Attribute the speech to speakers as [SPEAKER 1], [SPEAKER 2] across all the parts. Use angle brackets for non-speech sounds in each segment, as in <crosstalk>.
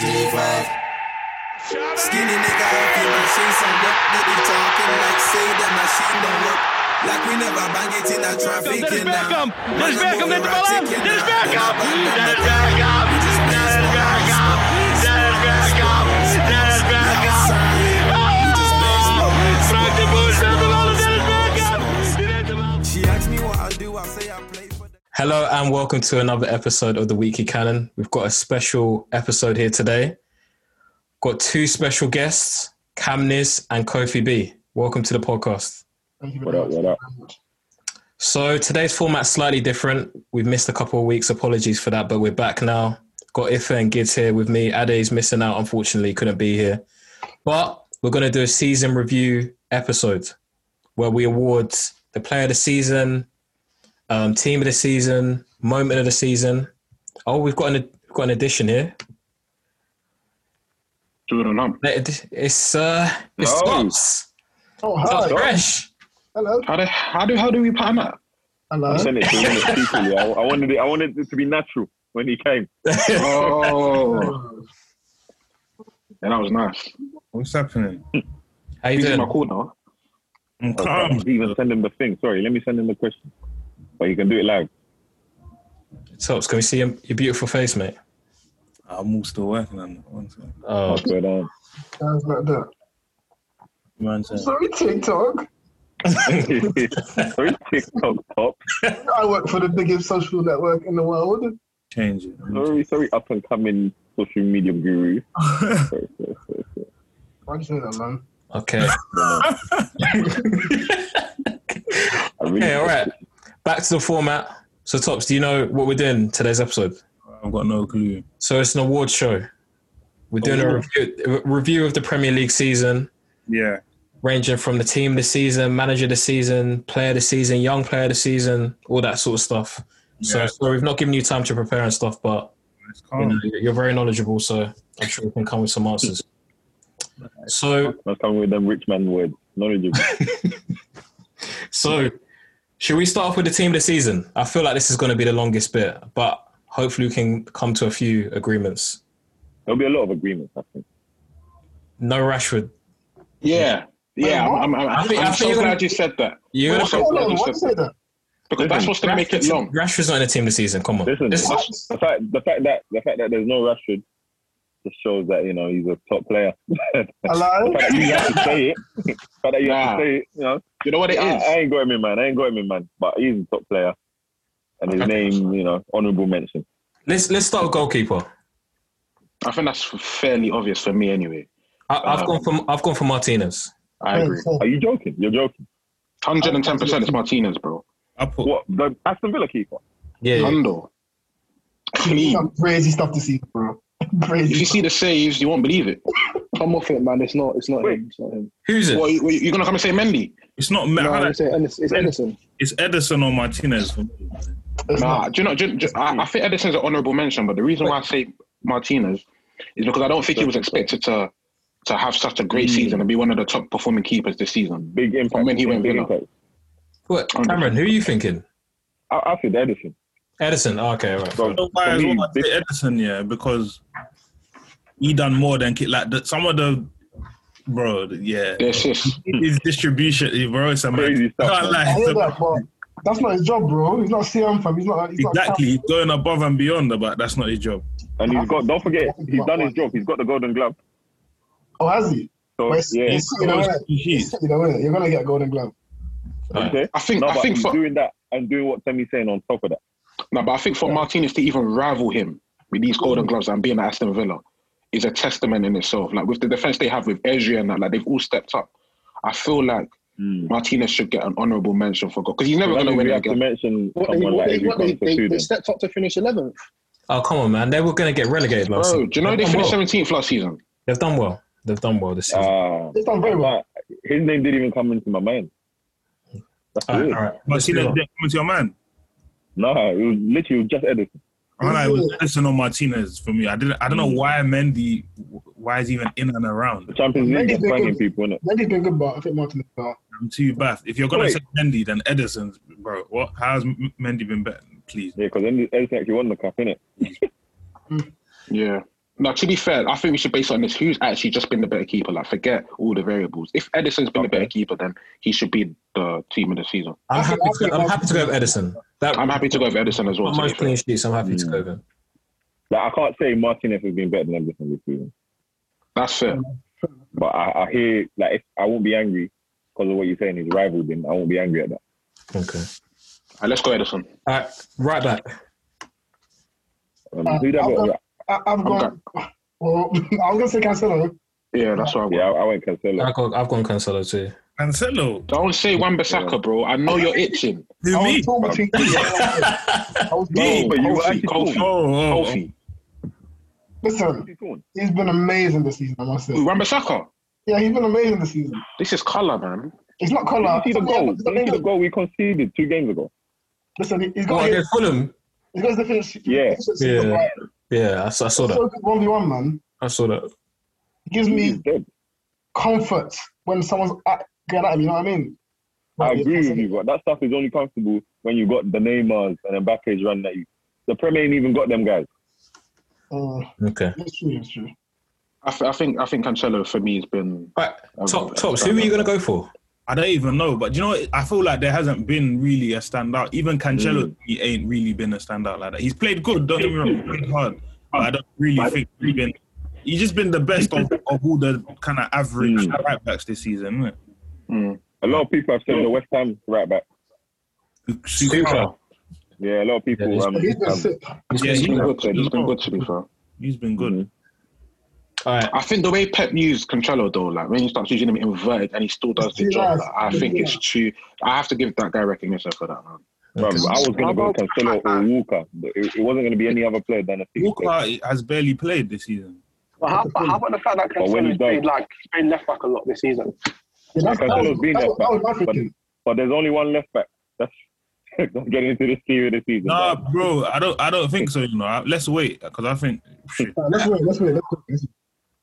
[SPEAKER 1] G5. Skinny nigga, I feel machine some work. They be talking like say the machine don't work. Like we never bang it in a traffic.
[SPEAKER 2] Dennis
[SPEAKER 1] in a-
[SPEAKER 2] Bergkamp.
[SPEAKER 1] Man,
[SPEAKER 2] Dennis
[SPEAKER 1] I'm
[SPEAKER 2] Bergkamp
[SPEAKER 1] only
[SPEAKER 2] met de bal aan.
[SPEAKER 1] ratchet in
[SPEAKER 2] Dennis
[SPEAKER 1] a- uh,
[SPEAKER 2] Bergkamp.
[SPEAKER 1] in a- in a-
[SPEAKER 3] Dennis Bergkamp.
[SPEAKER 1] We just play
[SPEAKER 3] Dennis
[SPEAKER 1] small,
[SPEAKER 3] Bergkamp.
[SPEAKER 1] small,
[SPEAKER 3] Dennis
[SPEAKER 1] small, small,
[SPEAKER 3] Bergkamp. Dennis
[SPEAKER 1] small.
[SPEAKER 3] Bergkamp.
[SPEAKER 1] Yeah, sorry. We just play small,
[SPEAKER 3] Frank de Boer speelt de bal
[SPEAKER 1] small,
[SPEAKER 3] en Dennis Bergkamp.
[SPEAKER 1] small,
[SPEAKER 3] Die neemt hem aan.
[SPEAKER 1] small. She asked me what I do, I say I play for the.
[SPEAKER 4] Hello and welcome to another episode of the Weekly Canon. We've got a special episode here today. Got two special guests, Camnis and Kofi B. Welcome to the podcast.
[SPEAKER 5] What up, what up?
[SPEAKER 4] So today's format's slightly different. We've missed a couple of weeks. Apologies for that, but we're back now. Got Ifa and Gibbs here with me. Ade's missing out, unfortunately, couldn't be here. But we're going to do a season review episode where we award the player of the season, um, team of the season, moment of the season. Oh, we've got an, we've got an addition here.
[SPEAKER 5] Do it or not?
[SPEAKER 4] It's uh, it's
[SPEAKER 5] No.
[SPEAKER 4] Tops.
[SPEAKER 6] Oh,
[SPEAKER 4] Tops
[SPEAKER 6] hi.
[SPEAKER 4] Fresh.
[SPEAKER 6] Hello.
[SPEAKER 5] How do how do how do we pattern that?
[SPEAKER 6] Hello.
[SPEAKER 7] sent it to him secretly. I, I wanted it. I wanted it to be natural when he came.
[SPEAKER 5] Oh, yeah, that was nice.
[SPEAKER 8] What's happening?
[SPEAKER 4] How you
[SPEAKER 5] He's in my
[SPEAKER 4] doing?
[SPEAKER 5] call now.
[SPEAKER 8] I'm
[SPEAKER 7] Okay,
[SPEAKER 8] calm.
[SPEAKER 7] Even send him the thing. Sorry, let me send him the question. But you can do it live.
[SPEAKER 4] Tops, can we see your, your beautiful face, mate?
[SPEAKER 8] I'm all still working on that one. So.
[SPEAKER 4] Oh,
[SPEAKER 7] But um, <laughs>
[SPEAKER 6] Sounds like that.
[SPEAKER 8] Man, so-
[SPEAKER 6] Sorry, TikTok.
[SPEAKER 7] sorry, TikTok pop.
[SPEAKER 6] I work for the biggest social network in the world.
[SPEAKER 8] change it.
[SPEAKER 7] Sorry, sorry, up and coming social media guru. Sorry, sorry, sorry, sorry.
[SPEAKER 6] Why do you say that, man?
[SPEAKER 4] okay.
[SPEAKER 7] I really
[SPEAKER 4] Okay, all right. Back to the format. So, Tops, do you know what we're doing today's episode?
[SPEAKER 8] I've got no clue.
[SPEAKER 4] So, it's an award show. We're doing a review, a review of the Premier League season,
[SPEAKER 8] Yeah.
[SPEAKER 4] ranging from the team of the season, manager of the season, player of the season, young player of the season, all that sort of stuff. So,
[SPEAKER 8] Yeah. Oh.
[SPEAKER 4] so, we've not given you time to prepare and stuff, but
[SPEAKER 8] It's
[SPEAKER 4] you know,
[SPEAKER 8] calm.
[SPEAKER 4] you're very knowledgeable, so I'm sure you can come with some answers. So,
[SPEAKER 7] Not coming with them rich man words. Knowledgeable.
[SPEAKER 4] So, should we start off with the team of the season? I feel like this is going to be the longest bit, but hopefully we can come to a few agreements.
[SPEAKER 7] There'll be a lot of agreements. I think.
[SPEAKER 4] No Rashford.
[SPEAKER 5] Yeah, yeah. I'm, I'm, I'm,
[SPEAKER 4] I think- I
[SPEAKER 5] I'm
[SPEAKER 4] think
[SPEAKER 5] so
[SPEAKER 4] you're
[SPEAKER 5] glad you said that
[SPEAKER 4] You're gonna
[SPEAKER 5] Well,
[SPEAKER 6] Hold on, why do you say that?
[SPEAKER 5] because that's what's gonna make it long.
[SPEAKER 4] Rashford's not in the team of the season. Come on.
[SPEAKER 7] Listen,
[SPEAKER 4] This-
[SPEAKER 7] the fact, the fact that the fact that there's no Rashford just shows that you know he's a top player. <laughs>
[SPEAKER 6] Hello.
[SPEAKER 7] fact that you
[SPEAKER 6] <laughs>
[SPEAKER 7] have to say it. <laughs> the fact that you have
[SPEAKER 5] Nah.
[SPEAKER 7] to say it, you know.
[SPEAKER 5] You know what it
[SPEAKER 7] I, I
[SPEAKER 5] is?
[SPEAKER 7] ain't got him in, man. I ain't got him in, man. But he's a top player. And his
[SPEAKER 4] Okay.
[SPEAKER 7] name, you know, honourable mention.
[SPEAKER 4] let's let's start with goalkeeper.
[SPEAKER 5] I think that's fairly obvious for me anyway.
[SPEAKER 4] I, I've
[SPEAKER 5] Um,
[SPEAKER 4] gone from I've gone for Martinez.
[SPEAKER 5] I agree.
[SPEAKER 6] Hey,
[SPEAKER 7] Are you joking? You're joking.
[SPEAKER 5] Hundred and ten percent. It's Martinez, bro.
[SPEAKER 8] I put
[SPEAKER 7] What? The Aston Villa keeper?
[SPEAKER 4] Yeah.
[SPEAKER 5] Hundo.
[SPEAKER 6] so-
[SPEAKER 5] Clean.
[SPEAKER 6] Some crazy stuff to see, bro. <laughs>
[SPEAKER 5] If
[SPEAKER 6] Crazy.
[SPEAKER 5] you see the saves, you won't believe it.
[SPEAKER 9] Come off it, man. It's not. It's not
[SPEAKER 7] Wait.
[SPEAKER 9] him. It's not him.
[SPEAKER 4] Who's it?
[SPEAKER 5] Well, you, you're gonna come and say Mendy?
[SPEAKER 8] it's not
[SPEAKER 9] No,
[SPEAKER 8] no,
[SPEAKER 9] it's, it's, it's Edison.
[SPEAKER 8] it's Edison or Martinez for me.
[SPEAKER 6] It's
[SPEAKER 5] Nah,
[SPEAKER 6] not-
[SPEAKER 5] do you know? Do, you- do, you- I, I think Edison's an honourable mention, but the reason why I say Martinez is because I don't think he was expected to to have such a great season and be one of the top performing keepers this season.
[SPEAKER 7] Big impact.
[SPEAKER 5] when he went
[SPEAKER 7] big
[SPEAKER 5] Villa.
[SPEAKER 7] impact.
[SPEAKER 4] What? Cameron, who are you thinking?
[SPEAKER 7] I, I think Edison.
[SPEAKER 4] Edison. Oh, okay, all right.
[SPEAKER 7] Bro,
[SPEAKER 8] I don't know why as
[SPEAKER 7] for me,
[SPEAKER 8] well I
[SPEAKER 7] this-
[SPEAKER 8] say Edison, yeah, because he done more than kick like the, some of the bro, yeah.
[SPEAKER 5] The assists.
[SPEAKER 8] His distribution, eh, bro, it's a
[SPEAKER 7] Hmm. Crazy stuff,
[SPEAKER 8] Can't
[SPEAKER 7] man.
[SPEAKER 8] lie,
[SPEAKER 6] I
[SPEAKER 8] it's
[SPEAKER 6] hear
[SPEAKER 8] a- <laughs>
[SPEAKER 6] that, but that's not his job, bro. He's not CM fam. He's not. He's
[SPEAKER 8] exactly. He's
[SPEAKER 6] Not
[SPEAKER 8] going above and beyond, but that's not his job.
[SPEAKER 7] And he's got, don't forget, he's done his job. He's got the golden glove.
[SPEAKER 6] oh, has he?
[SPEAKER 7] So,
[SPEAKER 6] Well, it's-
[SPEAKER 7] yeah.
[SPEAKER 6] it's- you know,
[SPEAKER 8] Those two sheets.
[SPEAKER 6] it's- you know, innit? You're gonna get a golden glove.
[SPEAKER 7] okay.
[SPEAKER 5] I think.
[SPEAKER 7] No,
[SPEAKER 5] I
[SPEAKER 7] but
[SPEAKER 5] think
[SPEAKER 7] he's
[SPEAKER 5] for
[SPEAKER 7] doing that and doing what Semi's saying on top of that.
[SPEAKER 5] no, but I think for Martinez to even rival him with these golden gloves and being at Aston Villa is a testament in itself. Like with the defense they have with Ezri and that, like they've all stepped up. I feel like Martinez should get an honourable mention for because he's never
[SPEAKER 7] That
[SPEAKER 5] going to
[SPEAKER 7] means
[SPEAKER 5] win
[SPEAKER 7] we
[SPEAKER 5] it
[SPEAKER 7] have to
[SPEAKER 5] again.
[SPEAKER 7] mention
[SPEAKER 9] What they,
[SPEAKER 7] someone
[SPEAKER 9] what
[SPEAKER 7] like
[SPEAKER 9] they,
[SPEAKER 7] Adrian
[SPEAKER 9] what they, they, they
[SPEAKER 7] Constantine.
[SPEAKER 9] stepped up to finish 11th.
[SPEAKER 4] Oh come on, man. They were gonna get relegated last
[SPEAKER 5] Bro,
[SPEAKER 4] season.
[SPEAKER 5] do you know
[SPEAKER 4] They've
[SPEAKER 5] they
[SPEAKER 4] done
[SPEAKER 5] finished
[SPEAKER 4] well.
[SPEAKER 5] seventeenth last season?
[SPEAKER 4] They've done well. They've done well this season.
[SPEAKER 7] Ah,
[SPEAKER 6] He's done very well.
[SPEAKER 7] his name didn't even come into my mind. That's
[SPEAKER 4] all right,
[SPEAKER 7] weird.
[SPEAKER 4] all right. Let's
[SPEAKER 8] Martinez
[SPEAKER 4] move on.
[SPEAKER 8] didn't come to your man.
[SPEAKER 7] No, it was literally just Edison.
[SPEAKER 8] I like, it was Edison or Martinez for me. I didn't. I don't know why Mendy. Why is he even in and
[SPEAKER 7] The
[SPEAKER 8] around?
[SPEAKER 7] Champions League is
[SPEAKER 6] Maybe
[SPEAKER 7] banging
[SPEAKER 6] because-
[SPEAKER 7] people, innit?
[SPEAKER 6] Then he's been good, but I think Martin is better.
[SPEAKER 8] I'm too bad. If you're gonna
[SPEAKER 7] Wait.
[SPEAKER 8] say Mendy, then Edison's bro. What? How's M- Mendy been better? Please.
[SPEAKER 7] Yeah, because Edison actually won the cup, innit?
[SPEAKER 5] Yeah. Now, to be fair, I think we should base it on this. Who's actually just been the better keeper? Like, forget all the variables. If Edison's been the better keeper, then he should be the team of the season.
[SPEAKER 4] I'm
[SPEAKER 6] I
[SPEAKER 4] happy.
[SPEAKER 6] think- I
[SPEAKER 4] To,
[SPEAKER 6] think
[SPEAKER 4] I'm
[SPEAKER 6] that's-
[SPEAKER 4] happy to go with Edison. That
[SPEAKER 5] I'm happy to go with Edison as well. to be
[SPEAKER 4] most
[SPEAKER 5] fair.
[SPEAKER 4] clean sheets. I'm happy to go with him.
[SPEAKER 7] Like I can't say Martinez has been better than Henderson this season,
[SPEAKER 5] That's fair.
[SPEAKER 7] but I, I hear like if, I won't be angry because of what you're saying. His rival did I won't be angry at that.
[SPEAKER 4] Okay.
[SPEAKER 5] And let's go Edison.
[SPEAKER 4] All right, Uh, right back.
[SPEAKER 7] Um,
[SPEAKER 6] Uh,
[SPEAKER 7] who did I
[SPEAKER 6] I've
[SPEAKER 7] go?
[SPEAKER 6] got- I, I've gone. Well, <laughs> I was gonna say Cancelo.
[SPEAKER 5] Yeah, that's what I want.
[SPEAKER 7] Yeah, I, I went Cancelo.
[SPEAKER 4] I've got, I've gone Cancelo too.
[SPEAKER 8] Cancelo.
[SPEAKER 5] Don't say Wan Bissaka, bro. I know you're itching.
[SPEAKER 8] Who,
[SPEAKER 6] I
[SPEAKER 8] me?
[SPEAKER 6] was torn between. I was
[SPEAKER 5] Bro,
[SPEAKER 6] torn.
[SPEAKER 7] but you were
[SPEAKER 5] Kofi,
[SPEAKER 7] actually
[SPEAKER 8] Oh,
[SPEAKER 5] Kofi,
[SPEAKER 8] oh, oh.
[SPEAKER 5] Kofi.
[SPEAKER 6] Listen,
[SPEAKER 7] Who's gone?
[SPEAKER 6] he's been amazing this season. I must say.
[SPEAKER 5] Ooh, Wan Bissaka.
[SPEAKER 6] Yeah, he's been amazing this season.
[SPEAKER 5] This is color, man.
[SPEAKER 6] It's not color.
[SPEAKER 7] Did you see the goal?
[SPEAKER 6] It's
[SPEAKER 7] Did
[SPEAKER 6] not
[SPEAKER 7] you see the
[SPEAKER 6] England.
[SPEAKER 7] goal we conceded two games ago?
[SPEAKER 6] Listen, he- he's
[SPEAKER 4] Oh,
[SPEAKER 6] got.
[SPEAKER 4] against Fulham.
[SPEAKER 6] He's got his definition.
[SPEAKER 7] Yeah.
[SPEAKER 4] Yeah.
[SPEAKER 6] Right.
[SPEAKER 4] Yeah, I, s- I saw that.
[SPEAKER 6] So good one v one, man.
[SPEAKER 4] I saw that.
[SPEAKER 6] It gives
[SPEAKER 7] He's
[SPEAKER 6] me
[SPEAKER 7] dead.
[SPEAKER 6] comfort when someone's at, going at me. You know what I mean?
[SPEAKER 7] I
[SPEAKER 6] Right,
[SPEAKER 7] agree with
[SPEAKER 6] listen,
[SPEAKER 7] you, but that stuff is only comfortable when you got the Neymars and Mbappe's running at you. The Premier ain't even got them guys.
[SPEAKER 6] Uh,
[SPEAKER 4] Okay.
[SPEAKER 6] that's true. That's true.
[SPEAKER 5] I, th- I think I think Cancelo for me has been
[SPEAKER 4] All right,
[SPEAKER 5] I'm
[SPEAKER 4] top
[SPEAKER 5] not-
[SPEAKER 4] tops. Who are you gonna go for?
[SPEAKER 8] I don't even know, but you know, what? I feel like there hasn't been really a standout. Even Cancelo, he ain't really been a standout like that. He's played good, don't get me wrong, he's played hard, but I don't really think he's been. He's just been the best of, of all the kind of average
[SPEAKER 7] Mm.
[SPEAKER 8] right backs this season. Isn't
[SPEAKER 7] A lot of people have said the West Ham right back.
[SPEAKER 8] it?
[SPEAKER 4] Super.
[SPEAKER 7] Yeah, a lot of people.
[SPEAKER 4] Yeah,
[SPEAKER 7] um,
[SPEAKER 6] But he's been
[SPEAKER 7] um,
[SPEAKER 6] sick.
[SPEAKER 8] Yeah, he's been
[SPEAKER 5] good. He's been good to be fair.
[SPEAKER 8] He's been good.
[SPEAKER 4] All right.
[SPEAKER 5] I think the way Pep used Cancelo though, like when he starts using him inverted and he still does the
[SPEAKER 6] Yeah.
[SPEAKER 5] job, like, I think
[SPEAKER 6] Yeah.
[SPEAKER 5] it's true. I have to give that guy recognition for that, man.
[SPEAKER 7] Bruv, um, I was going to go Cancelo or Walker. but It, it wasn't going to be any other player than a six player.
[SPEAKER 8] Walker has barely played this season.
[SPEAKER 2] But how, but how about the fact that
[SPEAKER 7] But when
[SPEAKER 2] Cancelo's
[SPEAKER 7] he don't-
[SPEAKER 2] played like he's played left back a lot this season?
[SPEAKER 6] Yeah, that's, that, was,
[SPEAKER 7] Cancelo's been
[SPEAKER 6] that,
[SPEAKER 7] left
[SPEAKER 6] was, that was my
[SPEAKER 7] back, but,
[SPEAKER 6] thinking.
[SPEAKER 7] but there's only one left back. That's <laughs> that's getting into this team of the season.
[SPEAKER 8] Nah,
[SPEAKER 7] bruv.
[SPEAKER 8] bro, I don't, I don't think so. You know, I- let's wait because I think shit.
[SPEAKER 6] Nah, Let's wait. Let's wait. Let's wait. Let's wait.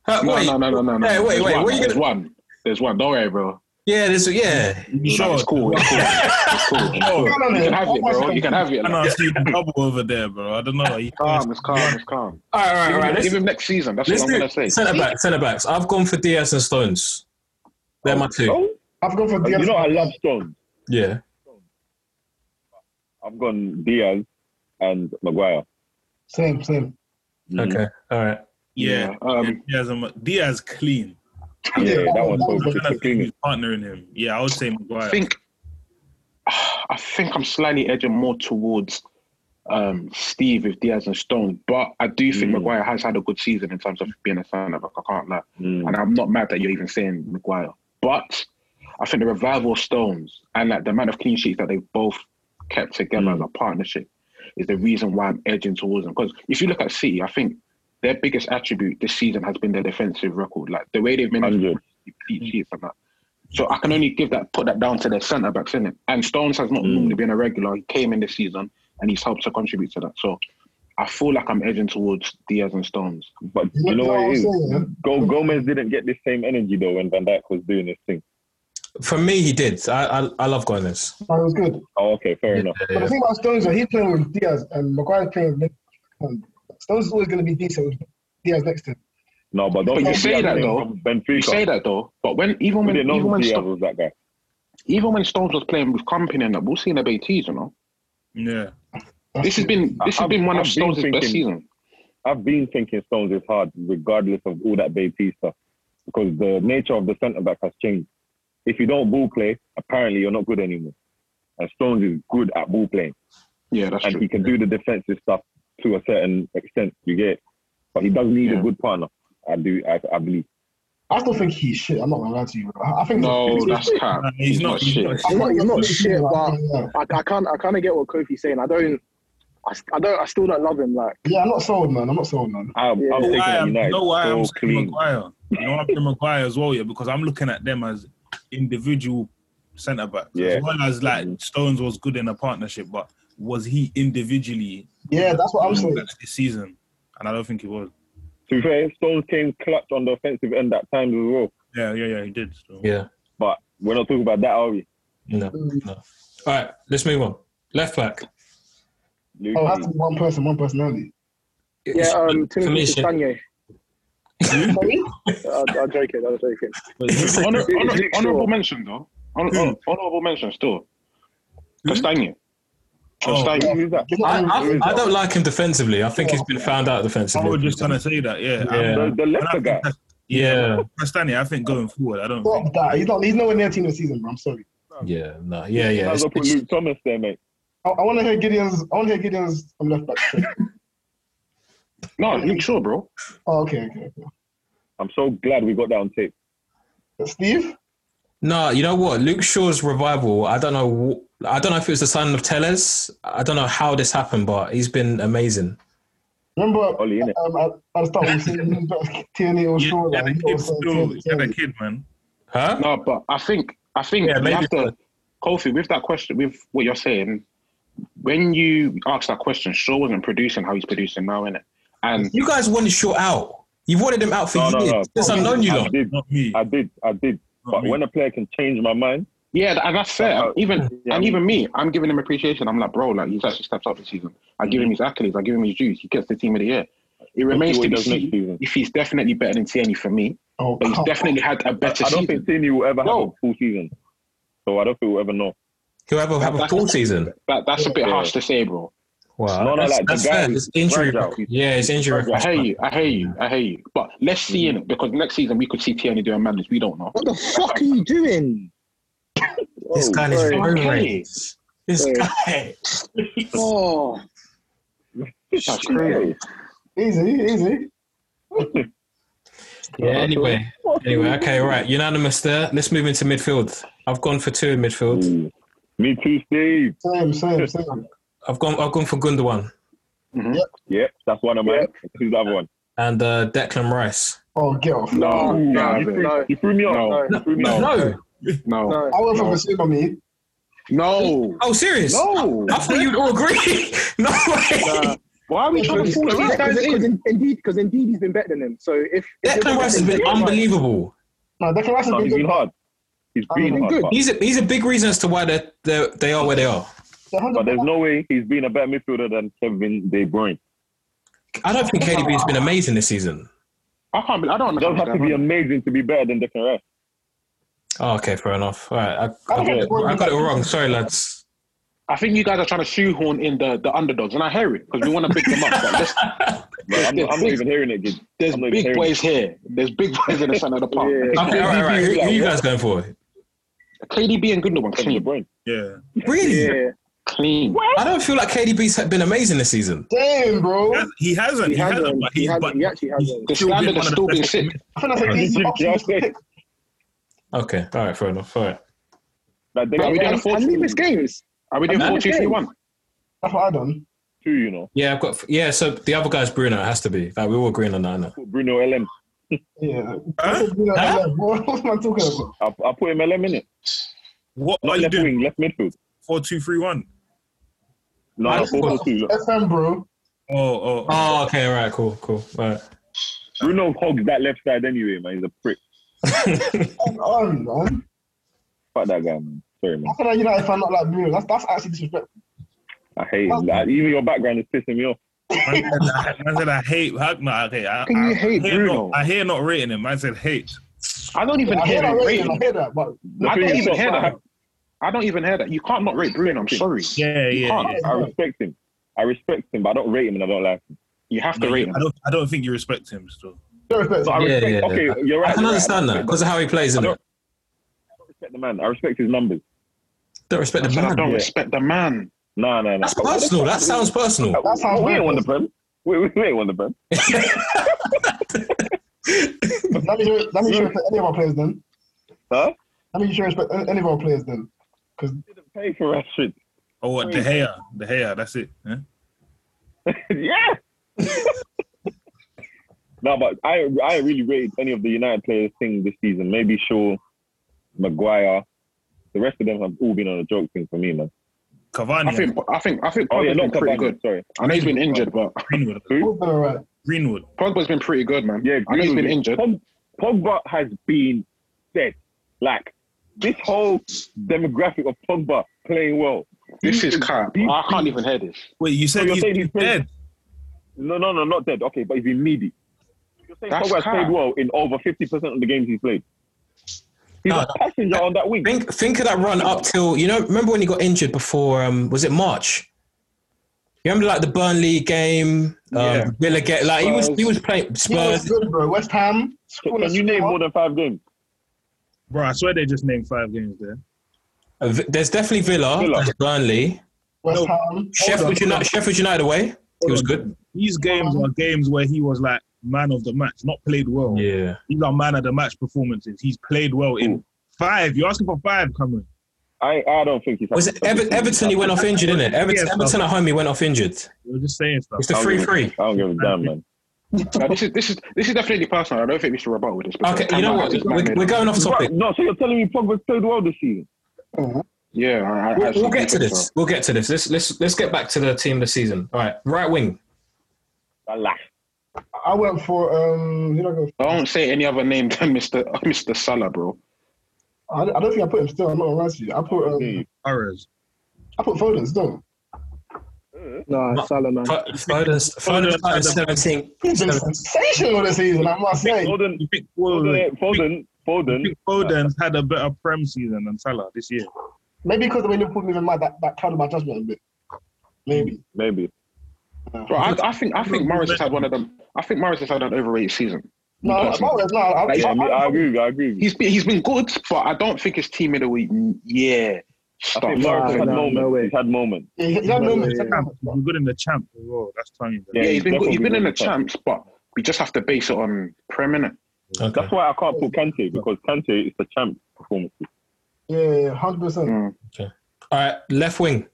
[SPEAKER 4] Uh,
[SPEAKER 5] No,
[SPEAKER 4] wait.
[SPEAKER 5] no, no, no, no, no.
[SPEAKER 4] Hey, wait,
[SPEAKER 5] There's
[SPEAKER 4] wait,
[SPEAKER 5] One,
[SPEAKER 4] what are you
[SPEAKER 5] there's
[SPEAKER 4] gonna-
[SPEAKER 5] one. There's one. Don't worry, bro.
[SPEAKER 4] Yeah, this. Yeah.
[SPEAKER 8] sure.
[SPEAKER 5] It's cool. It's cool. It's cool. It's <laughs> cool.
[SPEAKER 6] No, no, no.
[SPEAKER 5] You can have it, bro. You can have it.
[SPEAKER 8] I
[SPEAKER 5] Like,
[SPEAKER 8] know I see the double over there, bro. I don't know. He-
[SPEAKER 5] calm. It's calm. It's calm.
[SPEAKER 4] All right, all right, all right. Let's,
[SPEAKER 5] Even next season. That's what
[SPEAKER 4] let's
[SPEAKER 5] I'm gonna
[SPEAKER 4] do
[SPEAKER 5] say.
[SPEAKER 4] centre back. Centre backs. I've gone for Diaz and Stones. They're my two.
[SPEAKER 7] Oh,
[SPEAKER 6] I've gone for
[SPEAKER 7] you
[SPEAKER 6] Diaz.
[SPEAKER 7] know I love Stones.
[SPEAKER 4] Yeah.
[SPEAKER 7] I've gone Diaz and Maguire.
[SPEAKER 6] Same, same.
[SPEAKER 4] Okay. All right.
[SPEAKER 8] yeah,
[SPEAKER 5] Um,
[SPEAKER 8] Diaz, and- Diaz clean.
[SPEAKER 7] Yeah, that one's
[SPEAKER 8] I
[SPEAKER 7] so
[SPEAKER 8] don't
[SPEAKER 7] good.
[SPEAKER 8] think he's partnering him. Yeah, I would say
[SPEAKER 5] I
[SPEAKER 8] Maguire.
[SPEAKER 5] think I think I'm slightly edging more towards um, Steve with Diaz and Stone, but I do think
[SPEAKER 4] Mm.
[SPEAKER 5] Maguire has had a good season in terms of being a sign of I can't lie.
[SPEAKER 7] Mm.
[SPEAKER 5] And I'm not mad that you're even saying Maguire. But I think the revival of Stones and like the amount of clean sheets that they've both kept together as a partnership is the reason why I'm edging towards them. Because if you look at City, I think their biggest attribute this season has been their defensive record. Like the way they've managed to
[SPEAKER 7] 100.
[SPEAKER 5] clean sheets and that. So I can only give that put that down to their centre backs, innit? And Stones has not normally been a regular. He came in this season and he's helped to contribute to that. So I feel like I'm edging towards Diaz and Stones.
[SPEAKER 7] But you know
[SPEAKER 6] what
[SPEAKER 7] what
[SPEAKER 6] I'm
[SPEAKER 7] it is?
[SPEAKER 6] saying?
[SPEAKER 7] Go, Gomez didn't get this same energy though when Van Dijk was doing his thing.
[SPEAKER 4] For me, he did. I I, I love Gomez.
[SPEAKER 6] I was good.
[SPEAKER 7] Oh, okay, fair enough.
[SPEAKER 6] But the thing about Stones, though, he playing with Diaz and Maguire playing with um, Stones is always going to be decent with Diaz next to him.
[SPEAKER 7] No, but don't
[SPEAKER 5] But you
[SPEAKER 7] think
[SPEAKER 5] say
[SPEAKER 7] Diaz
[SPEAKER 5] that,
[SPEAKER 7] came
[SPEAKER 5] though.
[SPEAKER 7] from
[SPEAKER 5] You
[SPEAKER 7] Benfica.
[SPEAKER 5] say that though, but when even
[SPEAKER 7] We
[SPEAKER 5] when
[SPEAKER 7] didn't know
[SPEAKER 5] even
[SPEAKER 7] who
[SPEAKER 5] when,
[SPEAKER 7] Diaz
[SPEAKER 5] Sto-
[SPEAKER 7] was that guy.
[SPEAKER 5] even when Stones was playing with company and that, we'll see in the BTs, you know.
[SPEAKER 8] Yeah,
[SPEAKER 5] This has been this has
[SPEAKER 7] I've-
[SPEAKER 5] been one of
[SPEAKER 7] I've been
[SPEAKER 5] Stones' best
[SPEAKER 7] thinking-
[SPEAKER 5] season.
[SPEAKER 7] I've been thinking Stones is hard, regardless of all that BT stuff, because the nature of the centre back has changed. If you don't ball play, apparently you're not good anymore. And Stones is good at ball playing,
[SPEAKER 5] Yeah, that's
[SPEAKER 7] and
[SPEAKER 5] true.
[SPEAKER 7] he can do the defensive stuff to a certain extent. You get, it? but he does need
[SPEAKER 5] Yeah.
[SPEAKER 7] a good partner. I do, I, I believe.
[SPEAKER 6] I still think he's shit. I'm not going to lie to you. I, I think
[SPEAKER 5] No,
[SPEAKER 6] he's
[SPEAKER 5] that's cap.
[SPEAKER 8] Nah, he's not-
[SPEAKER 5] Ah,
[SPEAKER 8] he's
[SPEAKER 5] shit.
[SPEAKER 8] not-
[SPEAKER 6] I
[SPEAKER 2] He's not,
[SPEAKER 6] think
[SPEAKER 2] he's not
[SPEAKER 6] he's
[SPEAKER 2] shit, but
[SPEAKER 6] Yeah,
[SPEAKER 2] I, I can't. I kind of get what Kofi's saying. I don't. I, s- I don't. I still don't love him. Like
[SPEAKER 6] yeah, I'm not sold, man. I'm not sold, man.
[SPEAKER 7] I, I'm
[SPEAKER 2] Yeah.
[SPEAKER 7] taking
[SPEAKER 8] know why
[SPEAKER 7] that
[SPEAKER 8] I'm, you
[SPEAKER 7] United
[SPEAKER 8] know why I'm
[SPEAKER 7] so
[SPEAKER 8] saying
[SPEAKER 7] clean.
[SPEAKER 8] Maguire. You know I'm saying Maguire as well, yeah, because I'm looking at them as individual centre backs.
[SPEAKER 7] Yeah.
[SPEAKER 8] As well as like Stones was good in a partnership, but was he individually
[SPEAKER 6] Yeah, that's what I'm
[SPEAKER 5] Mm.
[SPEAKER 6] saying.
[SPEAKER 8] this season? And I don't think he was.
[SPEAKER 7] To be fair, Stones came clutch on the offensive end at times as well.
[SPEAKER 8] Yeah, yeah, yeah, he did. So.
[SPEAKER 4] Yeah.
[SPEAKER 7] But we're not talking about that, are we?
[SPEAKER 4] No. No. All right. Let's move on. Left back.
[SPEAKER 6] Oh, it
[SPEAKER 7] Lucy.
[SPEAKER 6] has to be Oh, one person, one personality.
[SPEAKER 2] yeah, um,
[SPEAKER 4] For me,
[SPEAKER 2] Timothy
[SPEAKER 4] it should-
[SPEAKER 2] Castagne.
[SPEAKER 6] Sorry?
[SPEAKER 2] I- I'm joking. I'm joking.
[SPEAKER 5] Honor,
[SPEAKER 2] Who-
[SPEAKER 5] honor,
[SPEAKER 2] who-
[SPEAKER 5] honorable mention though. Honor, honor, honorable mention still. Castagne.
[SPEAKER 8] Oh.
[SPEAKER 5] Castagne.
[SPEAKER 7] Who's that?
[SPEAKER 4] I, I, I don't like him defensively. I think he's
[SPEAKER 7] Oh.
[SPEAKER 4] been found out
[SPEAKER 8] I
[SPEAKER 4] defensively.
[SPEAKER 8] was just gonna say that, yeah.
[SPEAKER 4] Yeah.
[SPEAKER 7] The, the
[SPEAKER 8] And I
[SPEAKER 7] letter
[SPEAKER 8] think
[SPEAKER 7] guy.
[SPEAKER 8] that's-
[SPEAKER 4] yeah,
[SPEAKER 8] Castagne, I think going forward, I don't think
[SPEAKER 6] Stop that. He's not. He's nowhere near team this season, bro. I'm sorry.
[SPEAKER 4] yeah, no, yeah,
[SPEAKER 7] Yeah,
[SPEAKER 4] yeah.
[SPEAKER 7] Might as
[SPEAKER 4] It's,
[SPEAKER 7] well put
[SPEAKER 4] it's-
[SPEAKER 7] Luke Thomas there, mate.
[SPEAKER 6] I, I want to hear Gideon's. I want to hear Gideon's from left back. <laughs>
[SPEAKER 5] No, Luke Shaw, bro.
[SPEAKER 6] oh, okay, okay, okay.
[SPEAKER 7] I'm so glad we got that on tape.
[SPEAKER 6] Steve.
[SPEAKER 4] no, you know what? Luke Shaw's revival. I don't know. wh- I don't know if it was the sign of Tellez. I don't know how this happened, but he's been amazing.
[SPEAKER 6] Remember,
[SPEAKER 7] Ollie, innit?
[SPEAKER 6] um, at, at the start we seen Tierney or Shaw.
[SPEAKER 8] yeah,
[SPEAKER 6] like,
[SPEAKER 8] the
[SPEAKER 6] he
[SPEAKER 8] kid
[SPEAKER 6] was saying
[SPEAKER 8] still,
[SPEAKER 6] Tierney,
[SPEAKER 8] yeah, the
[SPEAKER 6] Tierney.
[SPEAKER 8] kid, man.
[SPEAKER 4] Huh?
[SPEAKER 5] No, but I think I think
[SPEAKER 4] Yeah,
[SPEAKER 5] you
[SPEAKER 4] maybe
[SPEAKER 5] have to Kofi, with that question with what you're saying, when you asked that question, Shaw wasn't producing how he's producing now, innit? And
[SPEAKER 4] You guys wanted Shaw out. You've wanted him out for
[SPEAKER 7] No, no,
[SPEAKER 4] years.
[SPEAKER 7] no.
[SPEAKER 4] Since I've known you
[SPEAKER 7] I
[SPEAKER 4] lot.
[SPEAKER 7] did,
[SPEAKER 8] Not me.
[SPEAKER 7] I did, I did. But
[SPEAKER 8] me.
[SPEAKER 7] when a player can change my mind,
[SPEAKER 5] Yeah, and that's fair. Even
[SPEAKER 7] yeah.
[SPEAKER 5] and even me, I'm giving him appreciation. I'm like, bro, like he's actually stepped up this season. I give him his accolades. I give him his dues. He gets the team of the year. It remains
[SPEAKER 7] what he
[SPEAKER 5] to be
[SPEAKER 7] does next
[SPEAKER 5] seen
[SPEAKER 7] season.
[SPEAKER 5] if he's definitely better than Tierney for me.
[SPEAKER 6] Oh,
[SPEAKER 5] But he's
[SPEAKER 6] come
[SPEAKER 5] definitely had a
[SPEAKER 7] I,
[SPEAKER 5] better
[SPEAKER 7] I don't
[SPEAKER 5] season.
[SPEAKER 7] think Tierney will ever have a
[SPEAKER 5] No.
[SPEAKER 7] full season. So I don't think we'll ever know.
[SPEAKER 4] He'll have a, have a full season.
[SPEAKER 5] That, that's a bit
[SPEAKER 7] Yeah.
[SPEAKER 5] harsh to say, bro.
[SPEAKER 4] Wow,
[SPEAKER 7] No, no,
[SPEAKER 4] that's,
[SPEAKER 7] like, the
[SPEAKER 4] that's
[SPEAKER 7] guy
[SPEAKER 4] fair.
[SPEAKER 7] who-
[SPEAKER 4] It's injury.
[SPEAKER 7] Rangel.
[SPEAKER 4] Yeah, it's injury.
[SPEAKER 5] I hear you. I hear you. I hear you. But let's
[SPEAKER 7] Mm.
[SPEAKER 5] see in it because next season we could see Tierney doing madness. We don't know.
[SPEAKER 1] What the fuck are you doing?
[SPEAKER 4] This guy is
[SPEAKER 1] sorry.
[SPEAKER 4] road
[SPEAKER 5] Okay.
[SPEAKER 4] rage. This guy.
[SPEAKER 1] Oh,
[SPEAKER 5] That's crazy.
[SPEAKER 6] Easy, easy.
[SPEAKER 4] Yeah. Anyway, anyway. Okay. Right. Unanimous there. Let's move into midfield. I've gone for two in midfield.
[SPEAKER 7] Ooh. Me too, Steve. <laughs>
[SPEAKER 6] Same, same, same.
[SPEAKER 4] I've gone. I've gone for Gundogan
[SPEAKER 7] Yeah, that's one of mine. Who's the other one?
[SPEAKER 4] and uh, Declan Rice.
[SPEAKER 6] Oh, get off.
[SPEAKER 5] No,
[SPEAKER 7] Ooh,
[SPEAKER 5] no,
[SPEAKER 7] you, threw,
[SPEAKER 2] no.
[SPEAKER 7] you threw me off.
[SPEAKER 5] No.
[SPEAKER 7] You threw me off.
[SPEAKER 4] No.
[SPEAKER 5] no,
[SPEAKER 2] No.
[SPEAKER 6] I went for Basuma, on me.
[SPEAKER 5] no,
[SPEAKER 4] Oh, serious?
[SPEAKER 5] no.
[SPEAKER 4] I thought you'd all agree. <laughs> no way.
[SPEAKER 5] Nah. Why are we trying to fool
[SPEAKER 2] Because
[SPEAKER 5] around?
[SPEAKER 2] indeed, because indeed, he's been better than him. So if if
[SPEAKER 4] Declan Rice has been unbelievable.
[SPEAKER 6] No, Declan Rice has
[SPEAKER 7] No,
[SPEAKER 6] been
[SPEAKER 7] he's been
[SPEAKER 6] good.
[SPEAKER 7] hard. He's
[SPEAKER 6] Oh,
[SPEAKER 7] been
[SPEAKER 6] he's
[SPEAKER 7] hard.
[SPEAKER 2] good.
[SPEAKER 7] But,
[SPEAKER 4] He's a, he's a big reason as to why they they they are where they are.
[SPEAKER 6] They're hundred
[SPEAKER 7] but there's
[SPEAKER 6] percent.
[SPEAKER 7] no way he's been a better midfielder than Kevin De Bruyne.
[SPEAKER 4] I don't think KDB has been amazing this season.
[SPEAKER 5] I can't. be- I don't
[SPEAKER 7] It doesn't have to be
[SPEAKER 5] understand.
[SPEAKER 7] amazing to be better than Declan Rice.
[SPEAKER 4] Oh, okay, fair enough. All right, I, I, got it, I got it wrong. Sorry, lads.
[SPEAKER 5] I think you guys are trying to shoehorn in the, the underdogs, and I hear it because we want to pick them up. But let's,
[SPEAKER 7] But <laughs> I'm,
[SPEAKER 5] There's
[SPEAKER 7] I'm not
[SPEAKER 5] big-
[SPEAKER 7] even hearing it. Gid.
[SPEAKER 5] there's
[SPEAKER 7] I'm not even
[SPEAKER 5] big
[SPEAKER 7] hearing
[SPEAKER 5] boys here. There's big boys in the center of the park.
[SPEAKER 2] Yeah.
[SPEAKER 4] Okay, all right, all right. Who, who you guys going for?
[SPEAKER 5] KDB and Gundogan,
[SPEAKER 7] Kevin De
[SPEAKER 5] clean,
[SPEAKER 7] Bruyne.
[SPEAKER 8] Yeah.
[SPEAKER 4] Really?
[SPEAKER 2] yeah,
[SPEAKER 5] clean.
[SPEAKER 4] I don't feel like KDB's been amazing this season.
[SPEAKER 6] Damn, bro.
[SPEAKER 8] He has- He hasn't. He,
[SPEAKER 2] he has
[SPEAKER 8] hasn't,
[SPEAKER 2] one.
[SPEAKER 8] but
[SPEAKER 2] He
[SPEAKER 8] he's
[SPEAKER 2] has
[SPEAKER 8] but
[SPEAKER 2] one. He actually has one.
[SPEAKER 5] The
[SPEAKER 8] still
[SPEAKER 5] standard
[SPEAKER 8] been one
[SPEAKER 5] is
[SPEAKER 8] of the
[SPEAKER 5] still being
[SPEAKER 8] best
[SPEAKER 5] sick.
[SPEAKER 6] I think
[SPEAKER 7] <laughs>
[SPEAKER 6] that's an easy
[SPEAKER 7] Yeah.
[SPEAKER 6] option to pick.
[SPEAKER 4] Okay, all right, fair enough. All right.
[SPEAKER 7] Like
[SPEAKER 5] Are we
[SPEAKER 7] Declan
[SPEAKER 5] doing a
[SPEAKER 7] Rice,
[SPEAKER 5] four?
[SPEAKER 2] And he missed games.
[SPEAKER 5] Are we doing
[SPEAKER 4] Man,
[SPEAKER 5] four two three one?
[SPEAKER 6] That's what I done.
[SPEAKER 7] too, you know.
[SPEAKER 4] Yeah, I've got. Yeah, so the other guy's Bruno. It has to be. Like we're all agreeing on that. innit?
[SPEAKER 7] Put Bruno LM.
[SPEAKER 6] Yeah.
[SPEAKER 8] Huh?
[SPEAKER 6] You know,
[SPEAKER 4] Huh?
[SPEAKER 6] like, what <laughs> what am I talking about?
[SPEAKER 7] I, I put him LM in it.
[SPEAKER 8] What
[SPEAKER 7] Not
[SPEAKER 8] are you
[SPEAKER 7] left
[SPEAKER 8] doing?
[SPEAKER 7] wing, left midfield.
[SPEAKER 8] Four two three one.
[SPEAKER 7] No,
[SPEAKER 4] I-
[SPEAKER 7] no, four four two. Look.
[SPEAKER 6] FM, bro.
[SPEAKER 8] Oh, oh, oh.
[SPEAKER 4] Oh, okay, all right, cool, cool. All right.
[SPEAKER 7] Bruno hogs that left side anyway, man. He's a prick.
[SPEAKER 6] Come on, man.
[SPEAKER 7] Fuck that guy, man. Sorry, man.
[SPEAKER 6] How can a United fan not like Bruno? That's that's actually disrespectful.
[SPEAKER 7] I hate him. Like, even your background is pissing me off.
[SPEAKER 8] Man said, I, man said I hate. How, no, okay, I,
[SPEAKER 5] Uh, Can you
[SPEAKER 8] I,
[SPEAKER 5] hate
[SPEAKER 8] I hear
[SPEAKER 5] Bruno?
[SPEAKER 8] Not, I hear not rating him. Man said hate.
[SPEAKER 5] I don't even
[SPEAKER 6] I hear
[SPEAKER 5] hear
[SPEAKER 6] that,
[SPEAKER 5] him
[SPEAKER 6] rating, I
[SPEAKER 5] rating.
[SPEAKER 6] hear that, but
[SPEAKER 7] The
[SPEAKER 5] I
[SPEAKER 7] thing
[SPEAKER 5] don't
[SPEAKER 7] is,
[SPEAKER 5] even
[SPEAKER 7] so
[SPEAKER 5] hear
[SPEAKER 7] far,
[SPEAKER 5] that. I don't even hear that. You can't not rate Bruno. I'm sorry.
[SPEAKER 8] Yeah,
[SPEAKER 5] You
[SPEAKER 8] yeah.
[SPEAKER 5] can't.
[SPEAKER 8] yeah.
[SPEAKER 7] I respect him. I respect him, but I don't rate him and I don't like him.
[SPEAKER 5] You have to
[SPEAKER 8] No,
[SPEAKER 5] rate
[SPEAKER 8] I
[SPEAKER 5] him.
[SPEAKER 8] don't. I don't think you respect him still.
[SPEAKER 6] don't respect.
[SPEAKER 7] So I
[SPEAKER 4] Yeah,
[SPEAKER 7] respect,
[SPEAKER 4] yeah,
[SPEAKER 7] okay,
[SPEAKER 4] yeah.
[SPEAKER 7] you're right.
[SPEAKER 4] I can
[SPEAKER 7] you're right.
[SPEAKER 4] understand that because of how he plays, isn't it?
[SPEAKER 7] I respect the man. I respect his numbers.
[SPEAKER 4] Don't respect
[SPEAKER 5] I
[SPEAKER 4] the
[SPEAKER 5] said I
[SPEAKER 4] man.
[SPEAKER 5] don't
[SPEAKER 7] yeah.
[SPEAKER 5] respect the man.
[SPEAKER 7] Nah, nah, nah.
[SPEAKER 4] That's personal. That sounds personal.
[SPEAKER 6] That sounds
[SPEAKER 7] we
[SPEAKER 6] bad.
[SPEAKER 7] ain't won the Prem. We, we, we ain't won the Prem.
[SPEAKER 6] That means you that means you respect any of our players then.
[SPEAKER 7] Mm. Huh?
[SPEAKER 6] That means you should respect any any of our players then. Because
[SPEAKER 7] Didn't pay for that shit.
[SPEAKER 8] Oh, what? De Gea. De Gea. That's it. Yeah?
[SPEAKER 7] yeah. no, but I I ain't really rated any of the United players thing this season. Maybe Shaw, Maguire. The rest of them have all been on a joke thing for me, man.
[SPEAKER 8] Cavani.
[SPEAKER 5] I think. I think. I think.
[SPEAKER 7] Oh yeah,
[SPEAKER 5] Pogba's
[SPEAKER 7] not
[SPEAKER 5] been pretty
[SPEAKER 7] Cavani.
[SPEAKER 5] good.
[SPEAKER 7] Sorry.
[SPEAKER 5] I know he's been injured, but
[SPEAKER 8] Greenwood.
[SPEAKER 6] we've been alright.
[SPEAKER 8] Greenwood.
[SPEAKER 5] Pogba's been pretty good, man.
[SPEAKER 7] Yeah,
[SPEAKER 5] I know he's been injured.
[SPEAKER 7] Pog- Pogba has been dead. Like this whole demographic of Pogba playing well.
[SPEAKER 5] This
[SPEAKER 7] He
[SPEAKER 5] is crap.
[SPEAKER 7] he-
[SPEAKER 5] I can't even hear this.
[SPEAKER 8] Wait, you said
[SPEAKER 7] you're
[SPEAKER 8] he's
[SPEAKER 7] saying he's
[SPEAKER 8] dead.
[SPEAKER 7] No, no, no, not dead. Okay, but he's been needy. You're
[SPEAKER 5] That's
[SPEAKER 7] Pogba's
[SPEAKER 5] cap.
[SPEAKER 7] played well in over 50% of the games he's played. He's
[SPEAKER 4] No,
[SPEAKER 7] a passenger on that wing.
[SPEAKER 4] Think think of that run up till you know. Remember when he got injured before? Um, was it March? You remember like the Burnley game, um,
[SPEAKER 8] Yeah.
[SPEAKER 4] Villa get like he was he was playing
[SPEAKER 6] He was
[SPEAKER 4] Spurs.
[SPEAKER 6] good, bro. West Ham.
[SPEAKER 7] Can you name more than five games?
[SPEAKER 8] Bro, I swear they just named five games there.
[SPEAKER 4] Uh, Vi- There's definitely Villa,
[SPEAKER 7] Villa.
[SPEAKER 4] there's Burnley,
[SPEAKER 6] West Ham.
[SPEAKER 4] Sheffield United. Sheffield United away. He was good.
[SPEAKER 8] These games are games where he was like man of the match, not played well.
[SPEAKER 4] Yeah,
[SPEAKER 8] These are man of the match performances. He's played well in five. You're asking for five, Cameron.
[SPEAKER 7] I, I don't think he's.
[SPEAKER 4] was it Ever- Everton? He went off injured, didn't it? Everton,
[SPEAKER 8] Yes,
[SPEAKER 4] Everton at home, he went off injured.
[SPEAKER 8] You're just saying stuff.
[SPEAKER 4] It's the free free.
[SPEAKER 7] I don't give a damn, man.
[SPEAKER 5] Now, this is this is this is definitely personal. I don't think we should rebut with this. because
[SPEAKER 4] Okay, you know
[SPEAKER 5] Cameron
[SPEAKER 4] what?
[SPEAKER 5] has his
[SPEAKER 4] We're,
[SPEAKER 5] man
[SPEAKER 4] we're
[SPEAKER 5] made up.
[SPEAKER 4] going off topic.
[SPEAKER 7] Right, no, so you're telling me Pogba's played well this season?
[SPEAKER 5] Yeah, I, I, I
[SPEAKER 4] We'll, we'll
[SPEAKER 5] still
[SPEAKER 4] get
[SPEAKER 5] think
[SPEAKER 4] to
[SPEAKER 5] so.
[SPEAKER 4] this. We'll get to this. Let's let's let's get back to the team this season. All right, right wing.
[SPEAKER 7] Salah.
[SPEAKER 6] I went for um. You know,
[SPEAKER 5] I won't say any other name than Mister <laughs> Mister Salah, bro.
[SPEAKER 6] I don't I don't think I put him still. I'm not gonna lie to you. I put um,
[SPEAKER 8] Torres.
[SPEAKER 6] I put Foden still.
[SPEAKER 9] Nah, Salah, man.
[SPEAKER 4] Fo- Foden's Foden's started 17.
[SPEAKER 6] He's been sensational this season. I must say.
[SPEAKER 7] Foden,
[SPEAKER 8] You think
[SPEAKER 7] Foden,
[SPEAKER 8] Foden,
[SPEAKER 7] Foden, Foden.
[SPEAKER 8] think Foden's had a better Prem season than Salah this year.
[SPEAKER 6] Maybe because the way Liverpool moving mad, that that clouded my judgment a bit. Maybe.
[SPEAKER 7] Maybe.
[SPEAKER 5] Bro, I, I think I think Morris has had one of them. I think Morris has had an overrated season.
[SPEAKER 6] No, no,
[SPEAKER 5] Personally.
[SPEAKER 6] no. I,
[SPEAKER 7] Yeah, I,
[SPEAKER 6] I,
[SPEAKER 7] mean, I agree. with you, I agree. with you.
[SPEAKER 5] He's been he's been good, but I don't think his team of the week. Yeah,
[SPEAKER 7] I
[SPEAKER 5] stuff.
[SPEAKER 7] think Morris
[SPEAKER 9] Nah,
[SPEAKER 7] had
[SPEAKER 9] nah,
[SPEAKER 7] moments.
[SPEAKER 9] no way.
[SPEAKER 7] he's had moments.
[SPEAKER 6] yeah, he, he had moments.
[SPEAKER 9] yeah,
[SPEAKER 8] Champ, he's been good in the champ as well. That's telling you.
[SPEAKER 5] yeah,
[SPEAKER 7] Yeah,
[SPEAKER 5] he's been good.
[SPEAKER 7] definitely
[SPEAKER 5] he's been in the
[SPEAKER 7] good.
[SPEAKER 5] champs, but we just have to base it on Prem innit?
[SPEAKER 4] Okay.
[SPEAKER 7] That's why I can't put Kante because Kante is the champ performance.
[SPEAKER 6] Yeah, hundred percent.
[SPEAKER 5] Mm.
[SPEAKER 4] All right, left wing.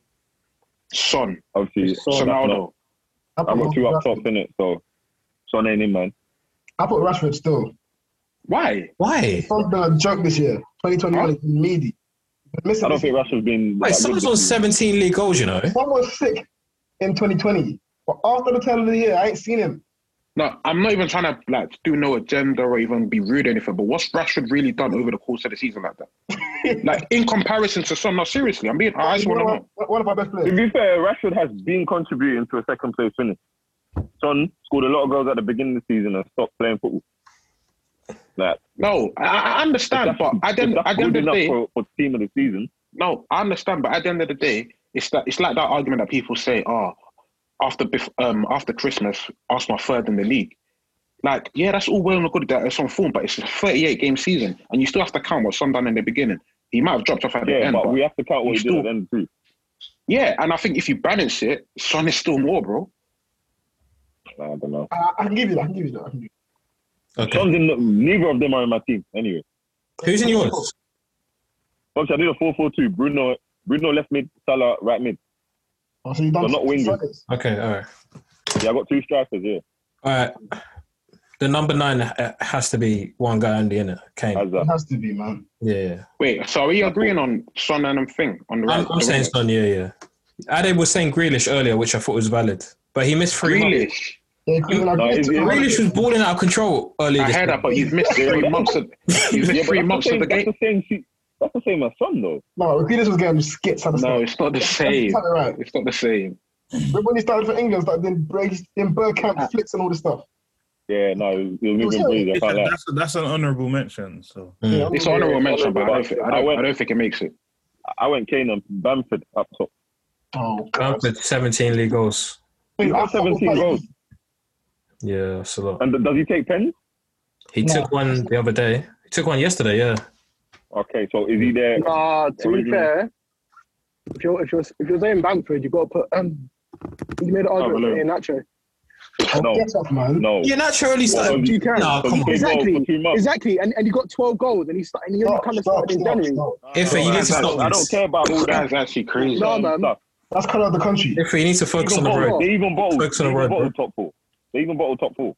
[SPEAKER 5] Son,
[SPEAKER 7] Obviously, that's not-
[SPEAKER 5] Ronaldo.
[SPEAKER 6] I
[SPEAKER 7] I've
[SPEAKER 6] put
[SPEAKER 7] got two up tops
[SPEAKER 6] Rashford.
[SPEAKER 7] in it, so Son ain't in, man.
[SPEAKER 6] I put Rashford still.
[SPEAKER 5] Why?
[SPEAKER 4] Why?
[SPEAKER 6] Son's been a joke this year. Twenty twenty one is meaty.
[SPEAKER 7] I don't think Rashford's been.
[SPEAKER 4] Wait,
[SPEAKER 7] that
[SPEAKER 4] someone's
[SPEAKER 7] good
[SPEAKER 4] on
[SPEAKER 7] this season.
[SPEAKER 4] 17 league goals, you know.
[SPEAKER 6] Son was sick in 2020, but after the turn of the year, I ain't seen him. <laughs>
[SPEAKER 5] No, I'm not even trying to like do no agenda or even be rude or anything. But what's Rashford really done over the course of the season like that? like in comparison to Son, no, seriously, I'm being. I just want to know.
[SPEAKER 6] One- One of our best
[SPEAKER 7] To
[SPEAKER 6] players.
[SPEAKER 7] be fair, Rashford has been contributing to a second place finish. Son scored a lot of goals at the beginning of the season and stopped playing football. Like,
[SPEAKER 5] No, I, I understand, but at the,
[SPEAKER 7] if
[SPEAKER 5] end-
[SPEAKER 7] that's
[SPEAKER 5] at the
[SPEAKER 7] good
[SPEAKER 5] end of the
[SPEAKER 7] enough
[SPEAKER 5] day,
[SPEAKER 7] for, for team of the season.
[SPEAKER 5] no, I understand, but at the end of the day, it's that it's like that argument that people say, oh, after bef- um after Christmas, Arsenal third in the league. Like, yeah, that's all well and good that it's on form, but it's a 38 game season, and you still have to count what Son done in the beginning. He might have dropped off at the
[SPEAKER 7] Yeah,
[SPEAKER 5] end,
[SPEAKER 7] but
[SPEAKER 5] but
[SPEAKER 7] we have to count what
[SPEAKER 5] you
[SPEAKER 7] he did at
[SPEAKER 5] still-
[SPEAKER 7] the end too.
[SPEAKER 5] yeah, and I think if you balance it, Son is still more, bro.
[SPEAKER 7] I don't know.
[SPEAKER 6] I, I can give you that. I can give you that. I can give you
[SPEAKER 4] Okay.
[SPEAKER 7] Son's in the, neither of them are in my team anyway.
[SPEAKER 4] Who's in yours?
[SPEAKER 7] Folks, I did a 4-4-2. Bruno, Bruno left mid, Salah right mid.
[SPEAKER 6] that. Oh, so you done
[SPEAKER 7] They're not wingers.
[SPEAKER 6] suckers.
[SPEAKER 4] Okay, all right.
[SPEAKER 7] Yeah, I got two strikers. Yeah,
[SPEAKER 4] All right. The number nine uh, has to be one guy only, innit? Kane.
[SPEAKER 5] Uh,
[SPEAKER 7] as
[SPEAKER 6] It has to be, man.
[SPEAKER 4] Yeah. yeah.
[SPEAKER 5] Wait, so are we agreeing on Son and them thing on the right?
[SPEAKER 4] I'm, I'm
[SPEAKER 5] the
[SPEAKER 4] saying
[SPEAKER 5] right?
[SPEAKER 4] Son, yeah, yeah. Ade was saying Grealish earlier, which I thought was valid, but he missed three months.
[SPEAKER 5] Grealish.
[SPEAKER 6] Yeah, because when I
[SPEAKER 7] No,
[SPEAKER 6] get
[SPEAKER 7] it's-
[SPEAKER 6] to-
[SPEAKER 7] it's-
[SPEAKER 4] Grealish was balling out of control earlier
[SPEAKER 5] I
[SPEAKER 4] this
[SPEAKER 5] heard
[SPEAKER 4] year.
[SPEAKER 5] that, but you've missed three
[SPEAKER 7] <laughs>
[SPEAKER 5] months of you've missed three months
[SPEAKER 7] that's,
[SPEAKER 5] of
[SPEAKER 7] the
[SPEAKER 5] the
[SPEAKER 7] same, <laughs> that's
[SPEAKER 5] game.
[SPEAKER 7] the same. she- That's the same as Son though.
[SPEAKER 6] No, Grealish was getting skits at the
[SPEAKER 5] No,
[SPEAKER 6] start.
[SPEAKER 5] it's not the
[SPEAKER 6] That's
[SPEAKER 5] same.
[SPEAKER 6] not right.
[SPEAKER 5] It's not the same.
[SPEAKER 6] Remember when he started for England, started doing breaks, doing Burkamp flicks and all this stuff.
[SPEAKER 7] Yeah, no, it was, it was moving
[SPEAKER 6] It's-
[SPEAKER 7] breeze. I
[SPEAKER 8] It's a-
[SPEAKER 7] can't lie.
[SPEAKER 8] that's, that's an honourable mention. So
[SPEAKER 4] Mm.
[SPEAKER 6] Yeah,
[SPEAKER 5] It's an honourable mention, but I don't,
[SPEAKER 7] honourable
[SPEAKER 5] think, I,
[SPEAKER 7] mention. I
[SPEAKER 5] don't,
[SPEAKER 7] went-
[SPEAKER 5] I don't think it makes it.
[SPEAKER 7] I went Kane and Bamford up top.
[SPEAKER 6] Oh, God.
[SPEAKER 4] Bamford, 17 league goals.
[SPEAKER 7] He's got 17 goals.
[SPEAKER 4] Yeah, that's a lot.
[SPEAKER 7] And does he take pens?
[SPEAKER 4] He took one the other day. He took one yesterday, yeah.
[SPEAKER 7] Okay, so is he there?
[SPEAKER 2] Nah, to be
[SPEAKER 7] Original.
[SPEAKER 2] fair, if you're if you're if you're saying Bamford, you got to put um. You made an argument
[SPEAKER 5] Valero.
[SPEAKER 2] for Nacho.
[SPEAKER 7] No.
[SPEAKER 6] Get up, man.
[SPEAKER 7] No.
[SPEAKER 4] Yeah, naturally started.
[SPEAKER 7] you
[SPEAKER 2] can.
[SPEAKER 4] Nah,
[SPEAKER 7] So
[SPEAKER 4] come
[SPEAKER 7] you
[SPEAKER 4] on.
[SPEAKER 7] can- goals
[SPEAKER 2] Exactly,
[SPEAKER 7] for two months.
[SPEAKER 2] exactly, and and he got twelve goals, and he started. And he only
[SPEAKER 6] Stop,
[SPEAKER 2] kind of
[SPEAKER 6] stop,
[SPEAKER 2] started in
[SPEAKER 6] stop,
[SPEAKER 2] January.
[SPEAKER 6] stop.
[SPEAKER 4] If you need to
[SPEAKER 5] That's-
[SPEAKER 4] stop
[SPEAKER 7] I
[SPEAKER 4] this.
[SPEAKER 7] don't care about all that
[SPEAKER 5] That's actually crazy.
[SPEAKER 2] <laughs> No, man.
[SPEAKER 7] stuff.
[SPEAKER 6] That's colour of the country.
[SPEAKER 4] If you need to
[SPEAKER 7] They
[SPEAKER 4] focus on
[SPEAKER 7] even
[SPEAKER 4] the
[SPEAKER 7] bottled-
[SPEAKER 4] road.
[SPEAKER 7] They even bottled,
[SPEAKER 4] Focus on
[SPEAKER 7] they
[SPEAKER 4] the
[SPEAKER 7] even
[SPEAKER 4] road, bro.
[SPEAKER 7] bottled top four. They even bottled top four.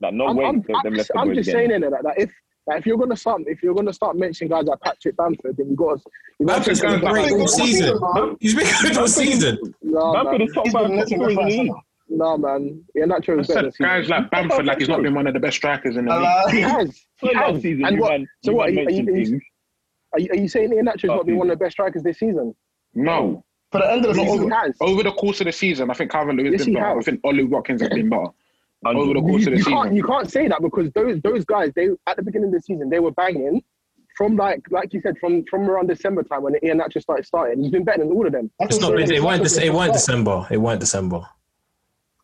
[SPEAKER 7] Like, no
[SPEAKER 2] I'm,
[SPEAKER 7] way.
[SPEAKER 2] I'm,
[SPEAKER 7] they-
[SPEAKER 2] I'm
[SPEAKER 7] them
[SPEAKER 2] just,
[SPEAKER 7] left the
[SPEAKER 2] I'm
[SPEAKER 7] boys
[SPEAKER 2] just
[SPEAKER 7] again.
[SPEAKER 2] saying it like that. If like, if you're gonna start if you're gonna start mentioning guys like Patrick Bamford, then you got to. You got
[SPEAKER 4] Bamford's been great all season. He's been good all season.
[SPEAKER 2] No
[SPEAKER 7] Bamford
[SPEAKER 2] man,
[SPEAKER 7] is top
[SPEAKER 6] He's
[SPEAKER 7] five top
[SPEAKER 6] been nothing
[SPEAKER 7] four in
[SPEAKER 6] but
[SPEAKER 7] the
[SPEAKER 6] fast,
[SPEAKER 7] league.
[SPEAKER 6] isn't
[SPEAKER 2] no man. Yeah, Nacho
[SPEAKER 5] I
[SPEAKER 2] is better.
[SPEAKER 5] said,
[SPEAKER 2] this
[SPEAKER 5] guys
[SPEAKER 2] season.
[SPEAKER 5] like Bamford, like he's not been one of the best strikers in the league.
[SPEAKER 2] he
[SPEAKER 6] he?
[SPEAKER 2] has.
[SPEAKER 7] So
[SPEAKER 2] He
[SPEAKER 7] last
[SPEAKER 2] has.
[SPEAKER 7] season,
[SPEAKER 2] And
[SPEAKER 7] you
[SPEAKER 2] what?
[SPEAKER 7] man,
[SPEAKER 2] so
[SPEAKER 7] you
[SPEAKER 2] what? Are
[SPEAKER 7] man
[SPEAKER 2] you, are,
[SPEAKER 7] mentioned
[SPEAKER 2] you,
[SPEAKER 7] teams.
[SPEAKER 2] are, you, are you saying Ian Nacho's not been one of the best strikers this season?
[SPEAKER 5] No,
[SPEAKER 6] For the end of the
[SPEAKER 2] Yes, he
[SPEAKER 6] season,
[SPEAKER 2] has.
[SPEAKER 5] over the course of the season, I think Calvin Lewis
[SPEAKER 2] Yes,
[SPEAKER 5] has been
[SPEAKER 2] he
[SPEAKER 5] better. I
[SPEAKER 2] has.
[SPEAKER 5] think Ollie Watkins has been better. over the
[SPEAKER 2] You,
[SPEAKER 5] course of the
[SPEAKER 2] you
[SPEAKER 5] season.
[SPEAKER 2] can't, you can't say that because those those guys, they at the beginning of the season, they were banging from like like you said from from around December time when Ian Nacho started starting. He's been better than all of them.
[SPEAKER 6] That's
[SPEAKER 4] It's not.
[SPEAKER 6] what I'm
[SPEAKER 4] It,
[SPEAKER 6] saying.
[SPEAKER 4] it weren't. Dece- It weren't
[SPEAKER 6] Fuck.
[SPEAKER 4] December. It weren't December.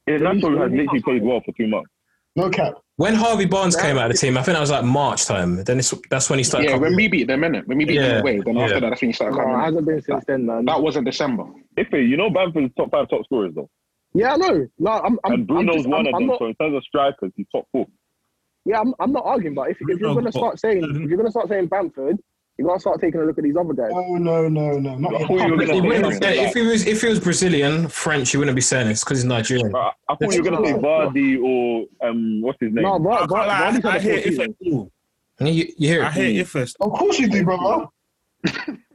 [SPEAKER 7] Yeah, Nacho has literally played well for two months.
[SPEAKER 6] No cap.
[SPEAKER 4] When Harvey Barnes came out of the team, I think that was like March time. Then it's, that's when he started.
[SPEAKER 5] yeah,
[SPEAKER 4] coming-
[SPEAKER 5] when we beat them, innit? When we beat
[SPEAKER 4] Yeah,
[SPEAKER 5] them away, then
[SPEAKER 4] yeah.
[SPEAKER 5] after that, that's when you started
[SPEAKER 2] No, it
[SPEAKER 5] coming. in.
[SPEAKER 2] hasn't been since then, man.
[SPEAKER 5] That wasn't December.
[SPEAKER 7] If you know Bamford's top five top scorers though,
[SPEAKER 2] Yeah, I know. No, I'm. I'm
[SPEAKER 7] and Bruno's
[SPEAKER 2] I'm just-
[SPEAKER 7] one
[SPEAKER 2] I'm-
[SPEAKER 7] of
[SPEAKER 2] I'm
[SPEAKER 7] them.
[SPEAKER 2] not-
[SPEAKER 7] so in terms of strikers, he's top four.
[SPEAKER 2] Yeah, I'm, I'm not arguing, but if, if you're
[SPEAKER 8] Bruno
[SPEAKER 2] gonna
[SPEAKER 8] got-
[SPEAKER 2] start saying if you're gonna start saying Bamford, you gotta start taking a look at these other guys.
[SPEAKER 6] No, no, no, no. Not
[SPEAKER 7] I thought you were
[SPEAKER 4] He
[SPEAKER 7] going to
[SPEAKER 4] wouldn't- yeah,
[SPEAKER 7] say
[SPEAKER 4] if he was if he was Brazilian, French, you wouldn't be saying this because he's Nigerian.
[SPEAKER 7] I I thought you were going to say Vardy or um, what's his name?
[SPEAKER 2] No,
[SPEAKER 8] I,
[SPEAKER 2] but
[SPEAKER 8] can't lie, I- I hear
[SPEAKER 2] but
[SPEAKER 8] Ife. Ooh,
[SPEAKER 4] You, you hear
[SPEAKER 8] I
[SPEAKER 4] it?
[SPEAKER 8] hear Ife.
[SPEAKER 6] Of course you do, brother.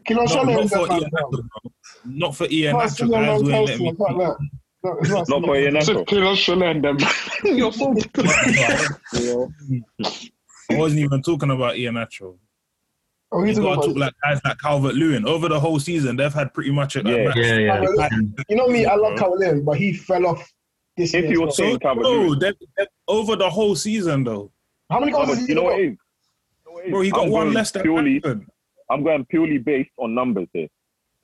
[SPEAKER 6] Kilo
[SPEAKER 8] No,
[SPEAKER 6] Shale
[SPEAKER 8] not
[SPEAKER 6] is
[SPEAKER 8] for
[SPEAKER 6] a
[SPEAKER 8] Ian
[SPEAKER 6] fan.
[SPEAKER 8] Nacho, bro. Not for Ian
[SPEAKER 6] Not
[SPEAKER 8] Nacho, guys. We ain't letting me
[SPEAKER 6] Not that. No, it's not
[SPEAKER 7] Not for
[SPEAKER 6] Silla.
[SPEAKER 7] Ian Nacho.
[SPEAKER 5] um, <laughs> You're so
[SPEAKER 8] I wasn't even talking about Ian Nacho.
[SPEAKER 6] Oh, he's
[SPEAKER 8] You
[SPEAKER 6] a
[SPEAKER 8] got to
[SPEAKER 6] good
[SPEAKER 8] talk
[SPEAKER 6] one.
[SPEAKER 8] like guys like Calvert Lewin. Over the whole season, they've had pretty much a
[SPEAKER 7] Yeah.
[SPEAKER 8] a-
[SPEAKER 4] Yeah, yeah.
[SPEAKER 6] You know me, I love
[SPEAKER 8] Bro.
[SPEAKER 6] Calvin, but he fell off this
[SPEAKER 7] If
[SPEAKER 6] year.
[SPEAKER 7] you were
[SPEAKER 6] as
[SPEAKER 7] saying-
[SPEAKER 6] well.
[SPEAKER 7] Same Calvert
[SPEAKER 8] So, bro,
[SPEAKER 7] Lewin.
[SPEAKER 8] they've, they've- over the whole season though,
[SPEAKER 6] How many
[SPEAKER 7] No,
[SPEAKER 6] goals
[SPEAKER 7] but
[SPEAKER 6] has he
[SPEAKER 7] you know
[SPEAKER 6] got?
[SPEAKER 7] what it is?
[SPEAKER 8] bro, he got
[SPEAKER 7] I'm
[SPEAKER 8] one
[SPEAKER 7] going
[SPEAKER 8] less than
[SPEAKER 7] purely-
[SPEAKER 8] Bamford.
[SPEAKER 7] I'm going purely based on numbers here.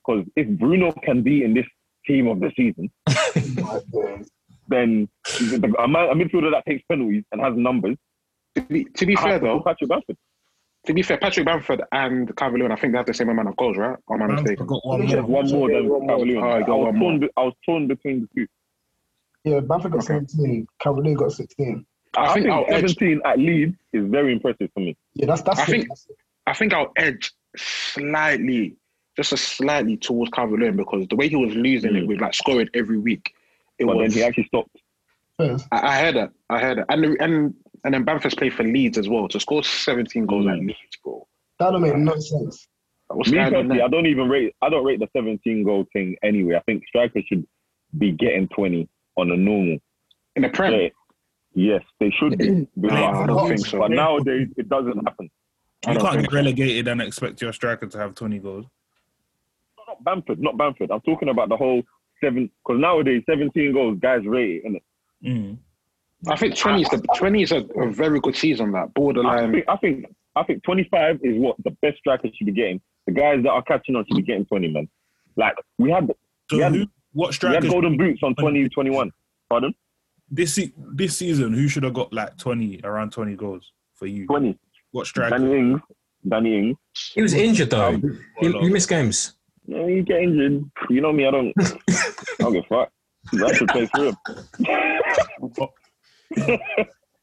[SPEAKER 7] Because if Bruno can be in this team of the season, then the- a, man, a midfielder that takes penalties and has numbers,
[SPEAKER 5] To be, to be
[SPEAKER 7] I
[SPEAKER 5] fair
[SPEAKER 7] have to
[SPEAKER 5] though,
[SPEAKER 7] call Patrick Bamford.
[SPEAKER 5] to be fair, Patrick Bamford and Calvert-Lewin, I think they have the same amount of goals, right? Or am I
[SPEAKER 8] Bamford
[SPEAKER 5] mistaken?
[SPEAKER 8] got one
[SPEAKER 6] Yeah.
[SPEAKER 8] more.
[SPEAKER 7] One more than
[SPEAKER 2] one more.
[SPEAKER 7] Cavalier.
[SPEAKER 5] Oh,
[SPEAKER 7] I,
[SPEAKER 5] he got
[SPEAKER 7] was
[SPEAKER 5] one
[SPEAKER 7] torn,
[SPEAKER 5] more.
[SPEAKER 7] be- I was torn between the two.
[SPEAKER 6] Yeah, Bamford got
[SPEAKER 5] Okay.
[SPEAKER 6] 17. Calvin got 16.
[SPEAKER 5] I, think, I'll edge.
[SPEAKER 7] 17 at Leeds is very impressive for me.
[SPEAKER 6] Yeah, that's that's
[SPEAKER 5] I
[SPEAKER 6] it.
[SPEAKER 5] think-
[SPEAKER 6] That's it.
[SPEAKER 5] I think I'll edge slightly, just a slightly towards Calvert-Lewin because the way he was losing it with like scoring every week, it
[SPEAKER 7] But Mm. then
[SPEAKER 5] was.
[SPEAKER 7] he actually stopped.
[SPEAKER 6] First.
[SPEAKER 5] I, I heard that. I heard that. And the- and and then Bamford's played for Leeds as well to score 17 goals
[SPEAKER 7] Mm.
[SPEAKER 5] at Leeds, bro.
[SPEAKER 6] That don't make no sense.
[SPEAKER 5] What's
[SPEAKER 7] Me
[SPEAKER 5] going on
[SPEAKER 7] personally,
[SPEAKER 5] there?
[SPEAKER 7] I don't even rate. I don't rate the 17 goal thing anyway. I think strikers should be getting 20 on a normal
[SPEAKER 5] in the Prem?
[SPEAKER 7] day. Yes, they should
[SPEAKER 5] <clears throat>
[SPEAKER 7] be.
[SPEAKER 5] No, I don't think so.
[SPEAKER 7] But nowadays, it doesn't happen.
[SPEAKER 5] I
[SPEAKER 8] You
[SPEAKER 5] don't
[SPEAKER 8] can't
[SPEAKER 5] think
[SPEAKER 8] get relegated and expect your striker to have 20 goals.
[SPEAKER 7] Not Bamford, not Bamford. I'm talking about the whole seven. Because nowadays, 17 goals, guys rate it. Innit?
[SPEAKER 8] Mm.
[SPEAKER 5] I think 20 is, the, 20 is a, a very good season, that
[SPEAKER 7] I
[SPEAKER 5] borderline.
[SPEAKER 7] think, I think, I think 25 is what the best strikers should be getting. The guys that are catching on should be getting 20, man. Like we had,
[SPEAKER 8] So
[SPEAKER 7] we had,
[SPEAKER 8] who,
[SPEAKER 7] we
[SPEAKER 8] what
[SPEAKER 7] had
[SPEAKER 8] strikers
[SPEAKER 7] golden boots on 20, 21. Pardon,
[SPEAKER 8] this se- this season? Who should have got like 20 around 20 goals for you?
[SPEAKER 7] 20.
[SPEAKER 8] What striker?
[SPEAKER 7] Danny Ings, Danny Ings.
[SPEAKER 4] He was injured though. He,
[SPEAKER 8] Hold on.
[SPEAKER 4] he missed games.
[SPEAKER 7] No, you get injured. You know me.
[SPEAKER 4] <laughs>
[SPEAKER 7] I don't. I don't give a fuck. I should play through him.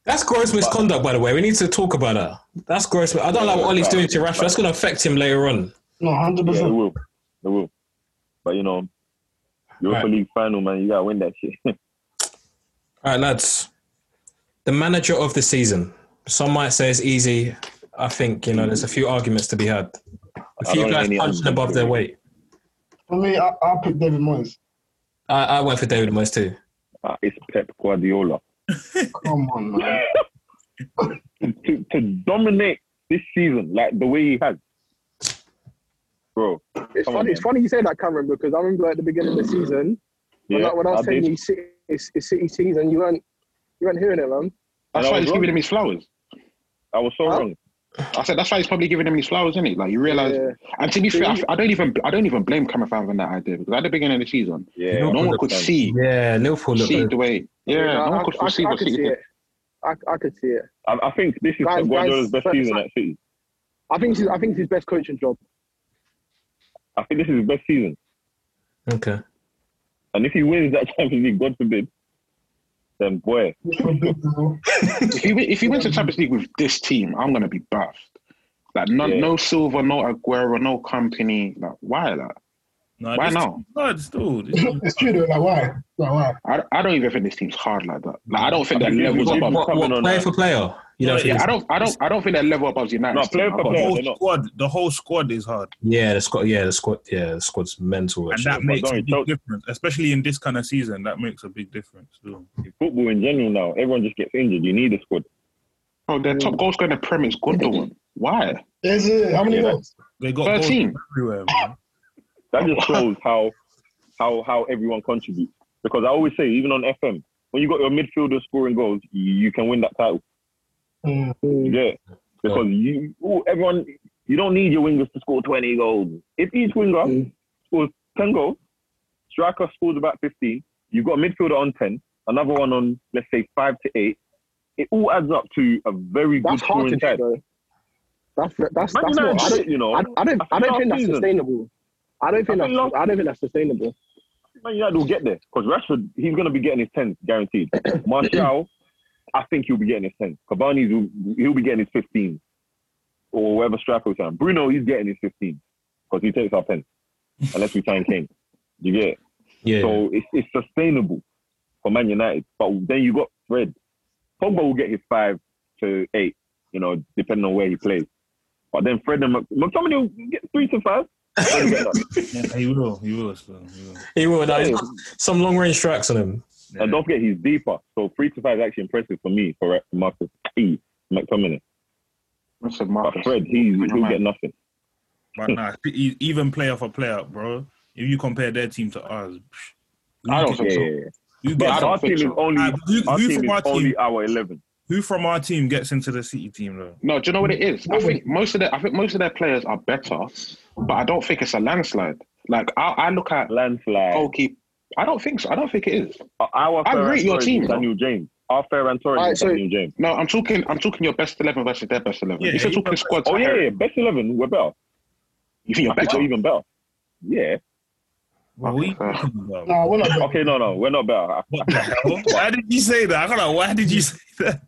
[SPEAKER 4] That's gross misconduct, by the way. We need to talk about that. That's gross. I don't like what Ollie's doing to Rashford. That's going to affect him later on.
[SPEAKER 6] No, 100%.
[SPEAKER 7] Yeah, it will. It will. But you know, Europa
[SPEAKER 4] Right.
[SPEAKER 7] League final, man. You gotta win that shit. <laughs>
[SPEAKER 4] All right, lads. The manager of the season. Some might say it's easy. I think you know there's a few arguments to be had. A
[SPEAKER 7] I
[SPEAKER 4] few
[SPEAKER 7] don't
[SPEAKER 4] guys
[SPEAKER 7] really
[SPEAKER 4] punching
[SPEAKER 7] understand.
[SPEAKER 4] above their weight.
[SPEAKER 6] For me, I, I'll pick David Moyes.
[SPEAKER 4] I, I went for David Moyes too.
[SPEAKER 7] Ah, it's Pep Guardiola.
[SPEAKER 6] Come on, man.
[SPEAKER 7] to, to dominate this season like the way he has, bro.
[SPEAKER 2] It's
[SPEAKER 7] Come
[SPEAKER 2] funny.
[SPEAKER 7] on,
[SPEAKER 2] It's funny you say that, Cameron, because I remember at the beginning of the season when, I, when I was
[SPEAKER 7] I
[SPEAKER 2] saying
[SPEAKER 7] did.
[SPEAKER 2] you City, it's, it's City season, you weren't you weren't hearing it, man.
[SPEAKER 7] And
[SPEAKER 5] That's
[SPEAKER 7] I
[SPEAKER 5] why
[SPEAKER 7] was
[SPEAKER 5] he's
[SPEAKER 7] wrong.
[SPEAKER 5] giving him his flowers.
[SPEAKER 7] I was so
[SPEAKER 2] Huh?
[SPEAKER 7] wrong.
[SPEAKER 5] I said that's why he's probably giving him his flowers, isn't it? Like you realize.
[SPEAKER 2] Yeah.
[SPEAKER 5] And to be
[SPEAKER 2] So
[SPEAKER 5] fair, I,
[SPEAKER 2] you-
[SPEAKER 5] I don't even I don't even blame Cameron Fan for that idea because at the beginning of the season,
[SPEAKER 7] Yeah,
[SPEAKER 5] no one could see
[SPEAKER 4] Yeah, Liverpool look
[SPEAKER 5] see
[SPEAKER 4] good.
[SPEAKER 5] the way. Yeah,
[SPEAKER 2] I,
[SPEAKER 5] no one
[SPEAKER 2] I-
[SPEAKER 5] could
[SPEAKER 2] I,
[SPEAKER 5] foresee
[SPEAKER 2] I
[SPEAKER 5] what
[SPEAKER 2] could
[SPEAKER 5] City
[SPEAKER 2] see
[SPEAKER 5] did.
[SPEAKER 2] it. I, I could see it.
[SPEAKER 7] I, I think this is
[SPEAKER 2] Guys,
[SPEAKER 7] Pep Guardiola's
[SPEAKER 2] guys,
[SPEAKER 7] best
[SPEAKER 2] but-
[SPEAKER 7] season at City.
[SPEAKER 2] I think she's, I think it's his best coaching job.
[SPEAKER 7] I think this is his best season,
[SPEAKER 4] Okay.
[SPEAKER 7] and if he wins that <laughs> Champions League, God forbid, then boy,
[SPEAKER 5] If he win- if he wins the Champions League with this team, I'm gonna be buffed. Like no
[SPEAKER 7] Yeah.
[SPEAKER 5] no silver, no Aguero, no company. Like why that?
[SPEAKER 8] No,
[SPEAKER 5] Why
[SPEAKER 8] this
[SPEAKER 5] now?
[SPEAKER 8] team's hard still. This team-
[SPEAKER 6] <laughs> it's true, though. Like, why? Like, why?
[SPEAKER 5] I, I don't even think this team's hard like that. Like I don't think
[SPEAKER 7] I
[SPEAKER 5] that
[SPEAKER 7] mean,
[SPEAKER 5] levels
[SPEAKER 7] we've
[SPEAKER 5] above.
[SPEAKER 7] got-
[SPEAKER 4] What,
[SPEAKER 7] Coming
[SPEAKER 4] what
[SPEAKER 7] on
[SPEAKER 4] player
[SPEAKER 7] that.
[SPEAKER 4] for player? You don't
[SPEAKER 8] Yeah,
[SPEAKER 4] think
[SPEAKER 5] I
[SPEAKER 4] it's-
[SPEAKER 5] don't I don't I don't think that level above United.
[SPEAKER 7] No, player for player.
[SPEAKER 8] the
[SPEAKER 7] Yeah,
[SPEAKER 8] whole
[SPEAKER 7] they're not.
[SPEAKER 8] squad, the whole squad is hard,
[SPEAKER 4] yeah, the squad. Yeah, the squad. Yeah, the squad's mental.
[SPEAKER 8] and
[SPEAKER 4] actually.
[SPEAKER 8] that makes a
[SPEAKER 7] don't-
[SPEAKER 8] big
[SPEAKER 7] don't-
[SPEAKER 8] difference, especially in this kind of season. That makes a big difference. Still.
[SPEAKER 7] football in general now, everyone just gets injured. You need a squad.
[SPEAKER 5] Oh, their top goal scorer in the Prem is Gundogan. Why?
[SPEAKER 6] Is it? How many
[SPEAKER 7] Yeah,
[SPEAKER 6] goals?
[SPEAKER 8] They got goals
[SPEAKER 5] 13.
[SPEAKER 8] everywhere, man.
[SPEAKER 7] That just shows how how how everyone contributes. Because I always say, even on FM, when you got your midfielder scoring goals, you, you can win that title.
[SPEAKER 6] Mm.
[SPEAKER 2] Mm.
[SPEAKER 7] Yeah, because you ooh, everyone you don't need your wingers to score twenty goals. If each winger
[SPEAKER 2] Mm.
[SPEAKER 7] scores ten goals, striker scores about fifteen. You've got a midfielder on ten, another one on let's say five to eight. It all adds up to a very
[SPEAKER 2] That's
[SPEAKER 7] good
[SPEAKER 2] hard to
[SPEAKER 7] scoring
[SPEAKER 2] do,
[SPEAKER 7] side.
[SPEAKER 2] though. That's that's
[SPEAKER 7] Man
[SPEAKER 2] that's
[SPEAKER 7] United
[SPEAKER 2] not. I don't,
[SPEAKER 7] shit, you know.
[SPEAKER 2] I, I don't. I
[SPEAKER 7] think
[SPEAKER 2] don't think
[SPEAKER 7] last
[SPEAKER 2] that's
[SPEAKER 7] season-
[SPEAKER 2] sustainable. I don't think
[SPEAKER 7] I think
[SPEAKER 2] that's.
[SPEAKER 7] last-
[SPEAKER 2] I don't think that's sustainable.
[SPEAKER 7] Man United will get there because Rashford, he's going to be getting his 10s guaranteed. Martial, I think he'll be getting his 10s. Cavani, he'll- he'll be getting his 15s or whatever striker we sign. Bruno, he's getting his 15s because he takes our 10s unless we sign Kane. You get it?
[SPEAKER 4] Yeah.
[SPEAKER 7] So it's, it's sustainable for Man United. But then you got Fred. Pogba will get his 5 to 8, you know, depending on where he plays. But then Fred and Mc- McTominay will get 3 to 5. Fred will get that.
[SPEAKER 8] Yeah, he will. He will. Still, he will.
[SPEAKER 4] he will. no, he's got some long range strikes on him. <laughs>
[SPEAKER 7] And don't forget, he's deeper. So three to five is actually impressive for me for Marcus E. McTominay.
[SPEAKER 5] I said
[SPEAKER 7] But
[SPEAKER 5] Marcus.
[SPEAKER 7] Fred, he's,
[SPEAKER 5] Bring him
[SPEAKER 7] he'll
[SPEAKER 5] out.
[SPEAKER 7] get nothing.
[SPEAKER 5] <laughs>
[SPEAKER 8] But nah, e- even player for player, bro. If you compare their team to ours, psh,
[SPEAKER 5] I don't
[SPEAKER 7] Yeah,
[SPEAKER 5] think so.
[SPEAKER 7] yeah, yeah.
[SPEAKER 8] who
[SPEAKER 7] But
[SPEAKER 5] I
[SPEAKER 8] gets,
[SPEAKER 5] don't
[SPEAKER 7] our team
[SPEAKER 5] think
[SPEAKER 7] is
[SPEAKER 5] so.
[SPEAKER 7] only
[SPEAKER 8] Ah, but who-
[SPEAKER 7] our
[SPEAKER 8] who
[SPEAKER 7] team
[SPEAKER 8] from
[SPEAKER 7] is
[SPEAKER 8] our team?
[SPEAKER 7] only our eleven.
[SPEAKER 8] who from our team gets into the City team though?
[SPEAKER 5] No, do you know what it is? I think most of their I think most of their players are better, but I don't think it's a landslide. Like I, I look at
[SPEAKER 7] Landslide. Uh,
[SPEAKER 5] goalkeep. I don't think so. I don't think it is.
[SPEAKER 7] our
[SPEAKER 5] Oh, I
[SPEAKER 7] Ferran
[SPEAKER 5] rate your
[SPEAKER 7] Torres
[SPEAKER 5] team,
[SPEAKER 7] is
[SPEAKER 5] bro.
[SPEAKER 7] Daniel James. Our Ferran Torres
[SPEAKER 2] Alright,
[SPEAKER 7] is
[SPEAKER 2] so-
[SPEAKER 7] Daniel James.
[SPEAKER 5] No, I'm talking. I'm talking your best eleven versus their best eleven.
[SPEAKER 8] Yeah,
[SPEAKER 5] if you're
[SPEAKER 8] yeah,
[SPEAKER 5] talking
[SPEAKER 8] you-
[SPEAKER 5] squads,
[SPEAKER 7] Oh
[SPEAKER 5] I
[SPEAKER 7] yeah,
[SPEAKER 5] hear
[SPEAKER 7] yeah,
[SPEAKER 5] it.
[SPEAKER 7] best eleven. We're better.
[SPEAKER 5] you think you're
[SPEAKER 7] I think
[SPEAKER 5] better.
[SPEAKER 7] we're even better. Yeah.
[SPEAKER 8] What are you
[SPEAKER 5] Okay.
[SPEAKER 8] talking about?
[SPEAKER 6] Nah, we're not. doing
[SPEAKER 7] Okay, no, no, we're not better. Uh, I-
[SPEAKER 8] What the hell?
[SPEAKER 5] <laughs>
[SPEAKER 8] Why did you say that? I don't know. Why did you say that?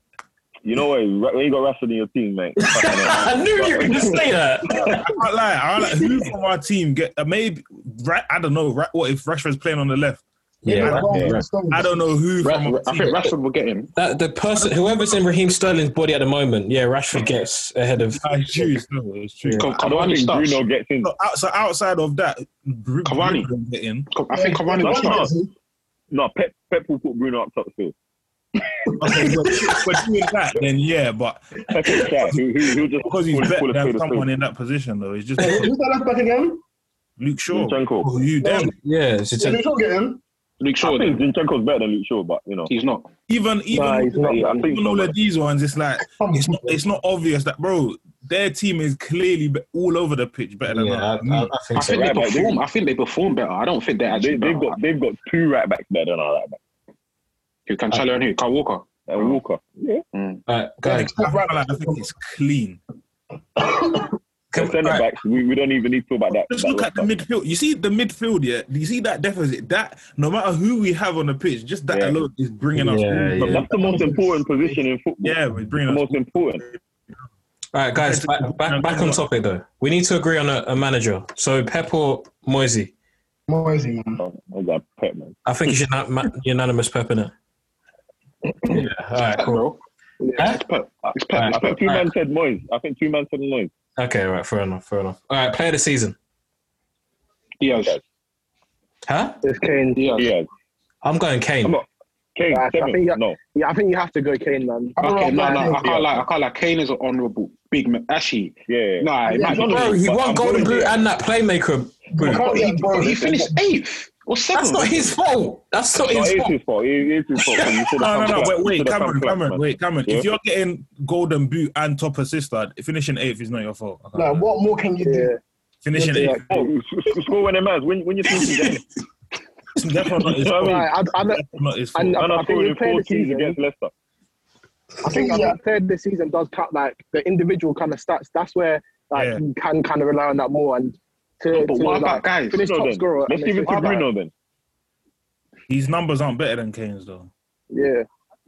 [SPEAKER 7] You know what? When you got Rashford in your team,
[SPEAKER 5] <laughs>
[SPEAKER 7] mate.
[SPEAKER 4] I knew you were going to say that.
[SPEAKER 8] I can't lie. I like who from our team get uh, maybe right, I don't know. Right, what if Rashford's playing on the left?
[SPEAKER 6] that.
[SPEAKER 4] Yeah.
[SPEAKER 6] We're
[SPEAKER 7] yeah.
[SPEAKER 6] not doing
[SPEAKER 8] I
[SPEAKER 6] that.
[SPEAKER 8] don't know who
[SPEAKER 5] Ra-
[SPEAKER 8] from
[SPEAKER 5] Ra-
[SPEAKER 8] our
[SPEAKER 5] I
[SPEAKER 8] team.
[SPEAKER 5] think Rashford will get him.
[SPEAKER 4] That the person, whoever's in Raheem Sterling's body at the moment, yeah, Rashford gets ahead of.
[SPEAKER 8] Ah, it's true, it's true, it's true.
[SPEAKER 4] Yeah.
[SPEAKER 5] Co-
[SPEAKER 7] I don't
[SPEAKER 5] Cavani
[SPEAKER 7] think
[SPEAKER 5] starts.
[SPEAKER 7] Bruno gets in.
[SPEAKER 8] So, out- so outside of that, Bru-
[SPEAKER 5] Cavani.
[SPEAKER 8] Bruno get in.
[SPEAKER 5] Co- I think Cavani
[SPEAKER 7] No,
[SPEAKER 5] will
[SPEAKER 7] no.
[SPEAKER 5] start.
[SPEAKER 7] No, Pep, Pep will put Bruno up top still.
[SPEAKER 8] Okay, but if we're doing that, then yeah, but
[SPEAKER 7] Pep is shy. He- he- He'll just
[SPEAKER 8] because he's
[SPEAKER 7] call- call
[SPEAKER 8] better
[SPEAKER 7] a
[SPEAKER 8] than
[SPEAKER 7] spade a spade.
[SPEAKER 8] someone in that position though, it's just
[SPEAKER 6] Hey, Who's that left back again?
[SPEAKER 8] Luke Shaw.
[SPEAKER 7] Zinchenko.
[SPEAKER 8] Oh, you them.
[SPEAKER 4] Yeah, it's
[SPEAKER 6] Did
[SPEAKER 4] a,
[SPEAKER 6] we not get him?
[SPEAKER 5] Luke Shaw.
[SPEAKER 7] I think
[SPEAKER 5] then.
[SPEAKER 7] Zinchenko's better than Luke Shaw, but you know,
[SPEAKER 5] He's not.
[SPEAKER 8] Even even
[SPEAKER 2] Nah, he's not.
[SPEAKER 7] I think
[SPEAKER 8] even all
[SPEAKER 7] so.
[SPEAKER 8] of these ones, it's like
[SPEAKER 6] Come
[SPEAKER 8] it's
[SPEAKER 6] on.
[SPEAKER 8] not it's not obvious that bro, their team is clearly be- all over the pitch better than
[SPEAKER 4] yeah,
[SPEAKER 8] us.
[SPEAKER 4] I, I, I
[SPEAKER 5] I
[SPEAKER 4] think so.
[SPEAKER 5] think they
[SPEAKER 7] Right back,
[SPEAKER 5] perform. I think they perform better. I don't think they're
[SPEAKER 7] They,
[SPEAKER 5] actually.
[SPEAKER 7] they've
[SPEAKER 5] better.
[SPEAKER 7] got they've got two right backs better than our right back
[SPEAKER 5] Who can Cancelo and who? Kyle Walker.
[SPEAKER 7] and Walker. Yeah,
[SPEAKER 4] Alright, uh, guys,
[SPEAKER 8] I feel like I think it's clean.
[SPEAKER 4] can,
[SPEAKER 7] And centre
[SPEAKER 4] alright,
[SPEAKER 7] backs. We, we don't even need to talk about that.
[SPEAKER 8] Just
[SPEAKER 7] that
[SPEAKER 8] look at the
[SPEAKER 7] roster.
[SPEAKER 8] midfield. You see the midfield, yeah. You see that deficit. That no matter who we have on the pitch, just that
[SPEAKER 7] Yeah.
[SPEAKER 8] alone is bringing us.
[SPEAKER 4] Yeah,
[SPEAKER 8] Yeah,
[SPEAKER 7] But That's the most important position in football.
[SPEAKER 8] we're
[SPEAKER 7] the
[SPEAKER 8] bringing us.
[SPEAKER 7] most important.
[SPEAKER 4] alright, guys, back, back back on topic though. We need to agree on a, a manager. So Pep or Moisey?
[SPEAKER 6] Moisey, man.
[SPEAKER 7] Oh, I got pet man.
[SPEAKER 4] I think you should not ma- unanimous Pep in it. Yeah, alright, cool.
[SPEAKER 5] Bro,
[SPEAKER 4] Huh?
[SPEAKER 5] it's Pep. It's Pep.
[SPEAKER 4] Alright,
[SPEAKER 5] It's
[SPEAKER 7] I think
[SPEAKER 5] Pep.
[SPEAKER 7] two
[SPEAKER 4] Right.
[SPEAKER 7] man said Moyes. I think two man said Moyes.
[SPEAKER 4] Okay, all right, fair enough, fair enough. All right, player of the season.
[SPEAKER 5] Diaz.
[SPEAKER 4] Huh?
[SPEAKER 2] It's Kane.
[SPEAKER 5] Diaz.
[SPEAKER 7] Yeah,
[SPEAKER 4] I'm going
[SPEAKER 7] I'm
[SPEAKER 4] Kane.
[SPEAKER 7] not- Kane
[SPEAKER 2] Right, I
[SPEAKER 7] seven.
[SPEAKER 2] think-
[SPEAKER 7] no,
[SPEAKER 2] Yeah, I think you have to go Kane, man.
[SPEAKER 6] I'm
[SPEAKER 5] Okay,
[SPEAKER 6] around
[SPEAKER 5] no,
[SPEAKER 6] nine,
[SPEAKER 5] no, I
[SPEAKER 6] eight.
[SPEAKER 5] can't lie. I can't lie. Kane is an honourable big man. Actually,
[SPEAKER 7] yeah.
[SPEAKER 5] nah, it
[SPEAKER 6] Yeah,
[SPEAKER 5] might be
[SPEAKER 4] Bro, he
[SPEAKER 5] but
[SPEAKER 4] won
[SPEAKER 5] I'm
[SPEAKER 4] Golden
[SPEAKER 5] going
[SPEAKER 4] Boot
[SPEAKER 5] there.
[SPEAKER 4] and that playmaker boot.
[SPEAKER 6] Can't
[SPEAKER 5] But
[SPEAKER 6] be
[SPEAKER 5] he,
[SPEAKER 6] that
[SPEAKER 5] but he
[SPEAKER 6] bothered.
[SPEAKER 5] finished eighth or seventh.
[SPEAKER 4] That's not his fault. That's not his
[SPEAKER 7] No, it's
[SPEAKER 4] fault.
[SPEAKER 7] his fault. It it is his fault. You should've
[SPEAKER 8] No,
[SPEAKER 7] come
[SPEAKER 8] no, no.
[SPEAKER 7] back.
[SPEAKER 8] Wait,
[SPEAKER 7] You
[SPEAKER 8] wait,
[SPEAKER 7] should've come
[SPEAKER 8] Cameron,
[SPEAKER 7] back,
[SPEAKER 8] Cameron,
[SPEAKER 7] man.
[SPEAKER 8] wait, Cameron.
[SPEAKER 7] Yeah.
[SPEAKER 8] If you're getting golden boot and top assist, lad, finishing eighth is not your fault. I can't
[SPEAKER 6] Like,
[SPEAKER 8] lie.
[SPEAKER 6] what more can you do?
[SPEAKER 2] Yeah.
[SPEAKER 8] Finishing
[SPEAKER 2] Yeah.
[SPEAKER 8] eighth,
[SPEAKER 7] Oh, s- s- score when it matters. When when you
[SPEAKER 8] <laughs>
[SPEAKER 7] think
[SPEAKER 8] it's definitely not
[SPEAKER 7] <laughs>
[SPEAKER 8] his
[SPEAKER 7] You know what I
[SPEAKER 8] fault.
[SPEAKER 7] mean?
[SPEAKER 2] Right, I, I, I,
[SPEAKER 8] Not his
[SPEAKER 2] And-
[SPEAKER 8] fault.
[SPEAKER 7] no, no,
[SPEAKER 2] I think
[SPEAKER 7] scoring
[SPEAKER 2] we
[SPEAKER 7] in
[SPEAKER 2] played
[SPEAKER 7] four
[SPEAKER 2] the
[SPEAKER 7] keys
[SPEAKER 2] season.
[SPEAKER 7] against Leicester.
[SPEAKER 2] I think I
[SPEAKER 6] Yeah.
[SPEAKER 2] think third this season does cut like the individual kind of stats. That's where like
[SPEAKER 8] Yeah.
[SPEAKER 2] you can kind of rely on that more and to,
[SPEAKER 5] No, Oh, but
[SPEAKER 2] to,
[SPEAKER 5] what about
[SPEAKER 2] like,
[SPEAKER 5] guys?
[SPEAKER 2] finish
[SPEAKER 7] No,
[SPEAKER 2] top
[SPEAKER 7] then.
[SPEAKER 2] scorer.
[SPEAKER 7] Let's
[SPEAKER 2] and
[SPEAKER 7] give it
[SPEAKER 2] assist
[SPEAKER 7] to
[SPEAKER 2] like that.
[SPEAKER 7] Bruno then.
[SPEAKER 8] His numbers aren't better than Kane's though.
[SPEAKER 2] Yeah,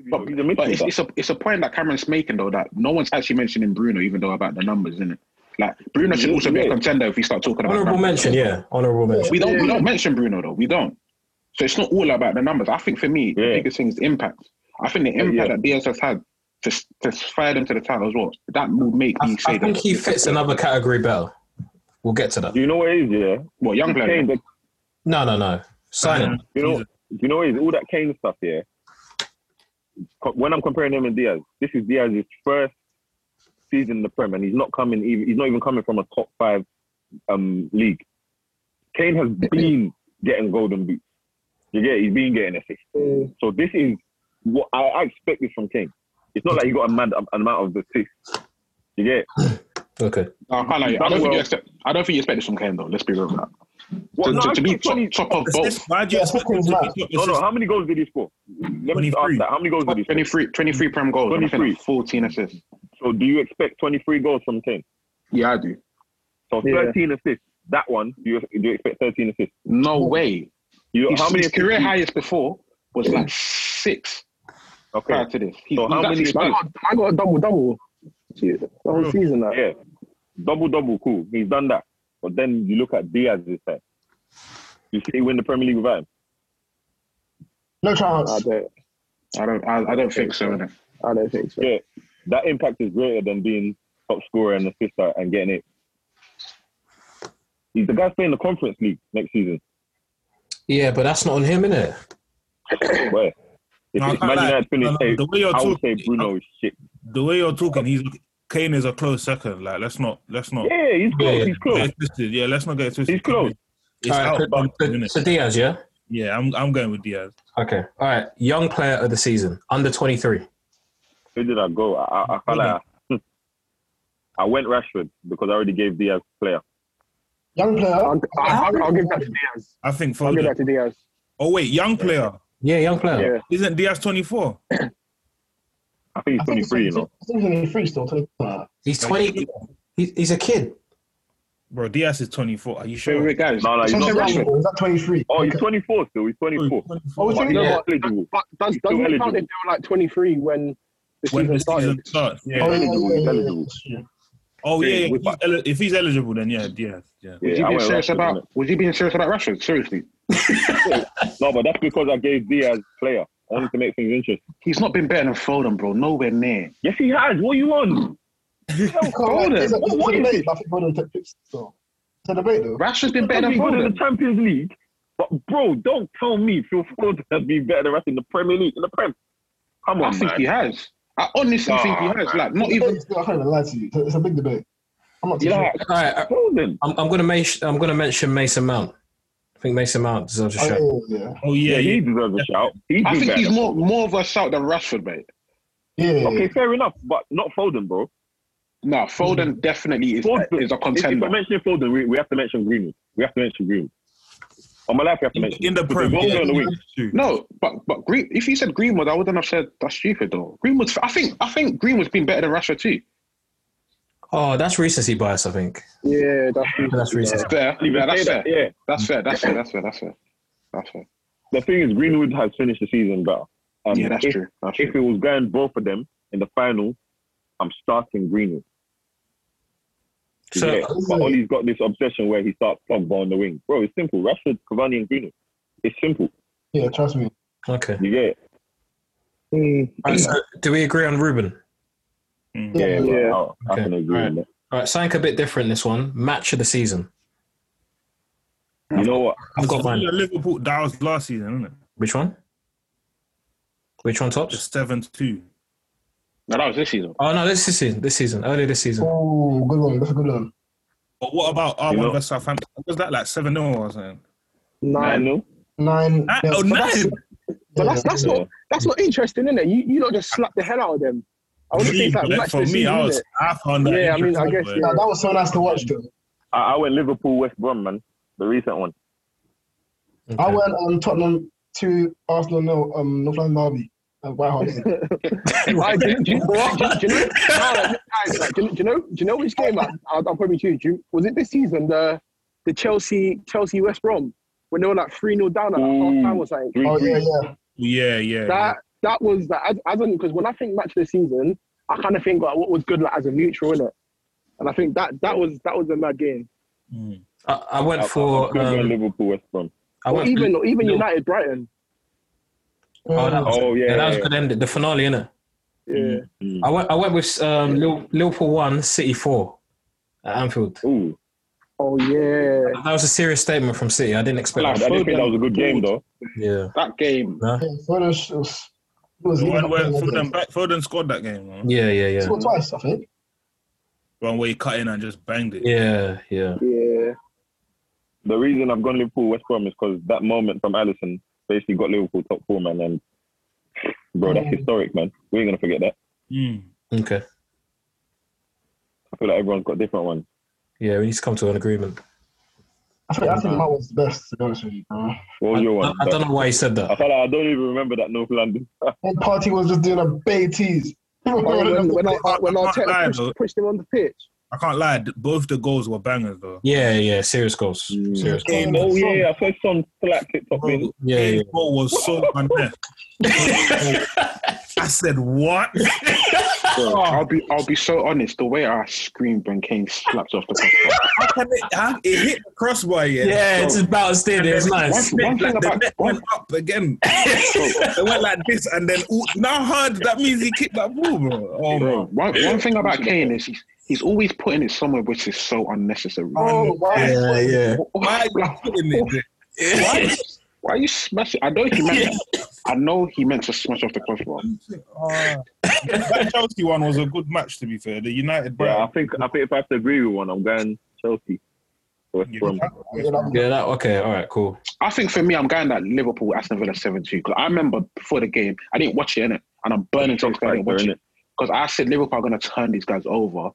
[SPEAKER 7] But he's a
[SPEAKER 5] But it's,
[SPEAKER 7] midfielder.
[SPEAKER 5] it's a it's a point that Cameron's making though that no one's actually mentioning Bruno, even though about the numbers, isn't it? Like Bruno should
[SPEAKER 7] Yeah,
[SPEAKER 5] also be a
[SPEAKER 7] yeah.
[SPEAKER 5] contender if we start talking about
[SPEAKER 4] Honorable
[SPEAKER 5] numbers.
[SPEAKER 4] mention, yeah. Honorable mention.
[SPEAKER 5] We don't we
[SPEAKER 2] Yeah.
[SPEAKER 5] don't mention Bruno though. We don't. So it's not all about the numbers. I think for me, the
[SPEAKER 7] Yeah.
[SPEAKER 5] biggest thing is the impact. I think the impact
[SPEAKER 7] yeah.
[SPEAKER 5] that Diaz has had to s- to fire them to the title as well. That will make
[SPEAKER 4] I,
[SPEAKER 5] me say
[SPEAKER 4] I think
[SPEAKER 5] that.
[SPEAKER 4] he fits another category better. We'll get to that.
[SPEAKER 7] Do you know what it is, yeah?
[SPEAKER 5] What young player?
[SPEAKER 7] Kane, the-
[SPEAKER 4] No, no, no. Sign him.
[SPEAKER 7] you know,
[SPEAKER 8] Jesus.
[SPEAKER 7] you know what it is? All that Kane stuff, yeah. Co- When I'm comparing him and Diaz, this is Diaz's first season in the Prem, and he's not coming. Even, he's not even coming from a top five um, league. Kane
[SPEAKER 2] Mm.
[SPEAKER 7] has been getting golden boots. You get? it? He's been getting assists. So this is what I, I expect this from Kane. It's not like he got a mad an amount of assists. You get it?
[SPEAKER 4] Okay.
[SPEAKER 5] No, Uh, I can't lie. I don't think you expect. I don't think you expect this from Kane though. Let's be real. With that.
[SPEAKER 7] Well,
[SPEAKER 5] to,
[SPEAKER 7] no,
[SPEAKER 5] to, to be
[SPEAKER 7] it's funny.
[SPEAKER 5] top, top of both.
[SPEAKER 8] Why do you
[SPEAKER 6] Yeah,
[SPEAKER 8] expect
[SPEAKER 6] fucking
[SPEAKER 8] him to
[SPEAKER 6] mad.
[SPEAKER 8] be top
[SPEAKER 7] No, no.
[SPEAKER 8] assist?
[SPEAKER 7] How many goals did he score? Let me just ask
[SPEAKER 8] 23.
[SPEAKER 7] that. How many goals did he score?
[SPEAKER 5] 23, 23 prem goals. and I think
[SPEAKER 7] 23.
[SPEAKER 5] 14 assists.
[SPEAKER 7] So do you expect 23 goals from Kane?
[SPEAKER 5] Yeah, I do.
[SPEAKER 7] So
[SPEAKER 2] Yeah.
[SPEAKER 7] 13 assists. That one, do you, do you expect 13 assists?
[SPEAKER 5] No way.
[SPEAKER 7] You,
[SPEAKER 5] His,
[SPEAKER 7] how many
[SPEAKER 5] his
[SPEAKER 7] assists
[SPEAKER 5] career
[SPEAKER 7] do you-
[SPEAKER 5] highest before was like six
[SPEAKER 7] Okay.
[SPEAKER 5] prior to this. He,
[SPEAKER 7] So how
[SPEAKER 5] he's
[SPEAKER 7] many-
[SPEAKER 5] actually
[SPEAKER 2] I
[SPEAKER 5] good.
[SPEAKER 2] got, I got a double double. Jeez, The whole season, that.
[SPEAKER 7] Yeah. Double double, cool. He's done that. But then you look at Diaz this time. You see, he win the Premier League without him.
[SPEAKER 6] No
[SPEAKER 2] I
[SPEAKER 6] chance.
[SPEAKER 2] don't,
[SPEAKER 5] I don't. I, I don't think so. innit?
[SPEAKER 2] I don't think so.
[SPEAKER 7] Yeah. That impact is greater than being top scorer and assister and getting it. He's the guy's playing the Conference League next season.
[SPEAKER 4] Yeah, but that's not on him, innit?
[SPEAKER 7] Where if
[SPEAKER 8] No, I
[SPEAKER 7] it's
[SPEAKER 8] can't
[SPEAKER 7] Man
[SPEAKER 8] lie.
[SPEAKER 7] United finish
[SPEAKER 8] No, no,
[SPEAKER 7] eighth,
[SPEAKER 8] the way you're
[SPEAKER 7] I would say
[SPEAKER 8] talking-
[SPEAKER 7] Bruno is shit.
[SPEAKER 8] The way you're talking, he's Kane is a close second. Like let's not let's not
[SPEAKER 7] Yeah, he's close.
[SPEAKER 4] Yeah.
[SPEAKER 7] He's
[SPEAKER 8] get
[SPEAKER 7] close.
[SPEAKER 8] it twisted. Oh. Yeah, let's not get it twisted.
[SPEAKER 7] He's close.
[SPEAKER 8] It's
[SPEAKER 4] All
[SPEAKER 8] out
[SPEAKER 4] right,
[SPEAKER 8] by two
[SPEAKER 4] so,
[SPEAKER 8] minutes.
[SPEAKER 4] so Diaz, yeah?
[SPEAKER 8] Yeah, I'm I'm going with Diaz.
[SPEAKER 4] Okay. All right. Young player of the season, under 23.
[SPEAKER 7] Who did I go? I, I, I can't lie. I went Rashford because I already gave Diaz player.
[SPEAKER 6] Young player.
[SPEAKER 2] I'll, I'll, I'll give that to Diaz.
[SPEAKER 8] I think
[SPEAKER 2] I'll give
[SPEAKER 8] Foden.
[SPEAKER 2] that to Diaz.
[SPEAKER 8] Oh wait, young player.
[SPEAKER 4] Yeah, young player.
[SPEAKER 2] Yeah.
[SPEAKER 8] Isn't Diaz 24?
[SPEAKER 7] I think
[SPEAKER 6] I
[SPEAKER 7] he's
[SPEAKER 6] think he's
[SPEAKER 7] 23, you know.
[SPEAKER 6] I think he's 23 still. 24.
[SPEAKER 4] He's 20. He, he's a kid.
[SPEAKER 8] Bro, Diaz is 24. Are you
[SPEAKER 5] Wait,
[SPEAKER 8] sure?
[SPEAKER 5] wait, guys.
[SPEAKER 7] No, no, he's
[SPEAKER 6] Is
[SPEAKER 7] not.
[SPEAKER 6] that 23?
[SPEAKER 7] Oh, he's 24 still. He's 24.
[SPEAKER 6] Oh,
[SPEAKER 7] But he's
[SPEAKER 4] Yeah.
[SPEAKER 7] not eligible.
[SPEAKER 2] But does,
[SPEAKER 7] He's
[SPEAKER 2] doesn't
[SPEAKER 7] still
[SPEAKER 2] it count if they were like 23 when the
[SPEAKER 8] When
[SPEAKER 2] season
[SPEAKER 8] the
[SPEAKER 2] started?
[SPEAKER 8] season starts.
[SPEAKER 6] Oh,
[SPEAKER 8] Yeah.
[SPEAKER 7] He's eligible. He's eligible.
[SPEAKER 8] Oh yeah,
[SPEAKER 7] Yeah,
[SPEAKER 8] yeah. He's eli- if he's eligible, then yeah, Diaz. Yeah.
[SPEAKER 5] Was
[SPEAKER 7] Yeah, I
[SPEAKER 5] you being
[SPEAKER 7] went
[SPEAKER 5] serious
[SPEAKER 7] Rashford,
[SPEAKER 5] about? Was you being serious about Rashford? Seriously,
[SPEAKER 7] innit? No, but that's because I gave Diaz player. I wanted to make things interesting.
[SPEAKER 5] he's not been better than Foden, bro. Nowhere near.
[SPEAKER 7] Yes, he has. What are you on?
[SPEAKER 6] It's a-
[SPEAKER 7] Foden.
[SPEAKER 6] it's
[SPEAKER 7] What,
[SPEAKER 6] a
[SPEAKER 7] what is it?
[SPEAKER 6] debate. I think Foden will take picks. So. It's a debate, though.
[SPEAKER 5] Rashford's been better than
[SPEAKER 7] He's good in
[SPEAKER 5] Foden.
[SPEAKER 7] the Champions League. But bro, don't tell me Phil Foden has been better than us in the Premier League in the Prem. Come
[SPEAKER 5] I
[SPEAKER 7] on,
[SPEAKER 5] think
[SPEAKER 7] man.
[SPEAKER 5] he has. I honestly
[SPEAKER 7] Nah,
[SPEAKER 5] think he has. Like, not even.
[SPEAKER 6] It's a debate, I can't even lie to you. It's a- It's a big debate. I'm not too
[SPEAKER 7] You know,
[SPEAKER 6] sure.
[SPEAKER 7] like,
[SPEAKER 4] All right.
[SPEAKER 7] Foden.
[SPEAKER 4] uh, I'm, I'm gonna mention. I'm gonna mention Mason Mount. I think Mason Mount deserves a shout.
[SPEAKER 6] Oh, yeah.
[SPEAKER 8] Oh
[SPEAKER 7] Yeah,
[SPEAKER 8] yeah,
[SPEAKER 7] he
[SPEAKER 8] yeah.
[SPEAKER 7] deserves a shout. He's
[SPEAKER 5] I
[SPEAKER 7] been
[SPEAKER 5] think
[SPEAKER 7] better.
[SPEAKER 5] he's more more of a shout than Rashford, mate.
[SPEAKER 6] Yeah. yeah.
[SPEAKER 7] Okay, fair enough, but not Foden, bro.
[SPEAKER 5] No,
[SPEAKER 7] Mm.
[SPEAKER 5] Foden definitely is
[SPEAKER 7] Foden
[SPEAKER 5] is a
[SPEAKER 7] If, if
[SPEAKER 5] contender.
[SPEAKER 7] we're mentioning Foden, we, we have to mention Greenwood. We have to mention Greenwood. On my life, we have to
[SPEAKER 8] In,
[SPEAKER 7] mention
[SPEAKER 8] in the
[SPEAKER 7] because
[SPEAKER 8] Prem.
[SPEAKER 7] we're also
[SPEAKER 8] Yeah,
[SPEAKER 7] on the wing.
[SPEAKER 8] Diaz too.
[SPEAKER 5] No, but but Green, if you said Greenwood, I wouldn't have said that's stupid though. Greenwood's. I think I think Greenwood's been better than Rashford too.
[SPEAKER 4] Oh, that's recency bias. I think.
[SPEAKER 2] Yeah, that's
[SPEAKER 4] That's recency.
[SPEAKER 5] Fair.
[SPEAKER 7] You
[SPEAKER 5] Yeah,
[SPEAKER 7] can
[SPEAKER 5] that's
[SPEAKER 7] say
[SPEAKER 5] fair.
[SPEAKER 7] that, yeah.
[SPEAKER 5] That's fair. That's fair. That's fair. That's fair. That's fair.
[SPEAKER 7] The thing is, Greenwood has finished the season better.
[SPEAKER 8] Um,
[SPEAKER 7] And
[SPEAKER 5] Yeah, that's
[SPEAKER 7] if,
[SPEAKER 5] true. That's
[SPEAKER 7] If
[SPEAKER 5] true.
[SPEAKER 7] it was going both of them in the final, I'm starting Greenwood.
[SPEAKER 4] So-
[SPEAKER 7] yeah. But Ollie's got this obsession where he starts Pogba on the wing. Bro, it's simple. Rashford, Cavani, and Greenwood. It's simple.
[SPEAKER 6] Yeah, trust me.
[SPEAKER 4] Okay.
[SPEAKER 7] You get it?
[SPEAKER 4] All right, so do we agree on Ruben?
[SPEAKER 8] Mm.
[SPEAKER 6] Yeah,
[SPEAKER 7] Yeah,
[SPEAKER 6] yeah.
[SPEAKER 7] yeah. I
[SPEAKER 4] Okay.
[SPEAKER 7] can agree
[SPEAKER 4] Alright.
[SPEAKER 7] with
[SPEAKER 4] All right. Something a bit different. This one. Match of the season.
[SPEAKER 7] that. You know what?
[SPEAKER 4] I've got mine.
[SPEAKER 8] Liverpool. That was last season, isn't it?
[SPEAKER 4] Which one? Which one
[SPEAKER 8] The
[SPEAKER 4] tops?
[SPEAKER 8] seven two.
[SPEAKER 5] No, that was this season.
[SPEAKER 4] Oh no, this season. This season. Earlier this season.
[SPEAKER 6] Oh, good one. That's a good one.
[SPEAKER 8] But what about our
[SPEAKER 7] You
[SPEAKER 8] one
[SPEAKER 7] know-
[SPEAKER 8] versus Southampton? Was that like seven 0 or
[SPEAKER 7] I
[SPEAKER 8] something?
[SPEAKER 2] <laughs> nine.
[SPEAKER 7] know.
[SPEAKER 6] Nine.
[SPEAKER 8] Nine- oh, nine.
[SPEAKER 2] But that's that's
[SPEAKER 7] Yeah.
[SPEAKER 2] not that's not interesting, innit? You you not just slap the hell out of them. I would say it's like
[SPEAKER 8] Like,
[SPEAKER 2] match
[SPEAKER 8] for
[SPEAKER 2] the
[SPEAKER 8] me,
[SPEAKER 2] season,
[SPEAKER 8] I was
[SPEAKER 2] innit?
[SPEAKER 8] I found that.
[SPEAKER 2] Yeah, I mean, I
[SPEAKER 8] interesting,
[SPEAKER 2] guess,
[SPEAKER 8] but-
[SPEAKER 2] yeah.
[SPEAKER 6] Nah, that was so nice to watch, though.
[SPEAKER 7] I, I went Liverpool, West Brom, man. The recent one.
[SPEAKER 4] Okay.
[SPEAKER 6] I went um, Tottenham to Arsenal, no, um, North London Derby. at White
[SPEAKER 4] <laughs>
[SPEAKER 6] Hart Lane.
[SPEAKER 2] <laughs> Like, do you- do you- do you- do you know- no, no,
[SPEAKER 8] <laughs>
[SPEAKER 2] guys, like, do you- do you know? Do you know which game? I, I'll, I'll probably choose. Do you, was it this season? The the Chelsea Chelsea West Brom when they were like three 0 down at like, half
[SPEAKER 8] Mm.
[SPEAKER 2] time or something.
[SPEAKER 7] Three,
[SPEAKER 6] Oh,
[SPEAKER 7] three.
[SPEAKER 6] yeah, yeah.
[SPEAKER 8] Yeah, yeah. yeah.
[SPEAKER 2] That that was that as, as because when I think match of the season, I kind of think like, what was good like as a neutral, innit? And I think that that was that was a mad game.
[SPEAKER 8] Mm.
[SPEAKER 4] I, I went
[SPEAKER 7] I, I
[SPEAKER 4] for.
[SPEAKER 7] could go
[SPEAKER 4] Um,
[SPEAKER 7] Liverpool, West Brom.
[SPEAKER 4] I
[SPEAKER 2] Or
[SPEAKER 4] went.
[SPEAKER 2] even or even
[SPEAKER 4] No.
[SPEAKER 2] United Brighton.
[SPEAKER 4] Oh, that was,
[SPEAKER 7] Oh, yeah.
[SPEAKER 4] yeah, that
[SPEAKER 7] yeah,
[SPEAKER 4] was
[SPEAKER 7] yeah.
[SPEAKER 4] good ending. The finale, innit?
[SPEAKER 2] Yeah.
[SPEAKER 7] Mm.
[SPEAKER 4] I went. I went with um, Lil- Liverpool one, City four, at Anfield.
[SPEAKER 7] Ooh,
[SPEAKER 2] Oh yeah.
[SPEAKER 4] That was a serious statement from City. I didn't expect.
[SPEAKER 7] I
[SPEAKER 5] Like,
[SPEAKER 4] that.
[SPEAKER 7] didn't think that was a good game though.
[SPEAKER 4] Yeah.
[SPEAKER 5] That game.
[SPEAKER 4] Nah.
[SPEAKER 6] Yeah, Foden sh- was, it was
[SPEAKER 8] The one
[SPEAKER 6] leading
[SPEAKER 8] where
[SPEAKER 6] up to the
[SPEAKER 8] Foden,
[SPEAKER 6] game.
[SPEAKER 8] back, Foden scored that game, man.
[SPEAKER 4] Yeah. Yeah.
[SPEAKER 6] He
[SPEAKER 4] Yeah.
[SPEAKER 6] scored twice, I think.
[SPEAKER 8] One where he cut in and just banged it.
[SPEAKER 4] Yeah. Yeah.
[SPEAKER 2] Yeah.
[SPEAKER 7] The reason I've gone Liverpool West Brom is because that moment from Allison basically got Liverpool top four man, and Bro, that's historic, man. We ain't gonna forget that.
[SPEAKER 8] Hmm.
[SPEAKER 4] Okay.
[SPEAKER 7] I feel like everyone's got different ones.
[SPEAKER 4] Yeah, we need to come to an agreement.
[SPEAKER 6] I think, I think mine was best, to be honest with you, bro.
[SPEAKER 7] What was your
[SPEAKER 4] I,
[SPEAKER 7] one?
[SPEAKER 4] I don't know why you said
[SPEAKER 7] I
[SPEAKER 4] that.
[SPEAKER 7] feel like I don't even remember that North London. <laughs>
[SPEAKER 6] One party was just doing a bay tease. <laughs>
[SPEAKER 2] Oh, When, when, Ar- when
[SPEAKER 8] I can't lie,
[SPEAKER 2] Arteta
[SPEAKER 8] though.
[SPEAKER 2] pushed, pushed him on the pitch,
[SPEAKER 8] I can't lie. th- Both the goals were bangers though.
[SPEAKER 4] Yeah, yeah, serious goals. Serious goals.
[SPEAKER 8] Game,
[SPEAKER 7] Oh yeah, I saw some slack TikTok.
[SPEAKER 8] bro,
[SPEAKER 7] in.
[SPEAKER 4] Yeah,
[SPEAKER 8] Kane's
[SPEAKER 4] yeah.
[SPEAKER 8] goal was
[SPEAKER 2] <laughs>
[SPEAKER 8] so unfair. I said what?
[SPEAKER 5] I'll be I'll be so honest. The way I screamed when Kane slapped off the crossbar.
[SPEAKER 8] How can it, how, it hit the crossbar? Yeah.
[SPEAKER 4] Yeah, it just bounced in. It was nice.
[SPEAKER 5] One- one
[SPEAKER 8] Like,
[SPEAKER 5] thing
[SPEAKER 8] the
[SPEAKER 5] about
[SPEAKER 8] net
[SPEAKER 5] one,
[SPEAKER 8] went up
[SPEAKER 5] <laughs>
[SPEAKER 8] again. it went like this, and then ooh, now hard. That means he kicked that ball, bro. Oh,
[SPEAKER 5] bro, <laughs> one, one thing about Kane is he's, he's always putting it somewhere which is so unnecessary.
[SPEAKER 6] Oh, wow.
[SPEAKER 4] Yeah, yeah.
[SPEAKER 8] why are you putting it? there?
[SPEAKER 5] Why, why are you smashing? I know he meant. I know he meant to smash off the crossbar.
[SPEAKER 2] "Oh,
[SPEAKER 6] <laughs>
[SPEAKER 8] that Chelsea one was a good match, to be fair. The United,
[SPEAKER 7] Yeah, I think I think if I have to agree with one, I'm going Chelsea. West
[SPEAKER 8] Yeah.
[SPEAKER 7] Brom.
[SPEAKER 6] You know,
[SPEAKER 4] Yeah, that okay. All right, cool.
[SPEAKER 5] I think for me, I'm going that Liverpool Aston Villa seven two because I remember before the game I didn't watch it innit? and I'm burning to I didn't watch it because I said Liverpool are going to turn these guys over,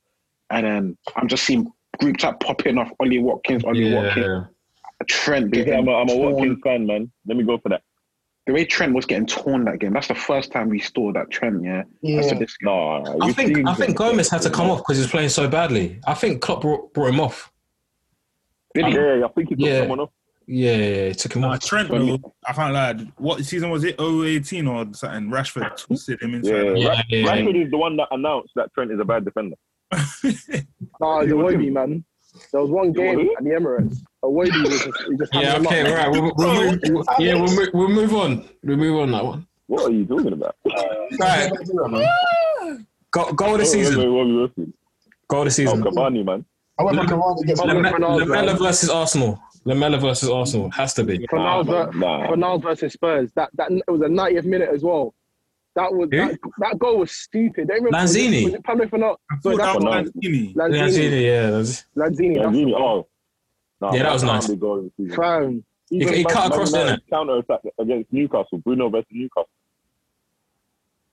[SPEAKER 5] and then I'm just seeing group chat popping off Ollie Watkins, Ollie Watkins,
[SPEAKER 4] Yeah,
[SPEAKER 5] Trent.
[SPEAKER 7] Yeah, I'm
[SPEAKER 5] Getting
[SPEAKER 7] a, I'm a
[SPEAKER 5] torn.
[SPEAKER 7] Watkins fan, man. Let me go for that.
[SPEAKER 5] The way Trent was getting torn that game, that's the first time we saw that Trent. Yeah, That's the
[SPEAKER 6] Yeah.
[SPEAKER 5] dis-
[SPEAKER 7] No,
[SPEAKER 4] I
[SPEAKER 7] you've
[SPEAKER 4] think
[SPEAKER 7] seen
[SPEAKER 4] I think
[SPEAKER 7] him.
[SPEAKER 4] Gomez had to come off because he was playing so badly. I think Klopp brought, brought him off.
[SPEAKER 7] Yeah, I think he took
[SPEAKER 4] Yeah.
[SPEAKER 7] someone off.
[SPEAKER 4] Yeah, yeah, yeah, he took him
[SPEAKER 8] Nah,
[SPEAKER 4] off.
[SPEAKER 8] Uh, Trent, though, I can't lie. What season was it? 018 or something? Rashford twisted him
[SPEAKER 7] Yeah,
[SPEAKER 8] inside.
[SPEAKER 4] Yeah,
[SPEAKER 7] Ra-
[SPEAKER 4] yeah.
[SPEAKER 7] Rashford is the one that announced that Trent is a bad defender.
[SPEAKER 2] nah, it won't be, man. There was one game
[SPEAKER 7] who?
[SPEAKER 2] at the Emirates. Awobi was just, he just
[SPEAKER 4] Yeah,
[SPEAKER 2] having
[SPEAKER 4] okay,
[SPEAKER 2] a lot.
[SPEAKER 4] right. We'll, we'll move, we'll- yeah, we'll, mo- we'll move on. We'll move on that one.
[SPEAKER 7] What are you talking about? <laughs>
[SPEAKER 4] All right, go, goal of the season.
[SPEAKER 7] Oh, Wait, wait, wait, wait, wait.
[SPEAKER 4] Goal of the
[SPEAKER 7] Oh,
[SPEAKER 4] season.
[SPEAKER 7] Cavani, man.
[SPEAKER 6] I went for Cavani against
[SPEAKER 4] Lame-
[SPEAKER 2] Ronaldo,
[SPEAKER 4] Lamella
[SPEAKER 2] man.
[SPEAKER 4] versus Arsenal. Lamella versus Arsenal has to be.
[SPEAKER 2] For
[SPEAKER 7] Nah,
[SPEAKER 2] now, ver-
[SPEAKER 7] nah.
[SPEAKER 2] for now versus Spurs, that that it was a 90th minute as well. That was
[SPEAKER 4] Who?
[SPEAKER 2] that, that goal was stupid. Don't remember, was it-
[SPEAKER 4] Lanzini?
[SPEAKER 2] was it Pablo Fornal-
[SPEAKER 8] I
[SPEAKER 2] No,
[SPEAKER 8] thought that
[SPEAKER 2] that's
[SPEAKER 8] was
[SPEAKER 7] Fernandes.
[SPEAKER 8] Lanzini.
[SPEAKER 2] Lanzini.
[SPEAKER 4] Lanzini, yeah. that was-
[SPEAKER 2] Lanzini.
[SPEAKER 7] Yeah,
[SPEAKER 2] That's
[SPEAKER 7] really, oh. Nah,
[SPEAKER 4] Yeah, that was
[SPEAKER 7] can't
[SPEAKER 4] nice.
[SPEAKER 7] be goal of the season.
[SPEAKER 2] prime.
[SPEAKER 4] He, he cut across
[SPEAKER 7] Man
[SPEAKER 4] there.
[SPEAKER 7] United Counter attack against Newcastle. Bruno versus Newcastle.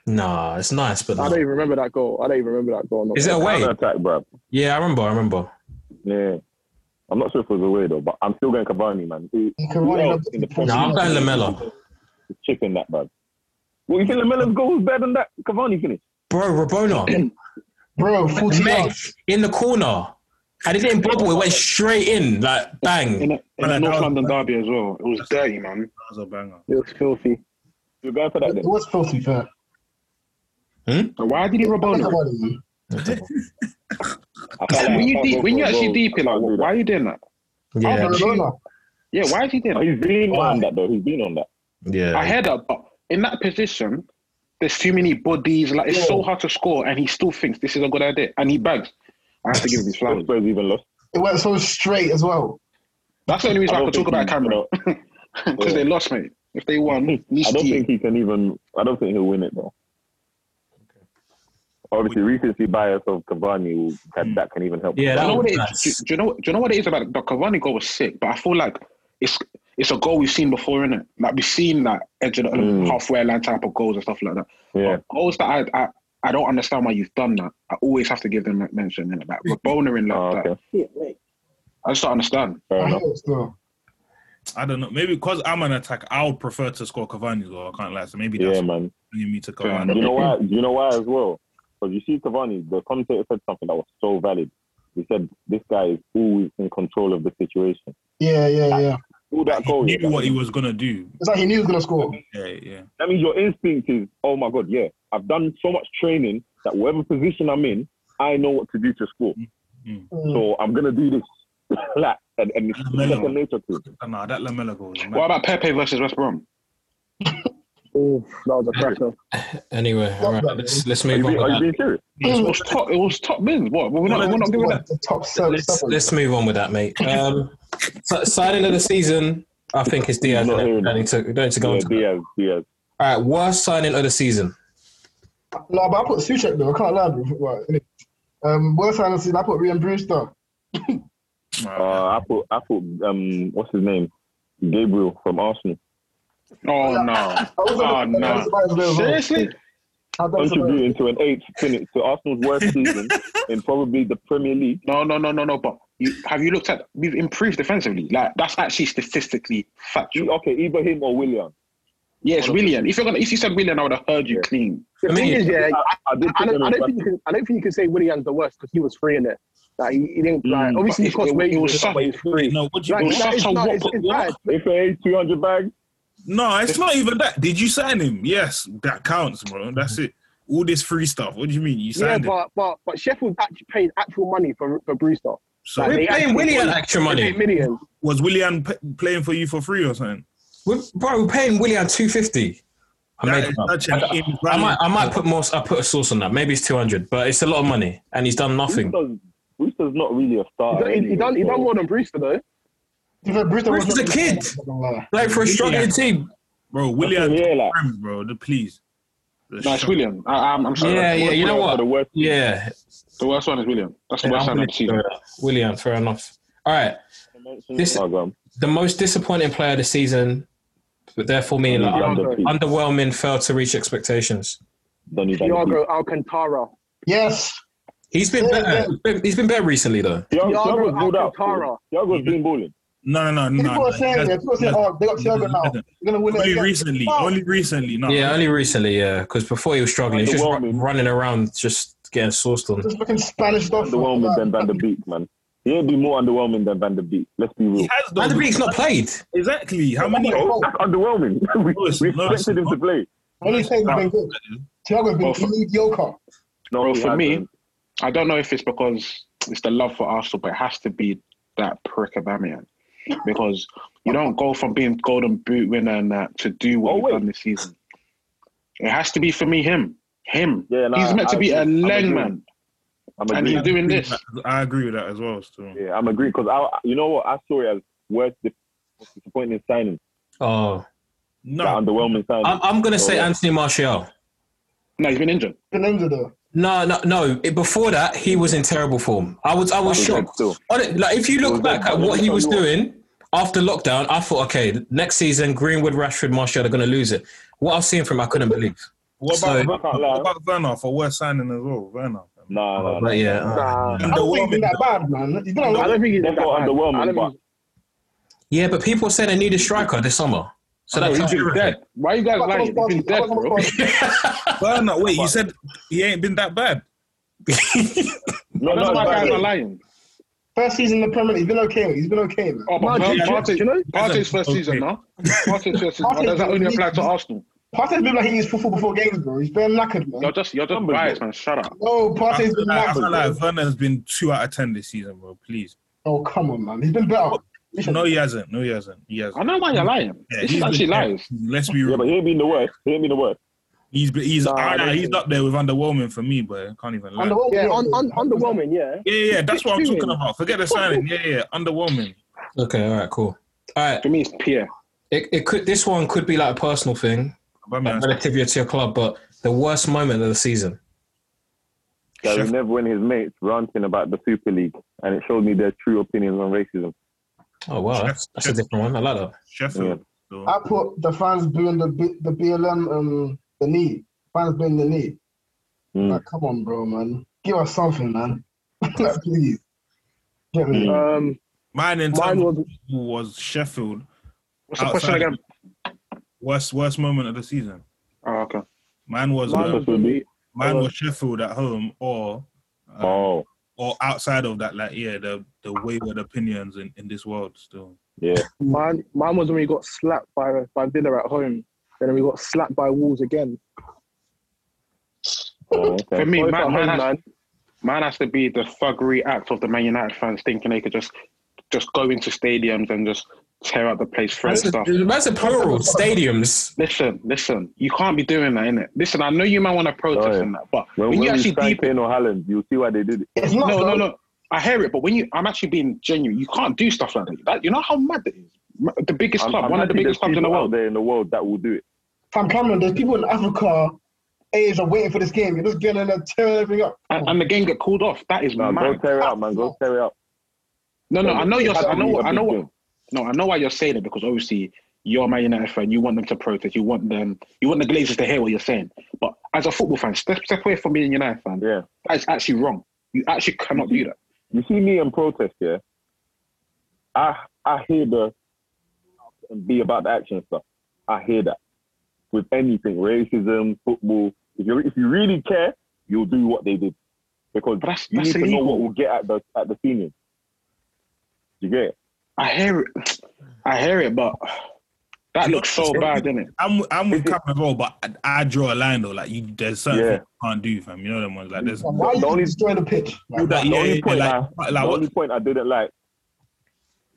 [SPEAKER 4] Nah, it's nice, but
[SPEAKER 2] I don't
[SPEAKER 4] no.
[SPEAKER 2] even remember that goal. I don't even remember that goal. no.
[SPEAKER 4] is it away?
[SPEAKER 7] Counter attack, bruv.
[SPEAKER 4] Yeah, I remember. I remember.
[SPEAKER 7] Yeah. I'm not sure if it was away though, but I'm still going Cavani, man. Who, who
[SPEAKER 6] Cavani
[SPEAKER 7] else
[SPEAKER 6] looked-
[SPEAKER 7] in the
[SPEAKER 4] No,
[SPEAKER 7] Premier
[SPEAKER 4] I'm
[SPEAKER 7] League
[SPEAKER 4] going Lamella.
[SPEAKER 7] is chipping that, bruv? Well, you think Lamella's goal was better than that Cavani finish?
[SPEAKER 4] Bro, Rabona,
[SPEAKER 6] Bro, 40
[SPEAKER 4] Meg,
[SPEAKER 6] yards.
[SPEAKER 4] in the corner. And it didn't bubble. It went straight in, like
[SPEAKER 5] in
[SPEAKER 4] bang.
[SPEAKER 5] a, in a North London derby as well. It was dirty, man.
[SPEAKER 8] That was a banger.
[SPEAKER 2] It was filthy.
[SPEAKER 7] You're going for that
[SPEAKER 6] It
[SPEAKER 7] then?
[SPEAKER 6] was filthy, fair.
[SPEAKER 5] So why did he
[SPEAKER 6] Cavani,
[SPEAKER 5] Rabona?
[SPEAKER 6] man.
[SPEAKER 7] I felt like
[SPEAKER 5] When you
[SPEAKER 7] I
[SPEAKER 5] deep,
[SPEAKER 7] can't
[SPEAKER 5] when
[SPEAKER 7] go for
[SPEAKER 5] you
[SPEAKER 7] a
[SPEAKER 5] actually
[SPEAKER 7] goal.
[SPEAKER 5] deep it,
[SPEAKER 7] I
[SPEAKER 5] like,
[SPEAKER 7] can't do that.
[SPEAKER 5] why are you doing that?
[SPEAKER 4] Yeah,
[SPEAKER 6] Barcelona.
[SPEAKER 5] Yeah, why is he doing
[SPEAKER 7] Oh,
[SPEAKER 5] that?
[SPEAKER 7] He's been on that though. He's been on that.
[SPEAKER 5] I
[SPEAKER 4] yeah.
[SPEAKER 5] heard that, but in that position, there's too many bodies. Like it's so hard to score, and he still thinks this is a good idea, and he bags. I have to give him his
[SPEAKER 7] <laughs>
[SPEAKER 5] flowers.
[SPEAKER 7] Spurs even lost.
[SPEAKER 6] It went so straight as well.
[SPEAKER 5] That's the only reason
[SPEAKER 7] I
[SPEAKER 5] I,
[SPEAKER 7] don't
[SPEAKER 5] could talk
[SPEAKER 7] think
[SPEAKER 5] about Cameron <laughs> because
[SPEAKER 7] Yeah.
[SPEAKER 5] they lost, mate. If they
[SPEAKER 7] <laughs>
[SPEAKER 5] won,
[SPEAKER 7] I don't
[SPEAKER 5] Nisti,
[SPEAKER 7] think he can even. I don't think he'll win it though. Obviously, recency bias of Cavani will, can, that can even help.
[SPEAKER 4] Yeah,
[SPEAKER 5] Do
[SPEAKER 4] that
[SPEAKER 5] you know
[SPEAKER 4] was
[SPEAKER 5] what it is?
[SPEAKER 4] nice.
[SPEAKER 5] Do, do you know? what- Do you know what it is about the Cavani goal was sick, but I feel like it's it's a goal we've seen before, innit? Like we've seen like edge of the halfway line type of goals and stuff like that.
[SPEAKER 7] Mm. Yeah.
[SPEAKER 5] But goals that I, I I don't understand why you've done that. I always have to give them that mention,
[SPEAKER 7] <laughs>
[SPEAKER 5] innit? Like Rabona in like
[SPEAKER 7] Oh,
[SPEAKER 5] that.
[SPEAKER 7] okay.
[SPEAKER 5] I just don't understand.
[SPEAKER 7] Fair
[SPEAKER 6] I
[SPEAKER 7] enough.
[SPEAKER 6] hope so.
[SPEAKER 8] I don't know. Maybe because I'm an attack, I would prefer to score Cavani's goal. I can't lie. So maybe that's
[SPEAKER 7] Yeah,
[SPEAKER 8] yeah,
[SPEAKER 7] man.
[SPEAKER 8] bringing me to
[SPEAKER 7] Do
[SPEAKER 5] Fair
[SPEAKER 8] Cavani.
[SPEAKER 7] you know why? Do you know why as well? Because you see, Cavani, the commentator said something that was so valid. He said this guy is always in control of the situation.
[SPEAKER 6] Yeah, yeah, yeah.
[SPEAKER 7] All that
[SPEAKER 8] He
[SPEAKER 7] goal.
[SPEAKER 8] knew
[SPEAKER 7] yeah,
[SPEAKER 8] what he was gonna do.
[SPEAKER 6] It's like he knew he was going to score.
[SPEAKER 8] Yeah, yeah.
[SPEAKER 7] That means your instinct is, oh my god, yeah. I've done so much training that whatever position I'm in, I know what to do to score. Mm-hmm.
[SPEAKER 6] Mm.
[SPEAKER 7] So I'm gonna do this. <laughs> like, and, and it's
[SPEAKER 8] Lamella.
[SPEAKER 7] second nature to him.
[SPEAKER 8] Oh, Nah, that Lamella goal. was mad.
[SPEAKER 5] What about Pepe versus West Brom?
[SPEAKER 2] Oh, that was a cracker.
[SPEAKER 4] Anyway, all right, let's, let's
[SPEAKER 7] Are you,
[SPEAKER 4] move on.
[SPEAKER 7] being, are you
[SPEAKER 4] with that.
[SPEAKER 7] being serious?
[SPEAKER 5] It was top. It was top bins. What? We're not. We're not giving that.
[SPEAKER 6] The top seven.
[SPEAKER 4] Let's, let's move on with that, mate. Um, si- signing of the season, I think it's Diaz.
[SPEAKER 7] Not
[SPEAKER 4] Don't
[SPEAKER 7] hearing
[SPEAKER 4] need to, don't need to go
[SPEAKER 7] Yeah,
[SPEAKER 4] into that.
[SPEAKER 7] Diaz, Diaz.
[SPEAKER 4] All right, worst signing of the season.
[SPEAKER 6] No, but I put Suchek though. I can't lie, bro. Right, innit? Um, worst sign of the season, I put Ryan Brewster.
[SPEAKER 8] Nah,
[SPEAKER 7] Uh, I put, I put, um, what's his name? Gabriel from Arsenal.
[SPEAKER 5] Oh no! Oh no! Seriously?
[SPEAKER 7] Contributing to an eighth finish to Arsenal's <laughs> worst season in probably the Premier League.
[SPEAKER 5] No, no, no, no, no. But you, have you looked at? We've improved defensively. Like that's actually statistically factual.
[SPEAKER 7] Okay, either him or William.
[SPEAKER 5] Yes, William. If you're gonna, if you said William, I would have heard you clean.
[SPEAKER 2] The
[SPEAKER 4] I
[SPEAKER 2] thing
[SPEAKER 4] mean,
[SPEAKER 2] is, yeah,
[SPEAKER 7] I- I
[SPEAKER 2] I,
[SPEAKER 7] did
[SPEAKER 2] I
[SPEAKER 7] put him
[SPEAKER 2] don't, I
[SPEAKER 7] in
[SPEAKER 2] don't
[SPEAKER 7] front.
[SPEAKER 2] think you can. I don't think you can say William's the worst because he was free in it. Like he, he didn't. Like,
[SPEAKER 5] Mm,
[SPEAKER 2] obviously, he
[SPEAKER 5] but
[SPEAKER 2] cost
[SPEAKER 5] it-
[SPEAKER 2] way
[SPEAKER 5] it
[SPEAKER 2] too
[SPEAKER 5] was
[SPEAKER 2] much,
[SPEAKER 5] such-
[SPEAKER 2] but he's free.
[SPEAKER 8] No, what do you,
[SPEAKER 2] Like,
[SPEAKER 5] was
[SPEAKER 2] that is
[SPEAKER 5] such a
[SPEAKER 2] not-
[SPEAKER 5] what-
[SPEAKER 2] it's, it's
[SPEAKER 5] what?
[SPEAKER 2] bad.
[SPEAKER 7] If a 200 bags,
[SPEAKER 8] no, it's not even that. Did you sign him? Yes, that counts, bro. That's it. All this free stuff. What do you mean you
[SPEAKER 2] Yeah,
[SPEAKER 8] signed him?
[SPEAKER 2] but but but Sheffield actually paid actual money for for Brewster.
[SPEAKER 8] So
[SPEAKER 2] Like,
[SPEAKER 4] We're
[SPEAKER 2] they
[SPEAKER 4] paying
[SPEAKER 2] actually-
[SPEAKER 4] William extra
[SPEAKER 2] They
[SPEAKER 4] money.
[SPEAKER 2] paid millions.
[SPEAKER 8] was William p- playing for you for free or something?
[SPEAKER 4] We're, bro, we're paying William two fifty. I
[SPEAKER 8] That
[SPEAKER 4] made
[SPEAKER 8] is
[SPEAKER 4] it up.
[SPEAKER 8] such an
[SPEAKER 4] I
[SPEAKER 8] invalid-
[SPEAKER 4] might, I might put more. I put a source on that. Maybe it's two hundred, but it's a lot of money, and he's done nothing.
[SPEAKER 7] Brewster's, Brewster's not Oh, really a star.
[SPEAKER 2] He, he done he done more than Brewster though.
[SPEAKER 6] Bruce
[SPEAKER 4] Bruce is a kid. Like for a struggling
[SPEAKER 8] Yeah.
[SPEAKER 4] team.
[SPEAKER 8] bro. William,
[SPEAKER 7] William, yeah, like,
[SPEAKER 8] bro. The, please. The
[SPEAKER 5] No, it's
[SPEAKER 8] shot.
[SPEAKER 5] William. I, I'm, I'm sorry.
[SPEAKER 4] Yeah,
[SPEAKER 5] The
[SPEAKER 4] yeah.
[SPEAKER 5] worst
[SPEAKER 4] You know
[SPEAKER 5] one-
[SPEAKER 7] for
[SPEAKER 4] what?
[SPEAKER 7] the worst.
[SPEAKER 4] Yeah,
[SPEAKER 5] The worst one is William. That's the
[SPEAKER 4] yeah,
[SPEAKER 5] worst
[SPEAKER 4] I'm
[SPEAKER 5] one I've
[SPEAKER 4] with you
[SPEAKER 5] seen.
[SPEAKER 4] on that. William, fair enough. All right, This-
[SPEAKER 7] Instagram.
[SPEAKER 4] the most disappointing player of the season, but therefore meaning
[SPEAKER 7] Um,
[SPEAKER 4] like,
[SPEAKER 2] Yeah.
[SPEAKER 4] underwhelming, failed to reach expectations.
[SPEAKER 7] Donny Van de Beek.
[SPEAKER 2] Thiago Alcantara.
[SPEAKER 6] Yes.
[SPEAKER 4] He's been
[SPEAKER 6] Yeah,
[SPEAKER 4] better. He's been better recently though.
[SPEAKER 7] Thiago-
[SPEAKER 2] Thiago
[SPEAKER 7] Thiago's ruled out.
[SPEAKER 2] Alcantara.
[SPEAKER 7] Thiago's been balling.
[SPEAKER 8] No, no, no,
[SPEAKER 6] People
[SPEAKER 8] no.
[SPEAKER 6] are saying that. People are saying, oh, they got Thiago now. They're going to win it.
[SPEAKER 8] Only
[SPEAKER 6] again."
[SPEAKER 8] recently,
[SPEAKER 6] No.
[SPEAKER 8] only recently. No,
[SPEAKER 4] Yeah, only recently. Yeah, because before he was struggling, he's just ru-
[SPEAKER 7] Underwhelming.
[SPEAKER 4] running around, just getting sourced on.
[SPEAKER 6] Just looking Spanish stuff.
[SPEAKER 7] Underwhelming than Van de Beek, man. He ain't been more underwhelming than Van de Beek. Let's be real.
[SPEAKER 8] he has though.
[SPEAKER 4] Van der Beek's not played.
[SPEAKER 8] Exactly. How many?
[SPEAKER 7] Oh, that's underwhelming. <laughs> we,
[SPEAKER 8] No, it's
[SPEAKER 7] we
[SPEAKER 8] not.
[SPEAKER 7] expected him to play.
[SPEAKER 6] What are you saying? He's been good. Thiago's been
[SPEAKER 5] Oh, for-
[SPEAKER 6] mediocre.
[SPEAKER 7] No,
[SPEAKER 5] Bro,
[SPEAKER 7] he
[SPEAKER 5] for me,
[SPEAKER 7] hasn't.
[SPEAKER 5] I don't know if it's because it's the love for Arsenal, but it has to be that prick Aubameyang. Because you don't go from being Golden Boot winner and that to do what
[SPEAKER 7] Oh,
[SPEAKER 5] we've
[SPEAKER 7] wait.
[SPEAKER 5] done this season. It has to be for me him, him.
[SPEAKER 7] Yeah, nah,
[SPEAKER 5] he's meant to
[SPEAKER 7] I
[SPEAKER 5] be a
[SPEAKER 7] agree. I'm
[SPEAKER 5] leg
[SPEAKER 7] agreeing.
[SPEAKER 5] man,
[SPEAKER 7] I'm
[SPEAKER 5] and he's
[SPEAKER 7] agreeing.
[SPEAKER 5] doing this.
[SPEAKER 8] I agree with that as well. So.
[SPEAKER 7] Yeah, I'm agreeing because I, you know what, I saw it as worst dis- most disappointing signing,
[SPEAKER 4] Oh,
[SPEAKER 8] No,
[SPEAKER 7] that underwhelming signing.
[SPEAKER 4] I'm, I'm gonna say
[SPEAKER 7] Oh, yeah.
[SPEAKER 4] Anthony Martial.
[SPEAKER 5] No, he's been injured.
[SPEAKER 6] The names are there.
[SPEAKER 4] No, no, no. It- Before that, he was in terrible form. I was, I was
[SPEAKER 7] He was
[SPEAKER 4] shocked.
[SPEAKER 7] still.
[SPEAKER 4] On it- Like, if you look
[SPEAKER 7] was
[SPEAKER 4] back
[SPEAKER 7] dead.
[SPEAKER 4] at
[SPEAKER 7] Let
[SPEAKER 4] what
[SPEAKER 7] me
[SPEAKER 4] he
[SPEAKER 7] tell
[SPEAKER 4] was
[SPEAKER 7] you what.
[SPEAKER 4] doing after lockdown, I thought, okay, next season Greenwood, Rashford, Martial are going to lose it. What I've seen from him, I couldn't believe.
[SPEAKER 8] what
[SPEAKER 4] So-
[SPEAKER 8] about, what about Werner for worst signing as well? Werner.
[SPEAKER 7] Nah, nah, nah.
[SPEAKER 4] But yeah, uh,
[SPEAKER 2] Nah,
[SPEAKER 6] I don't think he's been that bad, man. He's been a
[SPEAKER 2] I
[SPEAKER 6] lot.
[SPEAKER 2] don't think he's that
[SPEAKER 7] That's Ah. not
[SPEAKER 2] bad. I
[SPEAKER 7] underwhelming,
[SPEAKER 2] don't
[SPEAKER 7] but
[SPEAKER 2] think
[SPEAKER 4] yeah. But people said they need a striker this summer, so
[SPEAKER 5] No,
[SPEAKER 4] that
[SPEAKER 5] he's
[SPEAKER 4] tells you
[SPEAKER 5] been
[SPEAKER 4] everything.
[SPEAKER 5] dead. Why are you guys lying? He's been dead, bro.
[SPEAKER 8] Werner, wait, you said he ain't been that bad.
[SPEAKER 7] no,
[SPEAKER 5] That's
[SPEAKER 7] no,
[SPEAKER 5] why guys
[SPEAKER 7] no, no.
[SPEAKER 5] are lying.
[SPEAKER 6] First season in the Premier League, he's been okay. mate. He's been okay, man.
[SPEAKER 5] Oh, but
[SPEAKER 2] Martin,
[SPEAKER 5] Martin,
[SPEAKER 2] do you know-
[SPEAKER 5] Martin's first
[SPEAKER 8] Okay.
[SPEAKER 5] season, no? Martin's first season.
[SPEAKER 6] Martin-
[SPEAKER 5] Does that only apply to Arsenal?
[SPEAKER 6] Partey's been like he used football before games, bro. He's been knackered,
[SPEAKER 5] You're
[SPEAKER 6] man.
[SPEAKER 5] just, you're just biased, man. Shut up.
[SPEAKER 6] No, Partey's been
[SPEAKER 8] I feel
[SPEAKER 6] knackered. bro.
[SPEAKER 8] like Werner's been two out of ten this season, bro. Please.
[SPEAKER 6] Oh, come on, man. He's been better.
[SPEAKER 5] Oh.
[SPEAKER 8] No, he hasn't. No, he hasn't. He
[SPEAKER 5] I
[SPEAKER 8] hasn't.
[SPEAKER 5] know why you're lying. this
[SPEAKER 8] Yeah, he's
[SPEAKER 5] is
[SPEAKER 8] been
[SPEAKER 5] actually
[SPEAKER 8] dead.
[SPEAKER 5] lies.
[SPEAKER 8] Let's be
[SPEAKER 7] Yeah,
[SPEAKER 8] real.
[SPEAKER 7] but he ain't been the worst. He ain't been the
[SPEAKER 5] <laughs>
[SPEAKER 7] worst.
[SPEAKER 8] He's he's
[SPEAKER 2] Nah, I
[SPEAKER 8] ah,
[SPEAKER 2] don't
[SPEAKER 8] he's
[SPEAKER 2] think-
[SPEAKER 8] up there with underwhelming for me, but I can't even lie.
[SPEAKER 6] Underwhelming,
[SPEAKER 2] Yeah,
[SPEAKER 6] bro.
[SPEAKER 2] un- un- underwhelming. Yeah.
[SPEAKER 8] Yeah, yeah, that's what I'm
[SPEAKER 2] Excuse
[SPEAKER 8] talking
[SPEAKER 2] me.
[SPEAKER 8] about. Forget the signing. Yeah, yeah, underwhelming.
[SPEAKER 4] Okay, all right, cool. All right,
[SPEAKER 5] For me, it's Pierre.
[SPEAKER 4] it, it could. This one could be like a personal thing, like
[SPEAKER 8] Aubameyang.
[SPEAKER 4] relative to your club, but the worst moment of the season.
[SPEAKER 7] Gary
[SPEAKER 8] Sheffield.
[SPEAKER 7] Neville when his mates ranting about the Super League, and it showed me their true opinions on racism.
[SPEAKER 4] Oh wow, that's, that's a different one. I like that.
[SPEAKER 8] Sheffield. So-
[SPEAKER 6] I put the fans booing the B- the BLM um the knee. Fans booing the knee.
[SPEAKER 7] Mm.
[SPEAKER 6] Like, come on, bro, man. Give us something, man. <laughs> like, please. Get me.
[SPEAKER 7] Mm.
[SPEAKER 2] Um,
[SPEAKER 8] Mine in
[SPEAKER 2] mine
[SPEAKER 8] terms
[SPEAKER 2] was
[SPEAKER 8] was Sheffield.
[SPEAKER 5] What's the question
[SPEAKER 8] Outside.
[SPEAKER 5] again?
[SPEAKER 8] Worst worst moment of the season.
[SPEAKER 5] Oh, okay.
[SPEAKER 8] Mine was
[SPEAKER 2] Mine
[SPEAKER 8] uh,
[SPEAKER 2] was gonna be-
[SPEAKER 8] mine was Sheffield at home or uh,
[SPEAKER 7] Oh,
[SPEAKER 8] or outside of that. Like yeah, the the wayward opinions in, in this world still.
[SPEAKER 7] yeah.
[SPEAKER 2] mine. Mine was when we got slapped by by Villa at home. Then we got slapped by Wolves again.
[SPEAKER 7] Oh,
[SPEAKER 5] <laughs> For
[SPEAKER 7] okay.
[SPEAKER 5] me,
[SPEAKER 2] Both
[SPEAKER 5] mine,
[SPEAKER 2] at
[SPEAKER 5] mine,
[SPEAKER 2] home,
[SPEAKER 5] has, mine has to be the thuggery act of the Man United fans thinking they could just just go into stadiums and just tear up the place, throw
[SPEAKER 4] That's a,
[SPEAKER 5] stuff.
[SPEAKER 4] that's a plural stadiums.
[SPEAKER 5] Listen, listen, you can't be doing that, innit? Listen, I know you might want to protest
[SPEAKER 7] Sorry.
[SPEAKER 5] and that, but
[SPEAKER 7] When,
[SPEAKER 5] when,
[SPEAKER 7] when
[SPEAKER 5] you
[SPEAKER 7] we
[SPEAKER 5] actually
[SPEAKER 7] sign
[SPEAKER 5] deep,
[SPEAKER 7] Kane or Haaland, you'll see why they did it.
[SPEAKER 6] It's not
[SPEAKER 5] no,
[SPEAKER 6] though.
[SPEAKER 5] no, no, I hear it, but when you, I'm actually being genuine. You can't do stuff like that. that you know how mad it is. The biggest
[SPEAKER 7] I'm-
[SPEAKER 5] club,
[SPEAKER 7] I'm
[SPEAKER 5] one of the
[SPEAKER 7] happy there's
[SPEAKER 5] biggest clubs in the
[SPEAKER 7] people out
[SPEAKER 5] world.
[SPEAKER 7] there in the world that will do it.
[SPEAKER 6] Fam Cameron, there's people in Africa, Asia waiting for this game. You're just getting in there tearing everything up.
[SPEAKER 5] And, and the game got called off. That is
[SPEAKER 7] No, go
[SPEAKER 5] mad.
[SPEAKER 7] tear it out, man. Go tear it out.
[SPEAKER 5] No, no, I know you're.
[SPEAKER 7] It had
[SPEAKER 5] I
[SPEAKER 7] to be
[SPEAKER 5] know.
[SPEAKER 7] a
[SPEAKER 5] I know.
[SPEAKER 7] big
[SPEAKER 5] What,
[SPEAKER 7] game.
[SPEAKER 5] no, I know why you're saying it because obviously you're a Man United fan, you want them to protest, you want them, you want the Glazers to hear what you're saying. But as a football fan, step, step away from being a United fan.
[SPEAKER 7] Yeah.
[SPEAKER 5] That's actually wrong. You actually cannot do that.
[SPEAKER 7] You see me in protest, yeah. I I hear the and be about the action stuff. I hear that with anything, racism, football. If you if you really care, you'll do what they did because
[SPEAKER 5] But that's-
[SPEAKER 7] you
[SPEAKER 5] that's
[SPEAKER 7] need to know
[SPEAKER 5] illegal.
[SPEAKER 7] what will get at the at the seniors. You get it?
[SPEAKER 5] I hear it. I hear it, but that looks so bad, doesn't it?
[SPEAKER 8] I'm I'm with Cap as well, but I, I draw a line though. Like you, there's certain
[SPEAKER 7] Yeah.
[SPEAKER 8] things you can't do, fam. You know them ones. Like there's
[SPEAKER 6] Why are you
[SPEAKER 7] The only-
[SPEAKER 6] destroying the pitch? Like,
[SPEAKER 8] that,
[SPEAKER 7] the
[SPEAKER 8] yeah,
[SPEAKER 7] only
[SPEAKER 8] yeah,
[SPEAKER 7] point
[SPEAKER 8] like,
[SPEAKER 7] I,
[SPEAKER 8] like
[SPEAKER 7] the
[SPEAKER 8] what,
[SPEAKER 7] only point I didn't like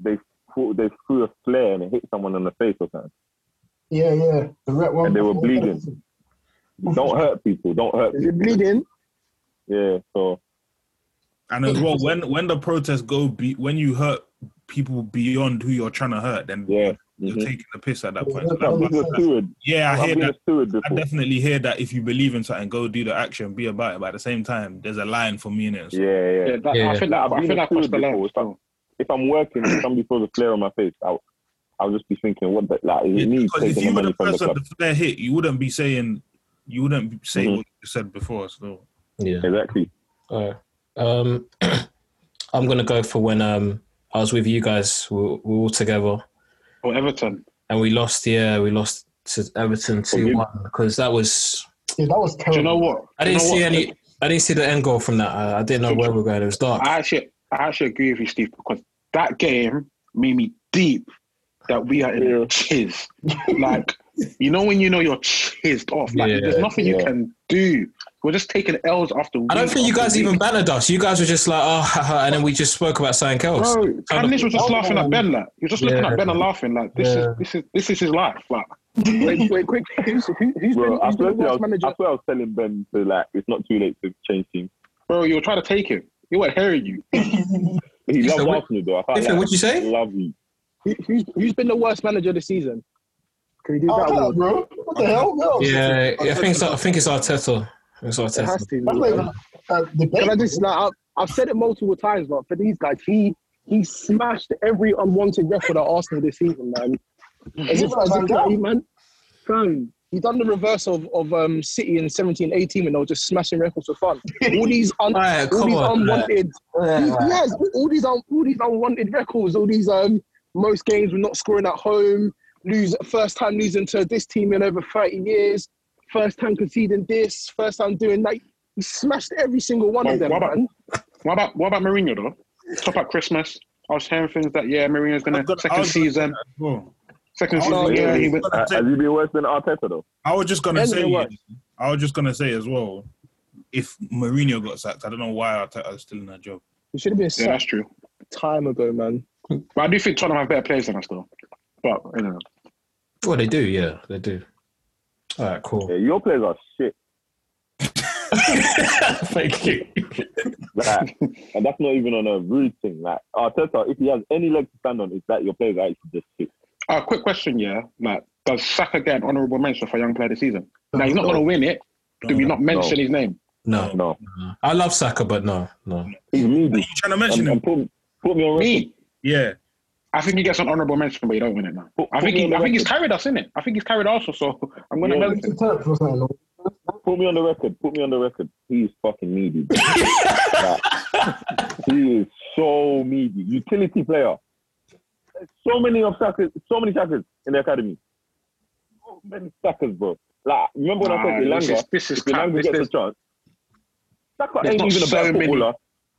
[SPEAKER 7] they threw, they threw a flare and it hit someone in the face or something.
[SPEAKER 6] yeah, yeah. The red one.
[SPEAKER 7] And they were bleeding.
[SPEAKER 8] Oh.
[SPEAKER 7] Don't hurt people. Don't hurt.
[SPEAKER 2] Is it
[SPEAKER 7] People.
[SPEAKER 2] bleeding?
[SPEAKER 7] Yeah. So
[SPEAKER 8] and as well when when the protests go be, when you hurt people beyond who you're trying to hurt, then
[SPEAKER 7] yeah.
[SPEAKER 8] you're
[SPEAKER 7] Mhm.
[SPEAKER 8] taking the piss at that point.
[SPEAKER 6] Yeah,
[SPEAKER 7] I've
[SPEAKER 8] So
[SPEAKER 7] been
[SPEAKER 8] that-
[SPEAKER 7] a steward.
[SPEAKER 8] yeah, I
[SPEAKER 7] I've
[SPEAKER 8] hear
[SPEAKER 7] been
[SPEAKER 8] that.
[SPEAKER 7] a steward
[SPEAKER 8] I
[SPEAKER 7] before.
[SPEAKER 8] definitely hear that if you believe in something, go do the action, be about it. But at the same time, there's a line for me in it. So-
[SPEAKER 7] Yeah, yeah.
[SPEAKER 5] Yeah, that,
[SPEAKER 4] Yeah.
[SPEAKER 5] I feel like,
[SPEAKER 7] I've
[SPEAKER 5] I
[SPEAKER 7] been
[SPEAKER 5] feel
[SPEAKER 7] a
[SPEAKER 5] like I crossed the
[SPEAKER 7] steward
[SPEAKER 5] line.
[SPEAKER 7] before, so- If I'm working and somebody throws a flare on my face, I'll, I'll just be thinking, what the, like, is
[SPEAKER 8] Yeah,
[SPEAKER 7] it me
[SPEAKER 8] because
[SPEAKER 7] taking
[SPEAKER 8] if
[SPEAKER 7] the
[SPEAKER 8] you were
[SPEAKER 7] money
[SPEAKER 8] the
[SPEAKER 7] from the
[SPEAKER 8] person
[SPEAKER 7] club?
[SPEAKER 8] the flare hit, you wouldn't be saying you wouldn't say
[SPEAKER 7] Mhm.
[SPEAKER 8] what you said before. So
[SPEAKER 4] Yeah.
[SPEAKER 7] Exactly.
[SPEAKER 4] All right. Um, <clears throat> I'm gonna go for when um I was with you guys. We were, we were all together,
[SPEAKER 5] Or Everton.
[SPEAKER 4] and we lost. Yeah, we lost to Everton two one because that was.
[SPEAKER 6] Yeah, that was
[SPEAKER 5] Do
[SPEAKER 6] terrible.
[SPEAKER 5] you know what?
[SPEAKER 4] I
[SPEAKER 5] Do you
[SPEAKER 4] didn't
[SPEAKER 5] know
[SPEAKER 4] see
[SPEAKER 5] what?
[SPEAKER 4] any. I didn't see the end goal from that. I, I didn't know where we were going. It was dark.
[SPEAKER 5] I actually, I actually agree with you, Steve, because that game made me deep that we are in
[SPEAKER 7] Yeah.
[SPEAKER 5] the chiz. Like, you know when you know you're chizzed off, like
[SPEAKER 4] Yeah.
[SPEAKER 5] there's nothing you
[SPEAKER 7] Yeah.
[SPEAKER 5] can do. We're just taking L's after.
[SPEAKER 4] I don't
[SPEAKER 5] week
[SPEAKER 4] think you
[SPEAKER 5] after
[SPEAKER 4] guys
[SPEAKER 5] week.
[SPEAKER 4] even bannered us. You guys were just like, oh, haha, and then we just spoke about something else.
[SPEAKER 5] Bro, Canis was just laughing at Ben. Like he was just looking
[SPEAKER 4] Yeah.
[SPEAKER 5] at Ben and laughing. Like this
[SPEAKER 4] Yeah.
[SPEAKER 5] is this is this is his life. Like
[SPEAKER 2] Wait, wait, quick. Who's, who, who's
[SPEAKER 7] Bro,
[SPEAKER 2] been,
[SPEAKER 7] I swear, to
[SPEAKER 2] who's been the
[SPEAKER 7] you, I,
[SPEAKER 2] worst
[SPEAKER 7] was,
[SPEAKER 2] manager?
[SPEAKER 7] I swear I was telling Ben to, like, it's not too late to change teams.
[SPEAKER 5] bro, you were trying to take him. He wasn't hearing you.
[SPEAKER 7] He
[SPEAKER 4] Listen,
[SPEAKER 7] loves
[SPEAKER 4] what-
[SPEAKER 7] Arsenal, though. I can't
[SPEAKER 4] Listen,
[SPEAKER 7] lie.
[SPEAKER 4] what'd you say?
[SPEAKER 7] Love you.
[SPEAKER 2] Who, who's, who's been the worst manager this season? Can we do that
[SPEAKER 6] Oh,
[SPEAKER 2] award?
[SPEAKER 6] bro. What the hell? No.
[SPEAKER 4] Yeah, I think so, I think it's Arteta. It's
[SPEAKER 2] It
[SPEAKER 4] Arteta.
[SPEAKER 2] has to.
[SPEAKER 6] That's not even a debate.
[SPEAKER 2] Can I just like I've, I've said it multiple times, but for these guys, he he smashed every unwanted record at Arsenal this season, man. As if, as if like, he, man, fam, he done the reverse of, of um, City in 17, 18 when they were just smashing records
[SPEAKER 6] <laughs>
[SPEAKER 2] for fun. All these, un-
[SPEAKER 4] Alright,
[SPEAKER 2] all
[SPEAKER 4] come
[SPEAKER 2] these
[SPEAKER 4] on, man.
[SPEAKER 2] unwanted, he, he has all- all these un- all these unwanted records. All these um, most games we're not scoring at home. Lose first time losing to this team in over 30 years. First time conceding this. First time doing that. He smashed every single one
[SPEAKER 5] Well,
[SPEAKER 2] of them.
[SPEAKER 5] what about-
[SPEAKER 2] man.
[SPEAKER 5] What about what about Mourinho though? Stop at Christmas. I was hearing things that yeah, Mourinho's gonna
[SPEAKER 8] I've got- I
[SPEAKER 5] second
[SPEAKER 8] was gonna say
[SPEAKER 5] season.
[SPEAKER 8] that as well.
[SPEAKER 5] Second
[SPEAKER 8] I was
[SPEAKER 5] season,
[SPEAKER 8] gonna-
[SPEAKER 5] yeah, he went.
[SPEAKER 8] But
[SPEAKER 7] Uh,
[SPEAKER 8] I
[SPEAKER 7] has
[SPEAKER 8] said-
[SPEAKER 7] he been worse than Arteta, though?
[SPEAKER 8] I was just gonna
[SPEAKER 2] And
[SPEAKER 8] say,
[SPEAKER 2] it worked.
[SPEAKER 8] I was just gonna say as well, if Mourinho got sacked, I don't know why Arteta's still in that job.
[SPEAKER 2] He should have been
[SPEAKER 5] Yeah, that's
[SPEAKER 2] sacked
[SPEAKER 5] true.
[SPEAKER 2] time ago, man.
[SPEAKER 5] But I do think Tottenham have better players than us though. But you know,
[SPEAKER 4] Well, they do, yeah, they do. All right, cool.
[SPEAKER 8] Oh.
[SPEAKER 7] Yeah, your players are
[SPEAKER 8] <laughs>
[SPEAKER 7] shit.
[SPEAKER 4] Thank you.
[SPEAKER 7] Like, and that's not even on a rude thing. Like, Arteta, if he has any leg to stand on, it's that your players are actually just shit.
[SPEAKER 5] uh, quick question, yeah, like does Saka get an honourable mention for young player this season? Now he's not gonna win it. Do we not mention his name?
[SPEAKER 4] No,
[SPEAKER 7] No.
[SPEAKER 4] no. I love Saka, but no, no.
[SPEAKER 7] He's
[SPEAKER 8] Are
[SPEAKER 7] needy.
[SPEAKER 8] Oh. you trying to mention
[SPEAKER 7] And,
[SPEAKER 8] him?
[SPEAKER 7] Um, and put, put me on record.
[SPEAKER 5] Me.
[SPEAKER 8] Yeah.
[SPEAKER 5] I think he gets an honourable mention, but he don't win it now. I think he, I think he's carried us in it. I think he's carried us, so <laughs> I'm gonna
[SPEAKER 7] Yeah.
[SPEAKER 5] mention. it.
[SPEAKER 7] Put me on the record. Put me on the record. He's fucking needy.
[SPEAKER 5] <laughs>
[SPEAKER 7] bro. Like, he is so needy. Utility player. There's so many of suckers, so many suckers in the academy. So many suckers, bro. Like, remember when I said
[SPEAKER 5] Nah, this
[SPEAKER 7] Ilanga?
[SPEAKER 5] is- this is
[SPEAKER 7] if Ilanga
[SPEAKER 5] cap-
[SPEAKER 7] gets
[SPEAKER 5] this
[SPEAKER 7] a chance. Saka
[SPEAKER 5] There's
[SPEAKER 7] ain't
[SPEAKER 5] not
[SPEAKER 7] even a
[SPEAKER 5] so
[SPEAKER 7] better
[SPEAKER 5] many.
[SPEAKER 7] footballer.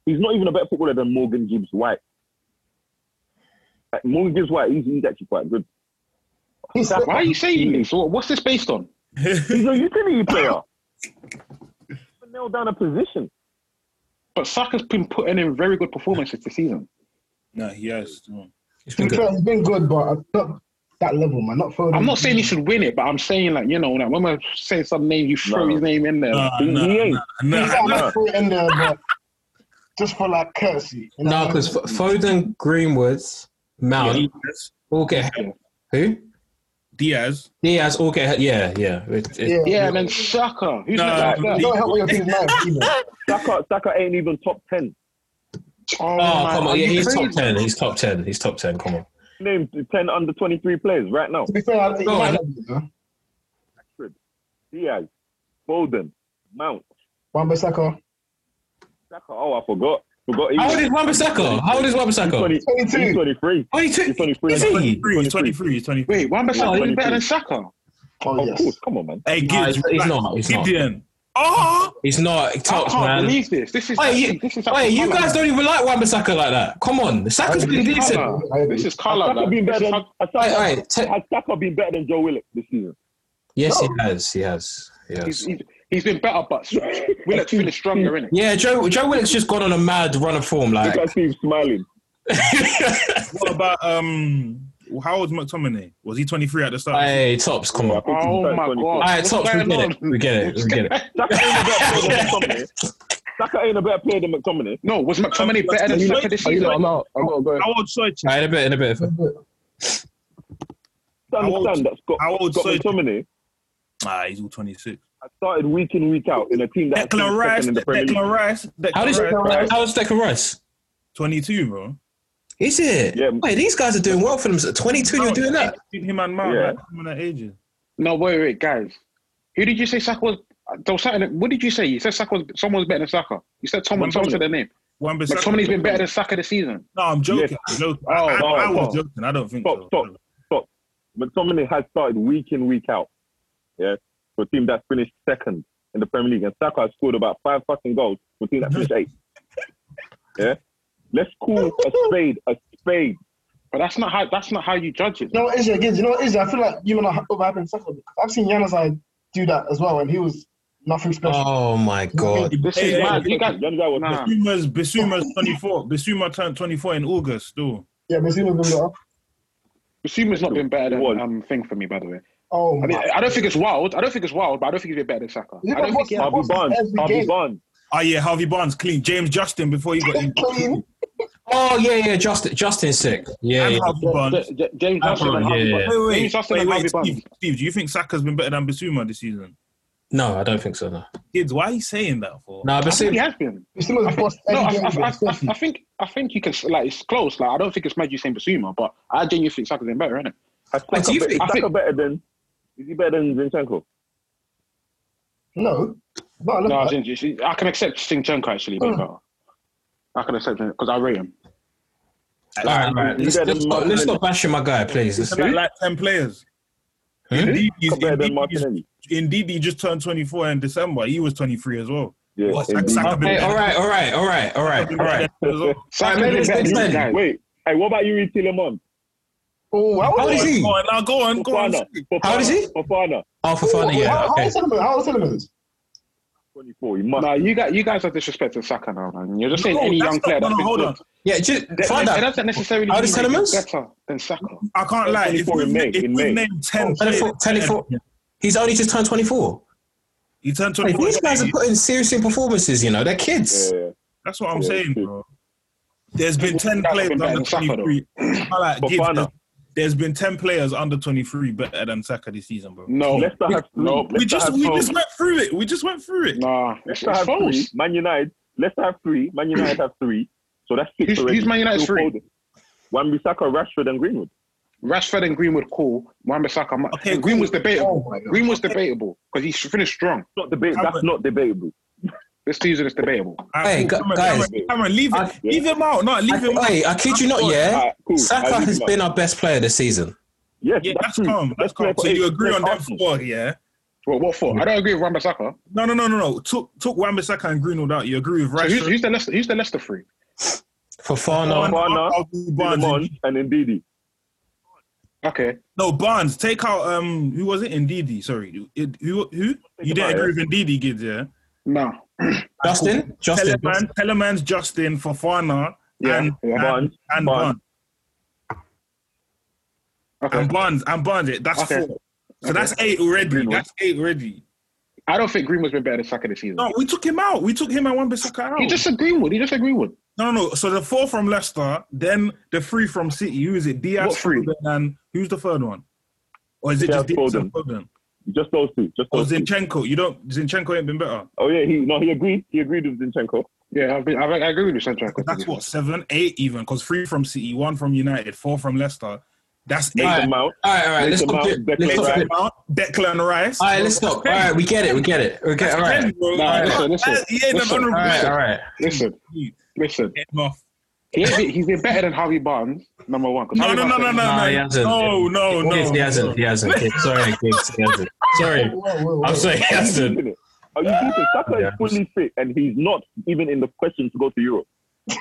[SPEAKER 7] He's not even a better footballer than Morgan Gibbs White. Like, Morgan Gibbs White, he's, he's actually quite good.
[SPEAKER 5] Why are you saying this? What- What's this based on?
[SPEAKER 7] He's a utility
[SPEAKER 8] <laughs>
[SPEAKER 7] player. Nail down a position.
[SPEAKER 5] But Saka's been putting in very good performances this season.
[SPEAKER 8] No, he has. no.
[SPEAKER 4] It's
[SPEAKER 6] To
[SPEAKER 4] been
[SPEAKER 6] be
[SPEAKER 4] good.
[SPEAKER 6] fair, he's been good, but not that level, man. Not for
[SPEAKER 5] I'm not saying he should win it, but I'm saying like you know like, when we're saying some name, you throw
[SPEAKER 7] No.
[SPEAKER 5] his name in there.
[SPEAKER 8] No,
[SPEAKER 7] He,
[SPEAKER 8] no,
[SPEAKER 7] he ain't.
[SPEAKER 8] no,
[SPEAKER 6] He's not
[SPEAKER 8] no.
[SPEAKER 6] like for in there, but just for like courtesy. you know
[SPEAKER 4] No,
[SPEAKER 5] Um,
[SPEAKER 6] what I
[SPEAKER 4] because
[SPEAKER 6] mean?
[SPEAKER 4] Foden, Greenwoods, Mount
[SPEAKER 8] Diaz,
[SPEAKER 4] all get who?
[SPEAKER 8] Diaz.
[SPEAKER 4] Diaz all get yeah, yeah. It- it-
[SPEAKER 6] yeah,
[SPEAKER 5] yeah, and then Saka, who's
[SPEAKER 8] No,
[SPEAKER 5] next
[SPEAKER 8] no,
[SPEAKER 5] like
[SPEAKER 6] don't
[SPEAKER 5] that?
[SPEAKER 6] help with your
[SPEAKER 5] <laughs>
[SPEAKER 6] team's life either.
[SPEAKER 7] Saka, Saka ain't even top 10.
[SPEAKER 5] Oh,
[SPEAKER 4] Oh
[SPEAKER 5] man,
[SPEAKER 4] come Oh,
[SPEAKER 5] are
[SPEAKER 4] on, yeah,
[SPEAKER 5] you
[SPEAKER 4] he's
[SPEAKER 5] crazy?
[SPEAKER 4] top ten. He's top ten. He's top ten. Come on.
[SPEAKER 7] Name ten under twenty three players right now.
[SPEAKER 6] To be fair, I-
[SPEAKER 4] Go on.
[SPEAKER 7] Diaz, Foden, Mount,
[SPEAKER 6] Wan-Bissaka.
[SPEAKER 7] Saka. Oh, I forgot. Forgot. he
[SPEAKER 4] How
[SPEAKER 7] was-
[SPEAKER 4] old is Wambasaka? How old is Oh, Wambasaka?
[SPEAKER 7] 20 He's 23.
[SPEAKER 4] 22.
[SPEAKER 7] He's 23.
[SPEAKER 4] Is he?
[SPEAKER 8] 23, he's 23, he's 23.
[SPEAKER 5] Wait, Wan
[SPEAKER 7] Yeah,
[SPEAKER 5] Bissaka is
[SPEAKER 7] 22.
[SPEAKER 5] better than Saka.
[SPEAKER 6] Oh,
[SPEAKER 7] Of
[SPEAKER 6] yes.
[SPEAKER 7] course, come on, man.
[SPEAKER 8] Hey, Gibbs,
[SPEAKER 4] it's- it's
[SPEAKER 8] relax.
[SPEAKER 4] not, it's not.
[SPEAKER 8] Gideon. Oh,
[SPEAKER 4] Ah! He's not.
[SPEAKER 5] I
[SPEAKER 4] Tops,
[SPEAKER 5] can't
[SPEAKER 4] man.
[SPEAKER 5] believe this. This is
[SPEAKER 4] Wait, you,
[SPEAKER 5] this is
[SPEAKER 4] wait, you guys don't even like Wambasaka like that. Come on. Saka's been decent. All
[SPEAKER 5] Colour. This is color.
[SPEAKER 7] Has Saka been better than has
[SPEAKER 4] right, all
[SPEAKER 7] Saka-
[SPEAKER 4] right. Te-
[SPEAKER 7] has Saka been better than Joe Willock this season?
[SPEAKER 4] yes, he has. He has. He has.
[SPEAKER 5] Oh. He's, he's, he's been better, but Willock's finished stronger, innit?
[SPEAKER 4] Yeah, Joe Joe Willock's just gone on a mad run of form.
[SPEAKER 7] Look
[SPEAKER 4] Like,
[SPEAKER 7] at Steve smiling.
[SPEAKER 8] what about um? How old's McTominay? Was he 23 at the start?
[SPEAKER 4] <laughs> hey, tops, come
[SPEAKER 7] I
[SPEAKER 4] on.
[SPEAKER 7] think he's
[SPEAKER 5] Oh
[SPEAKER 7] better
[SPEAKER 5] my
[SPEAKER 7] than
[SPEAKER 5] god.
[SPEAKER 7] 24.
[SPEAKER 4] All right,
[SPEAKER 5] What's
[SPEAKER 4] tops, we
[SPEAKER 5] going
[SPEAKER 4] get
[SPEAKER 5] on?
[SPEAKER 4] it. We get it. We get it.
[SPEAKER 5] <laughs>
[SPEAKER 7] Saka ain't a better
[SPEAKER 8] <laughs>
[SPEAKER 7] player than McTominay. Saka ain't a better player than McTominay.
[SPEAKER 5] No, was McTominay better than Saka this
[SPEAKER 8] Oh, you
[SPEAKER 5] season?
[SPEAKER 8] know,
[SPEAKER 2] I'm out. I gotta go.
[SPEAKER 8] How old Soich?
[SPEAKER 4] All right, in a bit, in a bit.
[SPEAKER 7] To
[SPEAKER 8] How old-
[SPEAKER 7] understand that Scott,
[SPEAKER 8] how old
[SPEAKER 7] Scott
[SPEAKER 8] Soich-
[SPEAKER 7] McTominay
[SPEAKER 8] Ah, he's all 26.
[SPEAKER 7] has started week in, week out in a team that
[SPEAKER 8] Declan Rice,
[SPEAKER 7] in the Premier League.
[SPEAKER 8] Declan Rice,
[SPEAKER 4] How does
[SPEAKER 8] Declan Rice.
[SPEAKER 4] how does Declan Rice?
[SPEAKER 8] 22, bro.
[SPEAKER 4] Is it?
[SPEAKER 7] Yeah.
[SPEAKER 4] Wait, these guys are doing well for themselves. 22, you're doing that.
[SPEAKER 8] Him and Mount,
[SPEAKER 7] Yeah.
[SPEAKER 8] like, him and that ages.
[SPEAKER 5] No, wait, wait, guys. Who did you say Saka was? There was something- what did you say? You said Saka was, someone was better than Saka. You said someone, someone said their name.
[SPEAKER 8] One
[SPEAKER 5] But somebody's been better than Saka this season.
[SPEAKER 8] No, I'm joking.
[SPEAKER 7] Yes.
[SPEAKER 8] I'm joking.
[SPEAKER 5] Oh,
[SPEAKER 8] I, I, I
[SPEAKER 7] oh,
[SPEAKER 8] was
[SPEAKER 7] oh.
[SPEAKER 8] joking. I don't think
[SPEAKER 7] Stop,
[SPEAKER 8] so.
[SPEAKER 7] stop, stop. McTominay has started week in, week out. Yeah, for a team that's finished second in the Premier League, and Saka has scored about five fucking goals for a team that finished eighth. Yeah, let's call a spade a spade.
[SPEAKER 5] But that's not how that's not how you judge it.
[SPEAKER 6] You know what, Izzy, again, you know what, Izzy, I feel like you and I have overhyping Saka. I've seen Yanazai do that as well, and he was nothing special.
[SPEAKER 4] Oh my god.
[SPEAKER 5] This
[SPEAKER 8] Hey,
[SPEAKER 5] is
[SPEAKER 8] hey,
[SPEAKER 5] mad. You guys,
[SPEAKER 7] Young guy was
[SPEAKER 5] nah.
[SPEAKER 8] Basuma's, Basuma's 24. Basuma turned 24 in August, still.
[SPEAKER 6] Yeah, but he was going to go,
[SPEAKER 5] Basuma's not been better
[SPEAKER 7] What?
[SPEAKER 5] than um, thing for me, by the way.
[SPEAKER 6] oh,
[SPEAKER 5] I, mean,
[SPEAKER 6] my.
[SPEAKER 5] I don't think it's wild. I don't think it's wild, but I don't think he's been better than Saka.
[SPEAKER 6] You
[SPEAKER 5] I
[SPEAKER 6] know
[SPEAKER 5] don't
[SPEAKER 6] what's
[SPEAKER 5] think
[SPEAKER 7] Harvey
[SPEAKER 6] what's
[SPEAKER 7] Barnes.
[SPEAKER 6] every
[SPEAKER 7] Harvey
[SPEAKER 6] game?
[SPEAKER 7] Barnes.
[SPEAKER 8] Oh, yeah, Harvey Barnes clean. James Justin before he got in.
[SPEAKER 5] <laughs>
[SPEAKER 6] Clean.
[SPEAKER 4] Oh yeah, yeah. Justin Justin's sick. Yeah,
[SPEAKER 8] And
[SPEAKER 4] yeah.
[SPEAKER 8] Harvey Barnes.
[SPEAKER 5] J- J- James Justin and
[SPEAKER 4] yeah,
[SPEAKER 5] Harvey
[SPEAKER 4] yeah.
[SPEAKER 5] Barnes.
[SPEAKER 8] Wait,
[SPEAKER 5] James
[SPEAKER 8] wait,
[SPEAKER 5] Justin
[SPEAKER 8] wait,
[SPEAKER 5] and
[SPEAKER 8] wait
[SPEAKER 5] Harvey Barnes.
[SPEAKER 8] Steve, Steve, do you think Saka's been better than Basuma this season?
[SPEAKER 4] No, I don't think so. No.
[SPEAKER 8] Kids, why are you saying that for?
[SPEAKER 4] No,
[SPEAKER 5] I
[SPEAKER 4] but
[SPEAKER 5] think he
[SPEAKER 4] see,
[SPEAKER 5] has been.
[SPEAKER 6] He's still as boss
[SPEAKER 5] No, I,
[SPEAKER 6] every
[SPEAKER 5] I,
[SPEAKER 6] game.
[SPEAKER 5] I,
[SPEAKER 6] against
[SPEAKER 5] I,
[SPEAKER 6] Chelsea.
[SPEAKER 5] I think I think you can s- like it's close. Like I don't think it's mad you saying Basuma, but I genuinely think Saka's been better, innit?
[SPEAKER 7] Has
[SPEAKER 4] Wait,
[SPEAKER 7] Saka,
[SPEAKER 4] do you
[SPEAKER 7] be-
[SPEAKER 4] think-
[SPEAKER 7] Saka
[SPEAKER 5] I think-
[SPEAKER 7] better than? Is he better than Zinchenko?
[SPEAKER 6] No. uh, Not
[SPEAKER 5] No, I,
[SPEAKER 6] enough.
[SPEAKER 5] think you- I can accept Sinchenko actually
[SPEAKER 8] Hmm.
[SPEAKER 5] being better. I can accept him because I rate him.
[SPEAKER 4] all right, all right. Let's, let's, stop, let's stop bashing my guy, please.
[SPEAKER 8] It's
[SPEAKER 4] Let's-
[SPEAKER 8] about like 10 players.
[SPEAKER 4] Hmm?
[SPEAKER 8] Indeed, he's,
[SPEAKER 7] Saka better than
[SPEAKER 8] indeed, he's-
[SPEAKER 7] Martinelli.
[SPEAKER 8] indeed, he just turned 24 in December. He was 23 as well.
[SPEAKER 7] Yeah.
[SPEAKER 8] What's
[SPEAKER 7] indeed.
[SPEAKER 8] Saka been
[SPEAKER 4] Hey, all
[SPEAKER 8] better?
[SPEAKER 4] right, all right, all right, all right, all right.
[SPEAKER 8] As well.
[SPEAKER 5] Saka's
[SPEAKER 4] maybe
[SPEAKER 5] been
[SPEAKER 4] it's
[SPEAKER 5] better
[SPEAKER 4] big ten.
[SPEAKER 5] than you guys.
[SPEAKER 7] Wait. Hey, what about Yuri Tillemans?
[SPEAKER 6] Oh, how
[SPEAKER 4] How old
[SPEAKER 6] old
[SPEAKER 4] is he?
[SPEAKER 8] Go on, now go on, go on.
[SPEAKER 7] Fofana. Fofana.
[SPEAKER 4] How old is he?
[SPEAKER 7] Fofana.
[SPEAKER 4] Oh, for fun, yeah.
[SPEAKER 6] How
[SPEAKER 4] Okay.
[SPEAKER 6] old is Solomon? How old is Solomon?
[SPEAKER 7] 24. He must.
[SPEAKER 5] No, you guys, you guys are disrespecting Saka now, man. You're just saying
[SPEAKER 8] No,
[SPEAKER 5] any
[SPEAKER 8] that's
[SPEAKER 5] young
[SPEAKER 8] not-
[SPEAKER 5] player
[SPEAKER 8] no,
[SPEAKER 5] that's
[SPEAKER 8] no,
[SPEAKER 5] been
[SPEAKER 8] hold
[SPEAKER 5] good.
[SPEAKER 8] on.
[SPEAKER 4] Yeah, just
[SPEAKER 5] That,
[SPEAKER 4] find
[SPEAKER 5] that,
[SPEAKER 4] out.
[SPEAKER 5] doesn't necessarily
[SPEAKER 4] How
[SPEAKER 5] mean
[SPEAKER 4] does
[SPEAKER 5] that he's
[SPEAKER 4] Telemans?
[SPEAKER 5] better than Saka.
[SPEAKER 8] I can't lie. If
[SPEAKER 7] 24
[SPEAKER 8] we've,
[SPEAKER 7] in May,
[SPEAKER 8] if
[SPEAKER 7] in
[SPEAKER 8] we've
[SPEAKER 7] May.
[SPEAKER 8] named 10
[SPEAKER 4] 24,
[SPEAKER 8] players,
[SPEAKER 4] 24. He's only just turned 24.
[SPEAKER 8] he turned
[SPEAKER 4] Like,
[SPEAKER 8] 24.
[SPEAKER 4] these guys are putting seriously performances, you know. They're kids.
[SPEAKER 7] Yeah.
[SPEAKER 8] That's what I'm
[SPEAKER 7] Yeah,
[SPEAKER 8] saying,
[SPEAKER 7] true.
[SPEAKER 8] bro. There's been 10
[SPEAKER 5] Saka
[SPEAKER 8] players
[SPEAKER 5] been better
[SPEAKER 8] under
[SPEAKER 5] than Saka, though. <clears throat>
[SPEAKER 8] 23. I like Gibbs,
[SPEAKER 7] Fofana.
[SPEAKER 8] there's- There's been 10 players under 23 better than Saka this season, bro.
[SPEAKER 5] No,
[SPEAKER 7] Leicester have three.
[SPEAKER 5] no,
[SPEAKER 7] Leicester
[SPEAKER 8] Oh. We just
[SPEAKER 7] have
[SPEAKER 8] we
[SPEAKER 7] three.
[SPEAKER 8] just went through it. We just went through it.
[SPEAKER 5] nah, it's,
[SPEAKER 7] Leicester
[SPEAKER 5] it's
[SPEAKER 7] have three.
[SPEAKER 5] false.
[SPEAKER 7] Man United. Leicester have three. Man United have three. So that's six
[SPEAKER 5] Who's-
[SPEAKER 7] already.
[SPEAKER 5] who's Man United's
[SPEAKER 7] Still
[SPEAKER 5] three?
[SPEAKER 7] holding. Wan-Bissaka, Rashford, and Greenwood.
[SPEAKER 5] Rashford and Greenwood cool. Wan Bissaka. mu-
[SPEAKER 8] Okay,
[SPEAKER 5] Greenwood's
[SPEAKER 6] Oh
[SPEAKER 5] debatable.
[SPEAKER 6] my God.
[SPEAKER 5] Greenwood's debatable because he's finished strong.
[SPEAKER 7] It's Not debate.
[SPEAKER 8] Cameron.
[SPEAKER 7] That's not debatable.
[SPEAKER 5] This season is debatable.
[SPEAKER 8] All
[SPEAKER 4] Hey,
[SPEAKER 8] cool.
[SPEAKER 4] gu-
[SPEAKER 8] Cameron,
[SPEAKER 4] guys.
[SPEAKER 8] Cameron, Cameron, leave
[SPEAKER 4] I-
[SPEAKER 8] it. Leave him out. No, leave him out.
[SPEAKER 4] Wait, I kid you not, yeah.
[SPEAKER 7] Alright, cool.
[SPEAKER 4] Saka
[SPEAKER 7] I'll leave
[SPEAKER 4] has
[SPEAKER 7] him
[SPEAKER 4] been
[SPEAKER 7] out.
[SPEAKER 4] our best player this season.
[SPEAKER 7] Yes,
[SPEAKER 8] Yeah, that's
[SPEAKER 7] true.
[SPEAKER 8] calm. That's
[SPEAKER 7] true.
[SPEAKER 8] calm. So you agree on that
[SPEAKER 7] Arsenal.
[SPEAKER 8] four, yeah?
[SPEAKER 5] Well, what for? I don't agree with Wan Bissaka.
[SPEAKER 8] No, no, no, no, no. Took took Wan-Bissaka and Greenwood out. You agree with
[SPEAKER 5] So who's,
[SPEAKER 8] Rashford?
[SPEAKER 5] who's the Leicester? Who's the Leicester three?
[SPEAKER 4] For fun,
[SPEAKER 8] Barnes,
[SPEAKER 7] Fofana,
[SPEAKER 8] Alvarez, Barnes,
[SPEAKER 7] Tillemans
[SPEAKER 8] and-
[SPEAKER 7] and Ndidi.
[SPEAKER 5] Okay,
[SPEAKER 8] No, Barnes. Take out um. Who was it? Ndidi. Sorry. It- who? Who? You
[SPEAKER 7] about
[SPEAKER 8] didn't agree
[SPEAKER 7] it.
[SPEAKER 8] with Ndidi, kids, yeah?
[SPEAKER 5] no.
[SPEAKER 4] Justin, Justin,
[SPEAKER 8] Telemann, Telemann's Justin, Fofana,
[SPEAKER 5] Yeah,
[SPEAKER 8] and,
[SPEAKER 5] yeah.
[SPEAKER 8] and,
[SPEAKER 7] Barnes,
[SPEAKER 8] and
[SPEAKER 7] Barnes.
[SPEAKER 8] Barnes.
[SPEAKER 5] Okay.
[SPEAKER 8] And Barnes. And Barnes. yeah, That's
[SPEAKER 5] Okay.
[SPEAKER 8] four. So that's eight already. That's eieight already.
[SPEAKER 5] I don't think Greenwood's been better than Saka this season.
[SPEAKER 8] No, we took him out. We took him and Wan-Bissaka out.
[SPEAKER 5] He just said Greenwood. He just said Greenwood.
[SPEAKER 8] No, no, no. So the four from Leicester, then the three from City. Who is it? Diaz,
[SPEAKER 5] What three?
[SPEAKER 8] Foden, and who's the third one? Or is it
[SPEAKER 7] Diaz,
[SPEAKER 8] just Diaz
[SPEAKER 7] Foden.
[SPEAKER 8] Foden? Foden?
[SPEAKER 7] Just those two. Just
[SPEAKER 8] Or
[SPEAKER 7] those two.
[SPEAKER 8] Zinchenko? You don't. Zinchenko ain't been better.
[SPEAKER 7] Oh yeah, he no, he agreed. He agreed with Zinchenko.
[SPEAKER 5] Yeah, I've been, I, I agree with you, Sancho.
[SPEAKER 8] That's what seven, eight even because three from City, one from United, four from Leicester. That's eight.
[SPEAKER 4] All right, all right, all right. Let's
[SPEAKER 7] Mason
[SPEAKER 4] stop
[SPEAKER 7] Mount,
[SPEAKER 4] it.
[SPEAKER 7] Declan
[SPEAKER 4] Let's stop
[SPEAKER 7] Rice.
[SPEAKER 4] it.
[SPEAKER 8] Mount, Declan Rice.
[SPEAKER 4] All right, let's stop. All right, we get it. We get it. We get. All right.
[SPEAKER 8] Ten, bro.
[SPEAKER 5] Nah,
[SPEAKER 8] Like,
[SPEAKER 5] listen, listen,
[SPEAKER 8] he ain't an
[SPEAKER 5] listen.
[SPEAKER 8] honourable
[SPEAKER 4] All right.
[SPEAKER 8] mention.
[SPEAKER 4] All right.
[SPEAKER 5] Listen, listen.
[SPEAKER 8] Get him off.
[SPEAKER 5] He ain't been- he's been better than Harvey Barnes, number one. 'cause
[SPEAKER 8] No,
[SPEAKER 5] Harvey
[SPEAKER 8] no, no,
[SPEAKER 5] Barnes-
[SPEAKER 8] no, no,
[SPEAKER 4] Nah, he
[SPEAKER 8] no,
[SPEAKER 4] hasn't.
[SPEAKER 8] no, no,
[SPEAKER 4] Gibbs, he
[SPEAKER 8] no.
[SPEAKER 4] hasn't. He hasn't. Gibbs, Sorry, Gibbs, he hasn't. Sorry.
[SPEAKER 6] Whoa, whoa, whoa.
[SPEAKER 4] I'm sorry, he hasn't.
[SPEAKER 7] Are you stupid? Saka
[SPEAKER 4] Yeah.
[SPEAKER 7] is fully fit and he's not even in the question to go to Europe.
[SPEAKER 4] No,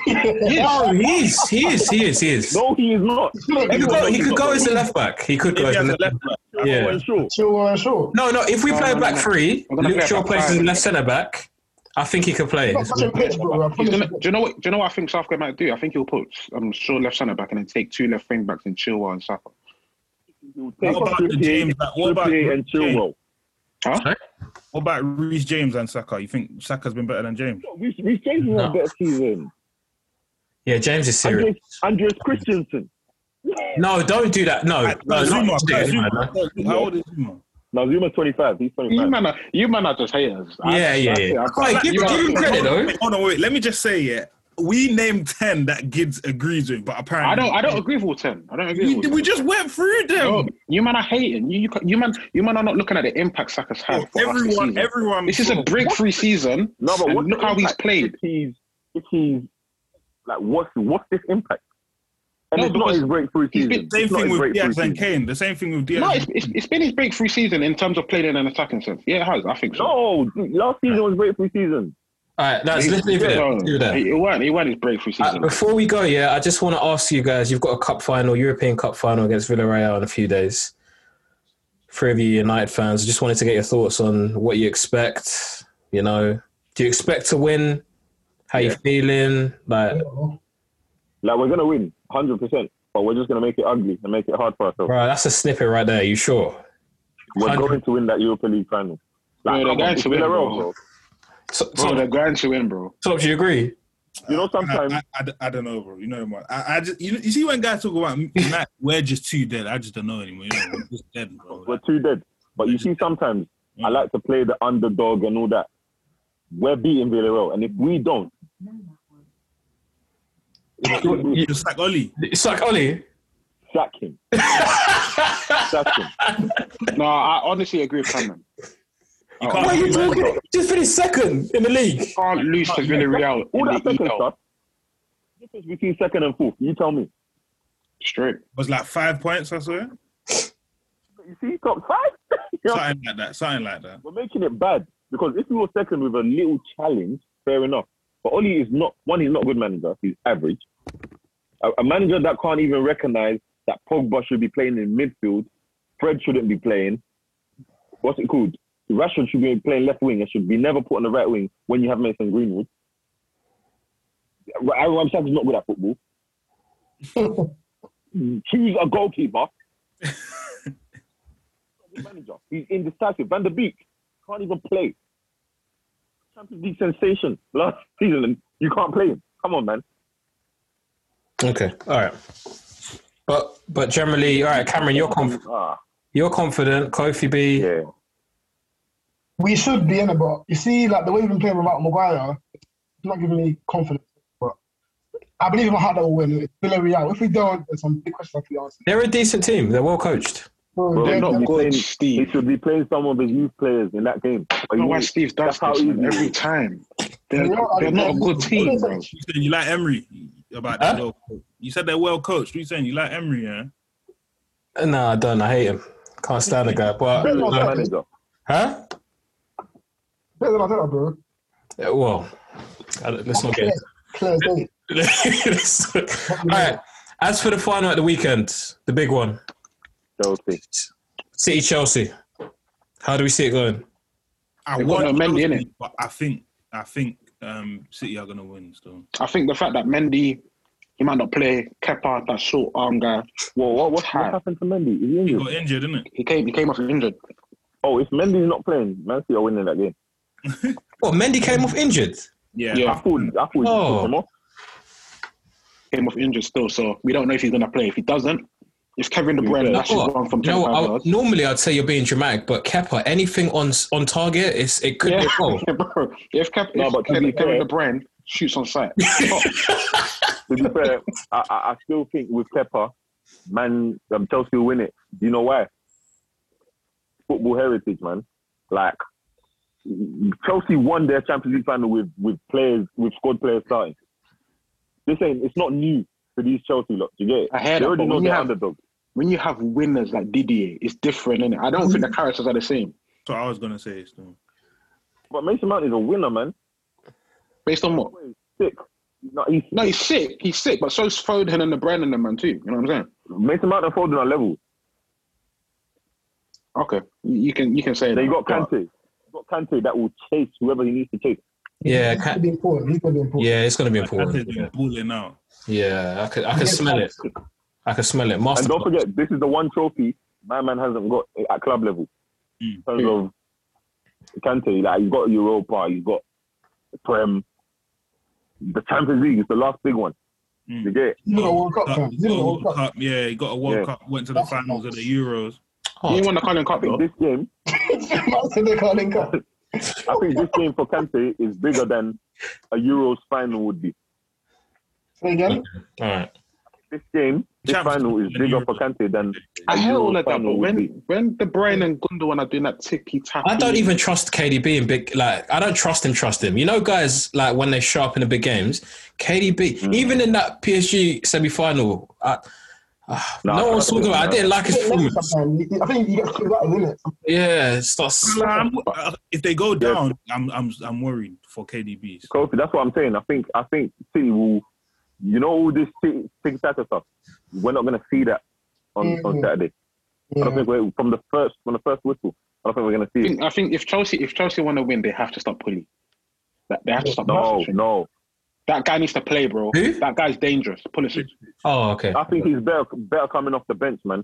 [SPEAKER 4] Oh, he is. He is. He is. He is.
[SPEAKER 7] No, he is not.
[SPEAKER 4] He could go, he could go as
[SPEAKER 7] He's
[SPEAKER 4] a left back. He could go
[SPEAKER 8] If
[SPEAKER 4] as
[SPEAKER 8] he
[SPEAKER 4] a
[SPEAKER 8] has a
[SPEAKER 4] left back.
[SPEAKER 8] left back,
[SPEAKER 7] not
[SPEAKER 4] Yeah.
[SPEAKER 7] even sure.
[SPEAKER 6] Sure, uh, sure.
[SPEAKER 4] No, no. If we
[SPEAKER 5] No,
[SPEAKER 4] play
[SPEAKER 5] no,
[SPEAKER 4] a
[SPEAKER 5] no,
[SPEAKER 4] back
[SPEAKER 5] no.
[SPEAKER 4] three,
[SPEAKER 5] We're gonna play
[SPEAKER 4] Luke
[SPEAKER 5] a
[SPEAKER 4] Shaw
[SPEAKER 5] back
[SPEAKER 4] plays as
[SPEAKER 5] five.
[SPEAKER 4] left centre back. I think he could play.
[SPEAKER 6] Not such a pitch, bro. I
[SPEAKER 5] He's
[SPEAKER 6] promise
[SPEAKER 5] <laughs> gonna,
[SPEAKER 6] you.
[SPEAKER 5] do you know what? Do you know what I think Southgate might do? I think he'll put, I'm sure, left centre back and then take two left wing backs in Chilwell and Saka.
[SPEAKER 7] He'll
[SPEAKER 8] What
[SPEAKER 7] take
[SPEAKER 8] about the
[SPEAKER 7] Trippier-
[SPEAKER 8] James? Like, what about
[SPEAKER 7] Trippier and Chilwell?
[SPEAKER 8] What about Reece James and Saka? You think Saka's been better than James?
[SPEAKER 7] We we changed him
[SPEAKER 4] No.
[SPEAKER 7] a better season.
[SPEAKER 4] Yeah, James is serious.
[SPEAKER 7] Andres, Andres Christensen.
[SPEAKER 4] No, don't do that. No, no,
[SPEAKER 8] Zuma,
[SPEAKER 4] not today,
[SPEAKER 8] Zuma.
[SPEAKER 4] man.
[SPEAKER 8] How old is Zuma?
[SPEAKER 7] Now Zuma's 25. He's
[SPEAKER 5] You
[SPEAKER 7] 25.
[SPEAKER 5] man, are, you man are just haters. I-
[SPEAKER 4] Yeah, yeah,
[SPEAKER 5] that's it.
[SPEAKER 4] yeah.
[SPEAKER 5] I
[SPEAKER 4] Wait,
[SPEAKER 5] can't-
[SPEAKER 4] give,
[SPEAKER 5] you
[SPEAKER 4] give
[SPEAKER 5] man-
[SPEAKER 4] him credit though.
[SPEAKER 8] Hold on, wait. Let me just say, yeah, we named ten that Gids agrees with, but apparently
[SPEAKER 5] I don't. I don't agree with all ten. I don't agree.
[SPEAKER 8] We,
[SPEAKER 5] with all
[SPEAKER 8] we just went through them.
[SPEAKER 5] 10. No, you man are hating. You, you ca- you man you man are not looking at the impact Saka's
[SPEAKER 8] Bro,
[SPEAKER 5] had. for us this
[SPEAKER 8] everyone,
[SPEAKER 5] season.
[SPEAKER 8] everyone.
[SPEAKER 5] This is a breakthrough season.
[SPEAKER 7] No, but
[SPEAKER 5] and
[SPEAKER 7] what's
[SPEAKER 5] look
[SPEAKER 7] the
[SPEAKER 5] how he's
[SPEAKER 7] impact
[SPEAKER 5] played.
[SPEAKER 7] If he's, if he's like, what's what's this impact? And
[SPEAKER 5] No,
[SPEAKER 7] it's not
[SPEAKER 5] because
[SPEAKER 7] his breakthrough
[SPEAKER 5] he's
[SPEAKER 7] season.
[SPEAKER 5] been-
[SPEAKER 7] It's
[SPEAKER 8] same
[SPEAKER 7] not
[SPEAKER 8] thing
[SPEAKER 7] his
[SPEAKER 8] with
[SPEAKER 7] breakthrough
[SPEAKER 8] Diaz and
[SPEAKER 7] season.
[SPEAKER 8] Kane. The same thing with Diaz.
[SPEAKER 5] No, it's, it's, it's been his breakthrough season in terms of playing in an attacking sense. Yeah, it has. I think so.
[SPEAKER 7] No, dude, last season was breakthrough season.
[SPEAKER 4] All right, that's, let's leave it there. Let's leave it there.
[SPEAKER 5] It, it weren't. It weren't his breakthrough
[SPEAKER 4] Uh, <laughs>
[SPEAKER 5] season.
[SPEAKER 4] before we go, yeah, I just want to ask you guys. You've got a cup final, European Cup final against Villarreal in a few days. Three of you United fans, I just wanted to get your thoughts on what you expect. You know, do you expect to win? How you feeling? Like,
[SPEAKER 7] Like we're gonna win, hundred percent. But we're just gonna make it ugly and make it hard for ourselves.
[SPEAKER 4] bro, that's a snippet right there. You sure?
[SPEAKER 7] We're
[SPEAKER 4] 100.
[SPEAKER 7] going to win that Europa League final. Like,
[SPEAKER 5] Bro, they're
[SPEAKER 7] come
[SPEAKER 5] going
[SPEAKER 7] on, it's
[SPEAKER 5] to win,
[SPEAKER 7] Villarreal,
[SPEAKER 5] bro.
[SPEAKER 7] bro.
[SPEAKER 4] So,
[SPEAKER 5] Bro, they're
[SPEAKER 4] so,
[SPEAKER 5] going to win, bro.
[SPEAKER 4] Top, do you agree?
[SPEAKER 7] You know,
[SPEAKER 8] I,
[SPEAKER 7] sometimes
[SPEAKER 8] I, I d- I don't know, bro. You know, man. I, I just, you, know- you see when guys talk about Matt, we're just too dead. I just don't know anymore. You know, we're just dead, bro.
[SPEAKER 7] we're too dead. But you see, sometimes I like to play the underdog and all that. We're beating Villarreal, and if we don't,
[SPEAKER 8] You're just like Oli.
[SPEAKER 4] It's like Ollie.
[SPEAKER 7] sack him. sack him.
[SPEAKER 5] No, I honestly agree with Cameron. I
[SPEAKER 8] can't-
[SPEAKER 4] What are
[SPEAKER 5] honestly
[SPEAKER 4] you talking? Just finished second in the league.
[SPEAKER 5] can't lose to Villarreal
[SPEAKER 7] All that
[SPEAKER 5] in
[SPEAKER 7] second
[SPEAKER 5] the EL.
[SPEAKER 7] stuff. Difference between second and fourth. You tell me.
[SPEAKER 5] Straight.
[SPEAKER 8] was like five points, I swear.
[SPEAKER 7] You see, top five. <laughs> Yeah.
[SPEAKER 8] Something like that. Something like that.
[SPEAKER 7] We're making it bad because if we were second with a little challenge, fair enough. But Oli is not one. He's not a good manager. He's average. A, a manager that can't even recognize that Pogba should be playing in midfield. Fred shouldn't be playing. What's it called? Rashford should be playing left wing and should be never put on the right wing when you have Mason Greenwood. Ra- Aaron Ramsdale's not good at football. Choose a
[SPEAKER 5] <laughs>
[SPEAKER 7] goalkeeper. He's not the manager. He's indecisive. Van der Beek can't even play. Champions League sensation last season, and you can't play him. Come on, man.
[SPEAKER 4] Okay, all right. But but generally, all right, Cameron, you're conf-
[SPEAKER 7] Ah,
[SPEAKER 4] you're confident. Kofi B,
[SPEAKER 7] yeah.
[SPEAKER 6] <laughs> We should be in it, but you see, like the way we've been playing without Maguire, it's not giving me confidence. But I believe in my heart that we'll win. It's Villarreal. If we don't, there's some big questions to be answered.
[SPEAKER 4] they're a decent team. They're well coached.
[SPEAKER 6] So,
[SPEAKER 7] Bro,
[SPEAKER 6] yeah,
[SPEAKER 7] not
[SPEAKER 6] yeah.
[SPEAKER 7] good. playing- He
[SPEAKER 5] Steve.
[SPEAKER 7] should be playing some of his youth players in that game.
[SPEAKER 5] I
[SPEAKER 7] Are
[SPEAKER 5] don't
[SPEAKER 7] you-
[SPEAKER 5] know why Steve
[SPEAKER 7] That's
[SPEAKER 5] does
[SPEAKER 7] how
[SPEAKER 5] this man,
[SPEAKER 7] easy it
[SPEAKER 5] every
[SPEAKER 7] is.
[SPEAKER 5] time. They're,
[SPEAKER 6] Villarreal are
[SPEAKER 5] they're not a good team, bro.
[SPEAKER 8] You said you like Emery about that. though. You said they're well coached. What you saying? You like Emery, yeah?
[SPEAKER 4] Uh, No, I don't. I hate him. Can't stand the guy. But
[SPEAKER 7] Better
[SPEAKER 6] Villarreal-
[SPEAKER 7] manager.
[SPEAKER 4] huh?
[SPEAKER 6] Better than Arteta, bro.
[SPEAKER 4] Yeah, Well, I don't- let's not get.
[SPEAKER 6] Clear as day.
[SPEAKER 4] <laughs> let's- all right. As for the final at the weekend, the big one,
[SPEAKER 7] Chelsea.
[SPEAKER 4] City Chelsea. How do we see it going?
[SPEAKER 8] I
[SPEAKER 5] They've got
[SPEAKER 8] want
[SPEAKER 5] no Mendy,
[SPEAKER 8] Chelsea,
[SPEAKER 5] innit?
[SPEAKER 8] but I think I think um, City are gonna win still.
[SPEAKER 5] I think the fact that Mendy, he might not play, Kepa, that short arm guy,
[SPEAKER 7] Whoa, what, what, what
[SPEAKER 5] Tired.
[SPEAKER 7] happened to Mendy? Is he
[SPEAKER 8] He
[SPEAKER 7] injured?
[SPEAKER 8] got injured, didn't it?
[SPEAKER 5] he came he came off injured.
[SPEAKER 7] Oh, if Mendy's not playing, Man City are winning that game.
[SPEAKER 4] Well, Mendy came off injured.
[SPEAKER 8] Yeah.
[SPEAKER 5] Yeah,
[SPEAKER 7] I thought, I thought
[SPEAKER 4] Oh.
[SPEAKER 7] he took him off.
[SPEAKER 5] came off injured still, so we don't know if he's gonna play. If he doesn't, it's Kevin De Bruyne. That's
[SPEAKER 4] You know
[SPEAKER 5] his
[SPEAKER 4] what?
[SPEAKER 5] one from
[SPEAKER 4] You know
[SPEAKER 5] ten
[SPEAKER 4] what? I-
[SPEAKER 5] yards.
[SPEAKER 4] normally I'd say you're being dramatic, but Kepa, anything on s- on target, it's, it could
[SPEAKER 5] <laughs> Yeah,
[SPEAKER 4] be a goal.
[SPEAKER 5] yeah, bro. If, Kev,
[SPEAKER 7] No,
[SPEAKER 5] if
[SPEAKER 7] but to
[SPEAKER 5] Kevin,
[SPEAKER 7] be
[SPEAKER 5] Kevin
[SPEAKER 7] fair-
[SPEAKER 5] De Bruyne shoots
[SPEAKER 4] <laughs>
[SPEAKER 5] on sight.
[SPEAKER 7] To be fair, I, I I still think with Kepa, man, um, Chelsea will win it. Do you know why? Football heritage, man. Like Chelsea won their Champions League final with with players with squad players starting. This ain't it's not new to these Chelsea lot. Do you get it?
[SPEAKER 5] I hear
[SPEAKER 7] they
[SPEAKER 5] that,
[SPEAKER 7] already
[SPEAKER 5] but
[SPEAKER 7] know
[SPEAKER 5] we
[SPEAKER 7] they're
[SPEAKER 5] have-
[SPEAKER 7] underdogs.
[SPEAKER 5] when you have winners like Didier, it's different, innit? I don't
[SPEAKER 4] Mm-hmm.
[SPEAKER 5] think the characters are the same.
[SPEAKER 8] So I was gonna say still.
[SPEAKER 7] But Mason Mount is a winner, man.
[SPEAKER 5] Based on what?
[SPEAKER 7] Sick. No, he's,
[SPEAKER 5] No, he's sick. He's sick, but so's Foden and the brand and the man too. You know what I'm saying?
[SPEAKER 7] Mason Mount and Foden are level.
[SPEAKER 5] Okay, you you can you can say
[SPEAKER 7] Then
[SPEAKER 5] that.
[SPEAKER 7] you got
[SPEAKER 5] but-
[SPEAKER 7] Kante. You got Kante that will chase whoever he needs to chase.
[SPEAKER 4] Yeah,
[SPEAKER 6] He's
[SPEAKER 4] ca-
[SPEAKER 6] gonna be important. He's gonna be important.
[SPEAKER 4] yeah, it's gonna be
[SPEAKER 8] Kante's
[SPEAKER 4] important.
[SPEAKER 8] been balling out.
[SPEAKER 4] Yeah, I could, I could smell it. I could smell it. Master.
[SPEAKER 7] And don't forget, this is the one trophy my man hasn't got at club level.
[SPEAKER 8] Mm.
[SPEAKER 7] In terms of Kante, like he's got Europa, he's got Prem, the Champions League is the last big one.
[SPEAKER 8] Mm.
[SPEAKER 7] You get it?
[SPEAKER 6] He's gonna World Cup, fam.
[SPEAKER 8] Cup,
[SPEAKER 6] He's gonna
[SPEAKER 8] got a
[SPEAKER 6] World
[SPEAKER 8] World
[SPEAKER 6] <laughs> Cup.
[SPEAKER 8] Cup. Yeah, he got a World
[SPEAKER 7] Yeah.
[SPEAKER 8] Cup. Went to the finals of the Euros.
[SPEAKER 5] He ain't won the Carling Cup
[SPEAKER 7] I think
[SPEAKER 5] though.
[SPEAKER 7] this game,
[SPEAKER 6] Imagine they can't link up.
[SPEAKER 7] I think this game for Kante is bigger than a Euros final would be.
[SPEAKER 6] Say
[SPEAKER 4] Uh,
[SPEAKER 6] again.
[SPEAKER 4] All right.
[SPEAKER 7] This game, this
[SPEAKER 8] Champions
[SPEAKER 7] final is
[SPEAKER 8] League and
[SPEAKER 7] bigger for Kante than
[SPEAKER 5] I hear all of that,
[SPEAKER 7] Final
[SPEAKER 5] but
[SPEAKER 7] would be.
[SPEAKER 5] when when De Bruyne and Gundogan are doing that ticky tacky,
[SPEAKER 4] I don't even trust KDB in big like I don't trust him. Trust him. You know, guys like when they show up in the big games, KDB
[SPEAKER 7] Mm.
[SPEAKER 4] even in that PSG semi final, uh,
[SPEAKER 7] Nah,
[SPEAKER 4] no
[SPEAKER 7] I
[SPEAKER 4] one's talking
[SPEAKER 7] don't
[SPEAKER 4] about. it. I
[SPEAKER 7] know.
[SPEAKER 4] didn't like his performance.
[SPEAKER 6] Sometimes you- I think you get screwed out of it.
[SPEAKER 4] Yeah, it starts.
[SPEAKER 8] Nah, I'm- uh, if they go down, I'm I'm I'm worried for KDBs.
[SPEAKER 7] Kofi, that's what I'm saying. I think I think City will, you know, all this City City Tata stuff. We're not going to see that on, on
[SPEAKER 6] Mhm.
[SPEAKER 7] Saturday. I don't
[SPEAKER 6] Yeah.
[SPEAKER 7] think we're, from the first from the first whistle. I don't think we're going to
[SPEAKER 5] I
[SPEAKER 7] see it.
[SPEAKER 5] think, I think if Chelsea if Chelsea want to win, they have to stop pulling. Like, they have to stop.
[SPEAKER 7] No,
[SPEAKER 5] Pulisic.
[SPEAKER 7] no.
[SPEAKER 5] That guy needs to play, bro.
[SPEAKER 4] Who?
[SPEAKER 5] That guy's dangerous. Pulisic.
[SPEAKER 4] Oh, okay.
[SPEAKER 7] I think he's better better coming off the bench, man.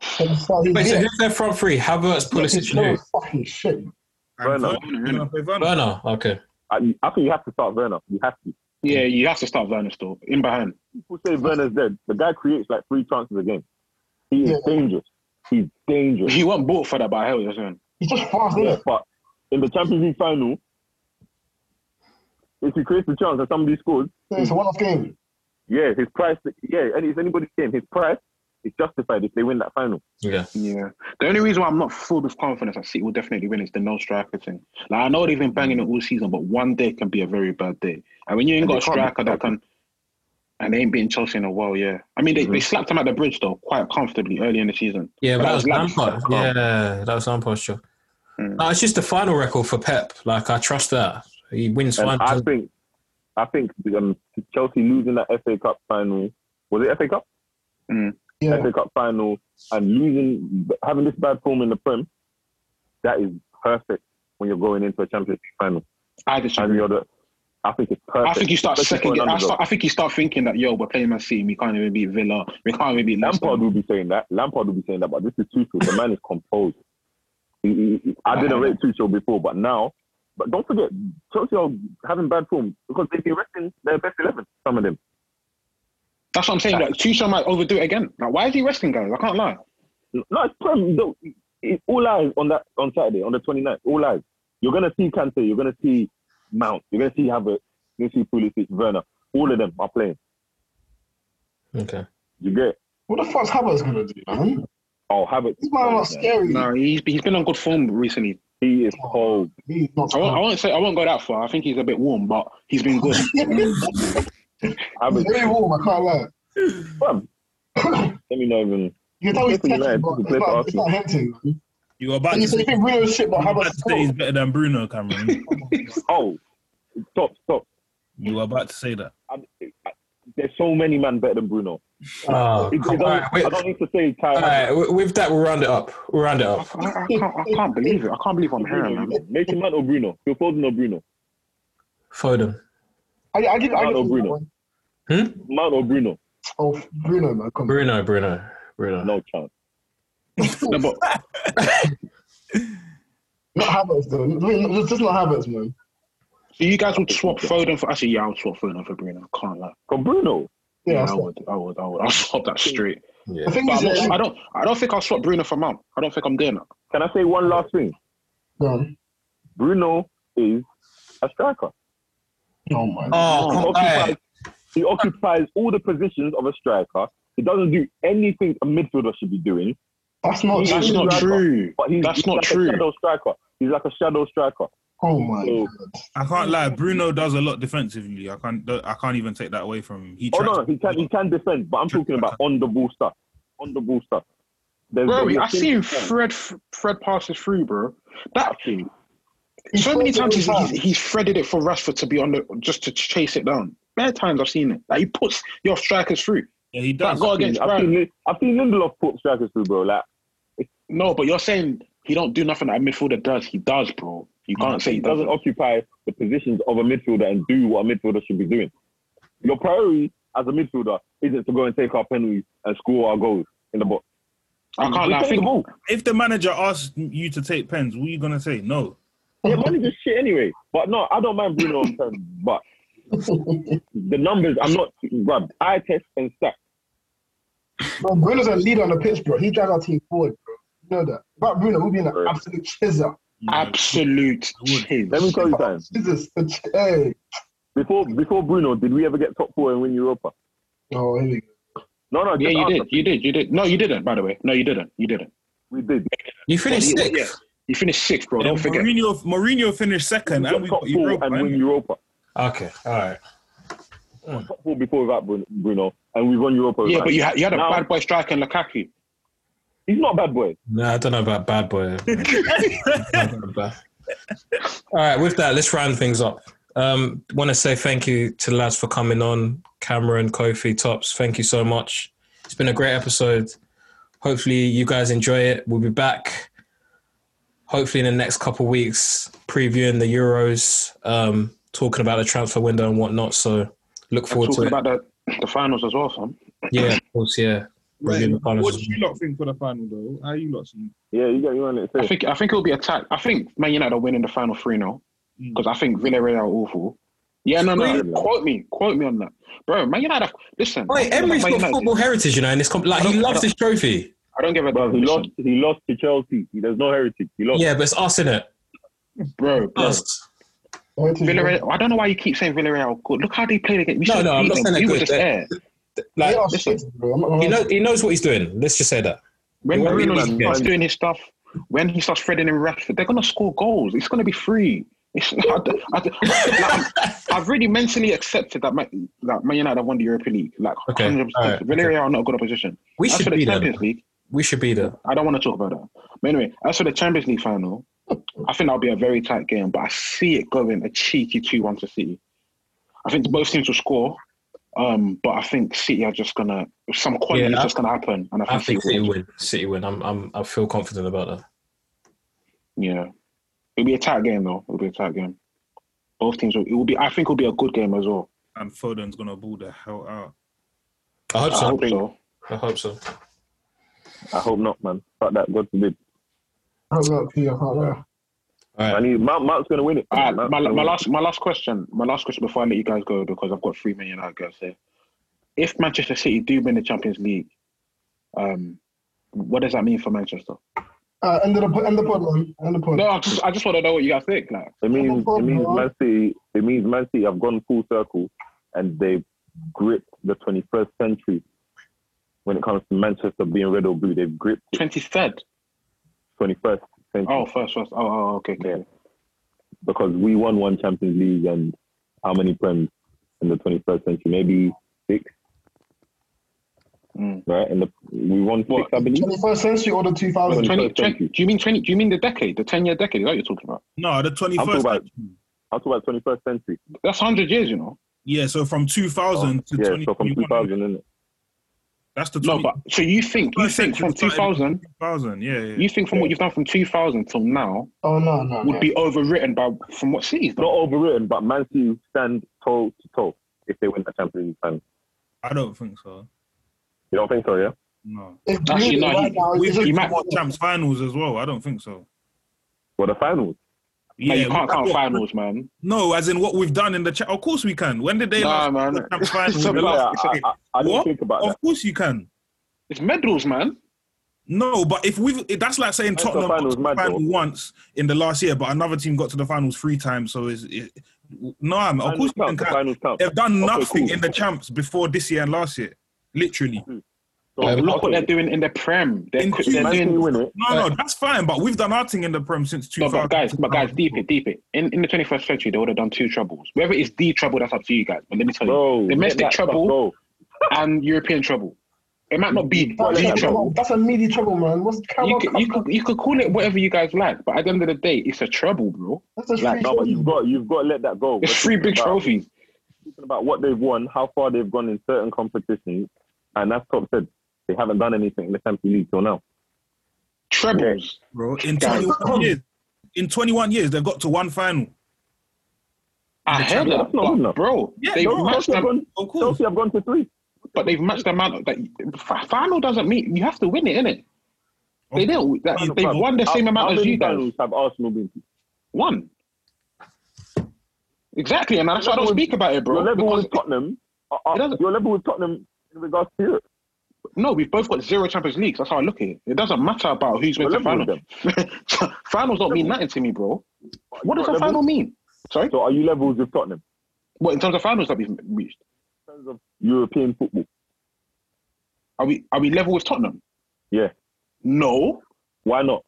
[SPEAKER 6] So- so he's
[SPEAKER 4] Wait, so
[SPEAKER 6] here.
[SPEAKER 4] who's their front three? Havertz, Pulisic,
[SPEAKER 6] No
[SPEAKER 4] and who?
[SPEAKER 6] fucking shit.
[SPEAKER 8] And
[SPEAKER 7] Werner.
[SPEAKER 8] Werner, they're gonna play Werner.
[SPEAKER 4] Werner. Okay.
[SPEAKER 7] I, I think you have to start Werner. You have to.
[SPEAKER 5] Yeah, you have to start Werner still in behind.
[SPEAKER 7] People say Werner's dead. The guy creates like three chances a game. He is
[SPEAKER 6] Yeah.
[SPEAKER 7] dangerous. He's dangerous.
[SPEAKER 5] He wasn't bought for that, but hell, yes, man.
[SPEAKER 6] He's just fast,
[SPEAKER 7] Yeah,
[SPEAKER 6] innit?
[SPEAKER 7] but in the Champions League final, if he creates a chance and somebody scores,
[SPEAKER 6] So It's a one-off game.
[SPEAKER 7] Yeah, his price. Yeah, and it's anybody's game. His price is justified if they win that final.
[SPEAKER 4] Yeah.
[SPEAKER 5] Yeah. The only reason why I'm not full with confidence I see will definitely win is the no striker thing. Like I know they've been banging it all season, but one day can be a very bad day. And when you ain't
[SPEAKER 7] And
[SPEAKER 5] got
[SPEAKER 7] they can't
[SPEAKER 5] a
[SPEAKER 7] be
[SPEAKER 5] striker that can and they ain't beating Chelsea in a while, yeah. I mean they,
[SPEAKER 7] Mm-hmm.
[SPEAKER 5] they slapped him at the bridge though, quite comfortably early in the season.
[SPEAKER 4] Yeah, but that
[SPEAKER 5] I
[SPEAKER 4] was
[SPEAKER 5] like,
[SPEAKER 4] Lampard.
[SPEAKER 5] fuck off.
[SPEAKER 4] Yeah, that was Lampard's job.
[SPEAKER 5] Mm.
[SPEAKER 4] No, it's just the final record for Pep. Like I trust that he wins
[SPEAKER 7] And I
[SPEAKER 4] finals.
[SPEAKER 7] think, I think um, Chelsea losing that FA Cup final. Was it FA Cup?
[SPEAKER 5] Mm.
[SPEAKER 6] Yeah.
[SPEAKER 7] FA Cup final and losing, having this bad form in the Prem, that is perfect when you're going into a Champions League final.
[SPEAKER 5] I
[SPEAKER 7] And
[SPEAKER 5] disagree.
[SPEAKER 7] you're the, I think it's
[SPEAKER 5] Mm. I
[SPEAKER 7] perfect.
[SPEAKER 5] think you start
[SPEAKER 7] especially
[SPEAKER 5] second.
[SPEAKER 7] for an
[SPEAKER 5] I,
[SPEAKER 7] underdog.
[SPEAKER 5] start, I think you start thinking that yo, we're playing Man City, we can't even beat Villa, we can't even beat Leicester.
[SPEAKER 7] Lampard will be saying that. Lampard will be saying that, but this is Tuchel. The man is composed. He- he- he- I didn't rate Tuchel before, but now. But don't forget, Chelsea are having bad form because they've been resting their best eleven. Some of them.
[SPEAKER 5] That's what I'm saying. Like Tuchel might overdo it again. Like why is he resting guys? I can't lie.
[SPEAKER 7] No, it's Prem. though. It's all eyes on that on Saturday on the 29th. All eyes. You're gonna see Kante. You're gonna see Mount. You're gonna see Havertz. You're gonna see Pulisic, Werner. All of them are playing.
[SPEAKER 4] Okay.
[SPEAKER 7] You get it?
[SPEAKER 6] What the fuck's Havertz gonna do, man?
[SPEAKER 7] oh Havertz.
[SPEAKER 6] This man not
[SPEAKER 7] Mm.
[SPEAKER 6] scary.
[SPEAKER 5] No, he's he's been on good form recently.
[SPEAKER 7] He is cold.
[SPEAKER 6] He's not
[SPEAKER 5] I won't, I
[SPEAKER 6] scary.
[SPEAKER 5] won't say I won't go that far. I think he's a bit warm, but he's been good.
[SPEAKER 6] He's
[SPEAKER 7] Havertz.
[SPEAKER 6] <laughs> very warm, I can't lie.
[SPEAKER 7] Prem. Let me know even.
[SPEAKER 6] You can tell he's
[SPEAKER 7] Play for
[SPEAKER 6] technical,
[SPEAKER 7] United,
[SPEAKER 6] but
[SPEAKER 7] he
[SPEAKER 6] it's
[SPEAKER 7] play for
[SPEAKER 6] not, it's
[SPEAKER 7] Arsenal.
[SPEAKER 6] not him to. man.
[SPEAKER 8] You were about to
[SPEAKER 6] And you say
[SPEAKER 8] say,
[SPEAKER 6] you think Bruno shit, but
[SPEAKER 8] you were about
[SPEAKER 6] Havertz <laughs>
[SPEAKER 8] to say he's better than Bruno, Cameron.
[SPEAKER 7] Oh, stop, stop.
[SPEAKER 8] you were about to say that.
[SPEAKER 7] I, I, there's so many men better than Bruno.
[SPEAKER 4] Oh,
[SPEAKER 7] It, it
[SPEAKER 4] come
[SPEAKER 7] don't-
[SPEAKER 4] on. Wait,
[SPEAKER 7] I don't need to say Kai.
[SPEAKER 4] All right, wi- with that, we'll round it up. We'll round it
[SPEAKER 5] I,
[SPEAKER 4] up.
[SPEAKER 5] I, I, can't, I can't believe it. I can't believe I'm hearing
[SPEAKER 7] Bruno,
[SPEAKER 5] man.
[SPEAKER 7] you know. Mason Mount or Bruno? You're Foden or Bruno?
[SPEAKER 4] Foden.
[SPEAKER 6] I, I give, I
[SPEAKER 7] Mount
[SPEAKER 6] give
[SPEAKER 7] or Bruno?
[SPEAKER 6] One.
[SPEAKER 7] Mount or Bruno?
[SPEAKER 6] Oh, Bruno, man, come on.
[SPEAKER 4] Bruno, Bruno, Bruno.
[SPEAKER 7] No chance.
[SPEAKER 5] No, but
[SPEAKER 6] Not Havertz, though. I mean, just- just not Havertz, man.
[SPEAKER 5] so you guys would swap Foden for actually yeah, I would swap Foden for Bruno. I can't lie.
[SPEAKER 7] For Bruno,
[SPEAKER 6] Yeah,
[SPEAKER 5] Yeah,
[SPEAKER 6] that's
[SPEAKER 5] I
[SPEAKER 6] not-
[SPEAKER 5] would. I would. I would. I'll swap that straight.
[SPEAKER 6] The thing
[SPEAKER 5] But I'm
[SPEAKER 6] is,
[SPEAKER 5] not, I
[SPEAKER 6] that-
[SPEAKER 5] don't. I don't think I'll swap Bruno for Mount. I don't think I'm doing that.
[SPEAKER 7] can I say one last thing?
[SPEAKER 6] no,
[SPEAKER 7] Bruno is a striker.
[SPEAKER 6] Oh my.
[SPEAKER 4] Oh,
[SPEAKER 7] He
[SPEAKER 4] come
[SPEAKER 7] occupies,
[SPEAKER 4] on.
[SPEAKER 7] he occupies all the positions of a striker. He doesn't do anything a midfielder should be doing.
[SPEAKER 6] That's not
[SPEAKER 7] He's
[SPEAKER 5] That's
[SPEAKER 7] a
[SPEAKER 6] true.
[SPEAKER 5] not
[SPEAKER 7] striker,
[SPEAKER 5] true.
[SPEAKER 7] But he's,
[SPEAKER 5] That's
[SPEAKER 7] he's
[SPEAKER 5] not
[SPEAKER 7] like
[SPEAKER 5] true.
[SPEAKER 7] a shadow striker. He's like a shadow striker.
[SPEAKER 6] Oh my
[SPEAKER 7] So-
[SPEAKER 6] god.
[SPEAKER 8] I can't lie. Bruno does a lot defensively. I can't. I can't even take that away from him. He
[SPEAKER 7] Oh
[SPEAKER 8] tracks-
[SPEAKER 7] no, he can he can defend, but I'm talking about on the ball stuff. On the ball stuff. There's
[SPEAKER 5] Bro,
[SPEAKER 7] there's
[SPEAKER 5] I
[SPEAKER 7] thing-
[SPEAKER 5] seen Fred Fred passes through, bro. That
[SPEAKER 7] thing.
[SPEAKER 5] so many times he's,
[SPEAKER 6] He's-
[SPEAKER 5] he's, he's threaded it for Rashford to be on the just to chase it down. Bare times I've seen it. Like he puts your strikers through.
[SPEAKER 8] Yeah, he
[SPEAKER 5] That
[SPEAKER 8] does.
[SPEAKER 5] goal
[SPEAKER 7] I've
[SPEAKER 5] against
[SPEAKER 7] seen,
[SPEAKER 5] Brighton.
[SPEAKER 7] Lin- I've seen Lindelof put strikers through, bro. Like
[SPEAKER 5] No, but you're saying he don't do nothing that a midfielder does. He does, bro. You can't say he
[SPEAKER 7] he doesn't
[SPEAKER 5] doesn't.
[SPEAKER 7] occupy the positions of a midfielder and do what a midfielder should be doing. Your priority as a midfielder isn't to go and take our penalties and score our goals in the box.
[SPEAKER 5] I can't
[SPEAKER 7] We
[SPEAKER 5] lie.
[SPEAKER 7] take
[SPEAKER 5] I
[SPEAKER 7] the
[SPEAKER 5] think <laughs>
[SPEAKER 7] ball.
[SPEAKER 8] If the manager asks you to take pens, what are you gonna say? No.
[SPEAKER 7] Yeah, money's just shit anyway. But no, I don't mind Bruno on pens, but the numbers, I'm not, bruv, eye test and stats.
[SPEAKER 6] <laughs> Bro, Bruno's a leader on the pitch, bro. He drives our team forward, bro. You know that. But Bruno, we'll be in an
[SPEAKER 7] Bro.
[SPEAKER 6] absolute chisel.
[SPEAKER 5] absolute
[SPEAKER 8] would.
[SPEAKER 5] chiz.
[SPEAKER 7] Let me tell you something.
[SPEAKER 6] Jesus, the ch- hey.
[SPEAKER 7] Before before Bruno, did we ever get top four and win Europa?
[SPEAKER 6] Oh, here we go.
[SPEAKER 7] No, no,
[SPEAKER 5] Yeah,
[SPEAKER 7] just
[SPEAKER 5] you
[SPEAKER 7] us.
[SPEAKER 5] did. You did. You did. No, you didn't. By the way, no, you didn't. You didn't.
[SPEAKER 7] We did.
[SPEAKER 4] You finished
[SPEAKER 5] Yeah,
[SPEAKER 4] sixth.
[SPEAKER 5] yeah. You finished sixth, bro.
[SPEAKER 8] Yeah,
[SPEAKER 5] Don't forget.
[SPEAKER 8] Mourinho, Mourinho finished second,
[SPEAKER 7] We
[SPEAKER 8] and
[SPEAKER 7] got
[SPEAKER 8] we
[SPEAKER 7] top
[SPEAKER 8] got
[SPEAKER 7] four
[SPEAKER 8] Europa.
[SPEAKER 7] and win
[SPEAKER 8] innit?
[SPEAKER 7] Europa.
[SPEAKER 4] Okay, all right.
[SPEAKER 7] Top four before without Bru- Bruno, and we won Europa.
[SPEAKER 5] Yeah,
[SPEAKER 7] without
[SPEAKER 5] but
[SPEAKER 7] him.
[SPEAKER 5] you had, you had a
[SPEAKER 7] Now-
[SPEAKER 5] bad boy striker in Lukaku.
[SPEAKER 7] he's not a bad boy.
[SPEAKER 4] No, I don't know about bad boy. <laughs> All right, with that, let's round things up. Um, want to say thank you to the lads for coming on, Cameron, Kofi, Tops. Thank you so much. It's been a great episode. Hopefully, you guys enjoy it. We'll be back. Hopefully, in the next couple weeks, previewing the Euros, um, talking about the transfer window and whatnot. So, look forward to
[SPEAKER 5] Talking
[SPEAKER 4] it.
[SPEAKER 5] about the, the finals as well, son.
[SPEAKER 4] yeah, of course, yeah. Review the finals
[SPEAKER 8] What
[SPEAKER 4] as
[SPEAKER 8] do you lot think for the final though? How you lot seeing?
[SPEAKER 7] Yeah, you got you on it.
[SPEAKER 5] I
[SPEAKER 7] Say.
[SPEAKER 5] think I think it'll be a tie. I think Man United will win in the final three now because I think Villarreal are awful. Yeah, no, no.
[SPEAKER 7] Really?
[SPEAKER 5] Quote me, quote me on that, bro. Man United. Listen,
[SPEAKER 4] Wait,
[SPEAKER 5] I don't
[SPEAKER 4] Emery's
[SPEAKER 5] like Man
[SPEAKER 4] got
[SPEAKER 5] United.
[SPEAKER 4] football heritage, you know, and it's comp- like he loves this trophy.
[SPEAKER 5] I don't give a
[SPEAKER 7] Bro, he
[SPEAKER 5] damn. Listen,
[SPEAKER 7] lost. He lost to Chelsea. He does no heritage. He lost.
[SPEAKER 4] Yeah, but it's us in it.
[SPEAKER 5] bro. bro.
[SPEAKER 4] Us.
[SPEAKER 6] Oh, it is-
[SPEAKER 5] Villarreal. I don't know why you keep saying Villarreal. Good. Look how they played against. We
[SPEAKER 4] No,
[SPEAKER 5] should
[SPEAKER 4] no, I'm
[SPEAKER 5] beat
[SPEAKER 4] not
[SPEAKER 5] them.
[SPEAKER 4] saying they're
[SPEAKER 5] We were
[SPEAKER 4] good.
[SPEAKER 5] just
[SPEAKER 4] They're-
[SPEAKER 5] there.
[SPEAKER 6] They
[SPEAKER 4] Like
[SPEAKER 6] are
[SPEAKER 5] listen.
[SPEAKER 6] shit, bro. I'm not gonna
[SPEAKER 4] he, know,
[SPEAKER 6] lie.
[SPEAKER 4] he knows what he's doing. Let's just say that.
[SPEAKER 5] When
[SPEAKER 4] They were
[SPEAKER 5] Bruno
[SPEAKER 4] really
[SPEAKER 5] starts
[SPEAKER 4] good.
[SPEAKER 5] doing his stuff, when he starts threading in Rashford, they're gonna score goals. It's gonna be free. It's <laughs> not, I, have really mentally accepted that Man, that Man United have won the Europa League. Like,
[SPEAKER 4] Okay,
[SPEAKER 5] 100%.
[SPEAKER 4] alright,
[SPEAKER 5] Villarreal are not a good opposition.
[SPEAKER 4] We
[SPEAKER 5] As
[SPEAKER 4] should
[SPEAKER 5] for the
[SPEAKER 4] be there.
[SPEAKER 5] Champions League,
[SPEAKER 4] We should be there.
[SPEAKER 5] I don't want to talk about that. But anyway, as for the Champions League final, I think that'll be a very tight game, but I see it going a cheeky 2 1 to City. I think both teams will score, um, but I think City are just going to, some quality
[SPEAKER 4] Yeah, I-
[SPEAKER 5] is just going to happen. And I think,
[SPEAKER 4] I think
[SPEAKER 5] City
[SPEAKER 4] City
[SPEAKER 5] will.
[SPEAKER 4] win. City win. I'm, I'm, I feel confident about that.
[SPEAKER 5] Yeah. It'll be a tight game, though. It'll be a tight game. Both teams, will, it will be, I think it'll be a good game as well.
[SPEAKER 8] And Foden's gonna ball the hell out.
[SPEAKER 4] I hope so.
[SPEAKER 5] I hope so.
[SPEAKER 4] I hope so.
[SPEAKER 7] I hope not, man. Fuck that. God forbid.
[SPEAKER 6] I don't know, Peter, I don't know.
[SPEAKER 4] All
[SPEAKER 7] I
[SPEAKER 4] right.
[SPEAKER 7] need Mount, Mount's gonna win it.
[SPEAKER 5] All right,
[SPEAKER 7] Mount's
[SPEAKER 5] my,
[SPEAKER 7] gonna
[SPEAKER 5] my
[SPEAKER 7] win it.
[SPEAKER 5] last my last question, my last question before I let you guys go because I've got three Man United girls here. If Manchester City do win the Champions League, um, what does that mean for Manchester?
[SPEAKER 6] Uh, end of the end of the pod, man. End of the pod.
[SPEAKER 5] No, I just I just want to know what you guys think. Like,
[SPEAKER 7] It means
[SPEAKER 6] Come on,
[SPEAKER 7] it means
[SPEAKER 6] bro.
[SPEAKER 7] Man City. It means Man City have gone full circle, and they gripped the 21st century. When it comes to Manchester being red or blue, they've gripped it.
[SPEAKER 5] twenty third.
[SPEAKER 7] 21st century.
[SPEAKER 5] Oh, first, first. Oh, oh, okay, okay.
[SPEAKER 7] Yeah. Because we won one Champions League and how many Prem in the 21st century? Maybe six,
[SPEAKER 5] Mm.
[SPEAKER 7] right? And the, we won six,
[SPEAKER 5] What?
[SPEAKER 7] I believe.
[SPEAKER 6] 21st century or the 2000s?
[SPEAKER 5] 20,
[SPEAKER 7] 21st century.
[SPEAKER 5] do you mean twenty? Do you mean the decade, the ten year decade? Is that what you're talking about?
[SPEAKER 8] No, the twenty
[SPEAKER 7] I'm talking
[SPEAKER 8] first.
[SPEAKER 7] about, I'm talking about 21st century.
[SPEAKER 5] That's hundred years, you know.
[SPEAKER 8] Yeah, so from two thousand to
[SPEAKER 7] Oh, yeah,
[SPEAKER 8] twenty
[SPEAKER 7] so from
[SPEAKER 8] twenty
[SPEAKER 7] 2000,
[SPEAKER 8] one.
[SPEAKER 7] isn't it?
[SPEAKER 8] That's the
[SPEAKER 5] No,
[SPEAKER 8] 20,
[SPEAKER 5] but so you think you
[SPEAKER 8] First
[SPEAKER 5] think
[SPEAKER 8] century
[SPEAKER 5] from two
[SPEAKER 8] started in
[SPEAKER 5] thousand,
[SPEAKER 8] 2000, Yeah, yeah.
[SPEAKER 5] you think from what you've done from two thousand till now
[SPEAKER 6] Oh, no, no. no.
[SPEAKER 5] would be overwritten by from what cities?
[SPEAKER 7] Not
[SPEAKER 5] done?
[SPEAKER 7] overwritten, but Man City stand toe to toe if they win the Champions League final.
[SPEAKER 8] I don't think so.
[SPEAKER 7] You don't think so, yeah?
[SPEAKER 8] No,
[SPEAKER 6] It's
[SPEAKER 5] Actually,
[SPEAKER 6] really
[SPEAKER 5] no,
[SPEAKER 6] right
[SPEAKER 5] he-
[SPEAKER 6] now, it's
[SPEAKER 8] we've
[SPEAKER 6] just-
[SPEAKER 8] been
[SPEAKER 5] might-
[SPEAKER 8] to more champs finals as well. I don't think so.
[SPEAKER 7] Well, the finals.
[SPEAKER 5] No,
[SPEAKER 8] Yeah,
[SPEAKER 5] you can't
[SPEAKER 8] we-
[SPEAKER 5] count finals, man.
[SPEAKER 8] No, as in what we've done in the cha- Of course we can. When did they
[SPEAKER 5] Nah,
[SPEAKER 8] last
[SPEAKER 5] man.
[SPEAKER 8] the
[SPEAKER 7] <laughs>
[SPEAKER 8] champs finals?
[SPEAKER 5] So
[SPEAKER 8] The
[SPEAKER 5] bad.
[SPEAKER 8] last-
[SPEAKER 7] I, I, I didn't
[SPEAKER 8] What?
[SPEAKER 7] think about
[SPEAKER 8] Of
[SPEAKER 7] that.
[SPEAKER 8] course you can.
[SPEAKER 5] It's medals, man.
[SPEAKER 8] No, but if we've if that's like saying
[SPEAKER 7] That's
[SPEAKER 8] Tottenham
[SPEAKER 7] the finals,
[SPEAKER 8] got to the
[SPEAKER 7] mad,
[SPEAKER 8] final
[SPEAKER 7] though.
[SPEAKER 8] once in the last year, but another team got to the finals three times. So is it, No, I'm, of course
[SPEAKER 7] Finals
[SPEAKER 8] they
[SPEAKER 7] count, finals
[SPEAKER 8] can't.
[SPEAKER 7] count.
[SPEAKER 8] They've done
[SPEAKER 7] Okay,
[SPEAKER 8] nothing
[SPEAKER 7] cool.
[SPEAKER 8] in the champs before this year and last year. Literally.
[SPEAKER 7] So,
[SPEAKER 5] Look what they're doing in the Prem. They're,
[SPEAKER 8] In
[SPEAKER 5] qu-
[SPEAKER 8] two
[SPEAKER 5] they're
[SPEAKER 8] Man
[SPEAKER 7] City
[SPEAKER 5] doing.
[SPEAKER 7] win it.
[SPEAKER 8] No, no, that's fine. But we've done our thing in the Prem since
[SPEAKER 5] No,
[SPEAKER 8] 2000.
[SPEAKER 5] but guys, but guys, deep it, deep it. In, in the 21st century, they would have done two troubles. Whether it's the trouble, that's up to you guys. But let me tell you,
[SPEAKER 7] Bro,
[SPEAKER 5] domestic
[SPEAKER 7] let that stuff
[SPEAKER 5] trouble
[SPEAKER 7] go.
[SPEAKER 5] and European trouble. It might not be
[SPEAKER 6] That's,
[SPEAKER 5] the
[SPEAKER 6] that's,
[SPEAKER 5] trouble.
[SPEAKER 6] that's a meaty trouble, man. What's
[SPEAKER 5] You
[SPEAKER 6] Carabao
[SPEAKER 5] could,
[SPEAKER 6] Cup?
[SPEAKER 5] you, could, you could call it whatever you guys like, but at the end of the day, it's a trouble, bro.
[SPEAKER 6] That's a
[SPEAKER 7] Like,
[SPEAKER 6] free
[SPEAKER 7] no, but you've
[SPEAKER 6] trophy.
[SPEAKER 7] got, you've got to let that go.
[SPEAKER 5] It's three big
[SPEAKER 7] About-
[SPEAKER 5] trophies.
[SPEAKER 7] talking about what they've won, how far they've gone in certain competitions, and that's top said they haven't done anything in the Champions League till now.
[SPEAKER 5] Trebles.
[SPEAKER 8] bro. In
[SPEAKER 5] Guys.
[SPEAKER 8] 21 years, in 21 years, they've got to one final.
[SPEAKER 5] I heard that,
[SPEAKER 7] That's not good
[SPEAKER 5] but
[SPEAKER 7] enough.
[SPEAKER 5] bro,
[SPEAKER 8] Yeah,
[SPEAKER 5] they've
[SPEAKER 8] no,
[SPEAKER 5] matched
[SPEAKER 7] Chelsea have,
[SPEAKER 5] them,
[SPEAKER 7] gone,
[SPEAKER 8] Of course.
[SPEAKER 7] Chelsea have gone to three.
[SPEAKER 5] but they've matched the amount of that. fi- Final doesn't mean you have to win it, innit? They don't. That,
[SPEAKER 8] Final,
[SPEAKER 5] they've
[SPEAKER 8] final.
[SPEAKER 5] won the
[SPEAKER 7] How-
[SPEAKER 5] same amount
[SPEAKER 7] how
[SPEAKER 5] as
[SPEAKER 7] many
[SPEAKER 5] you guys.
[SPEAKER 7] finals have Arsenal been to?
[SPEAKER 5] One. Exactly, and that's why I don't speak about it,
[SPEAKER 7] Your
[SPEAKER 5] bro.
[SPEAKER 7] level
[SPEAKER 5] Because
[SPEAKER 7] with Tottenham, uh, uh,
[SPEAKER 5] It doesn't-
[SPEAKER 7] your level with Tottenham in regards to Europe.
[SPEAKER 5] no, we've both got zero Champions Leagues. That's how I look at it. It doesn't matter about who's been
[SPEAKER 7] Your
[SPEAKER 5] to
[SPEAKER 7] level
[SPEAKER 5] final. <laughs> Finals don't mean nothing to me, bro. What does a
[SPEAKER 7] level?
[SPEAKER 5] final mean? Sorry,
[SPEAKER 7] So are you levels with Tottenham
[SPEAKER 5] what in terms of finals that we've reached?
[SPEAKER 7] in terms of European football?
[SPEAKER 5] Are we are we level with Tottenham?
[SPEAKER 7] Yeah.
[SPEAKER 5] No,
[SPEAKER 7] Why not?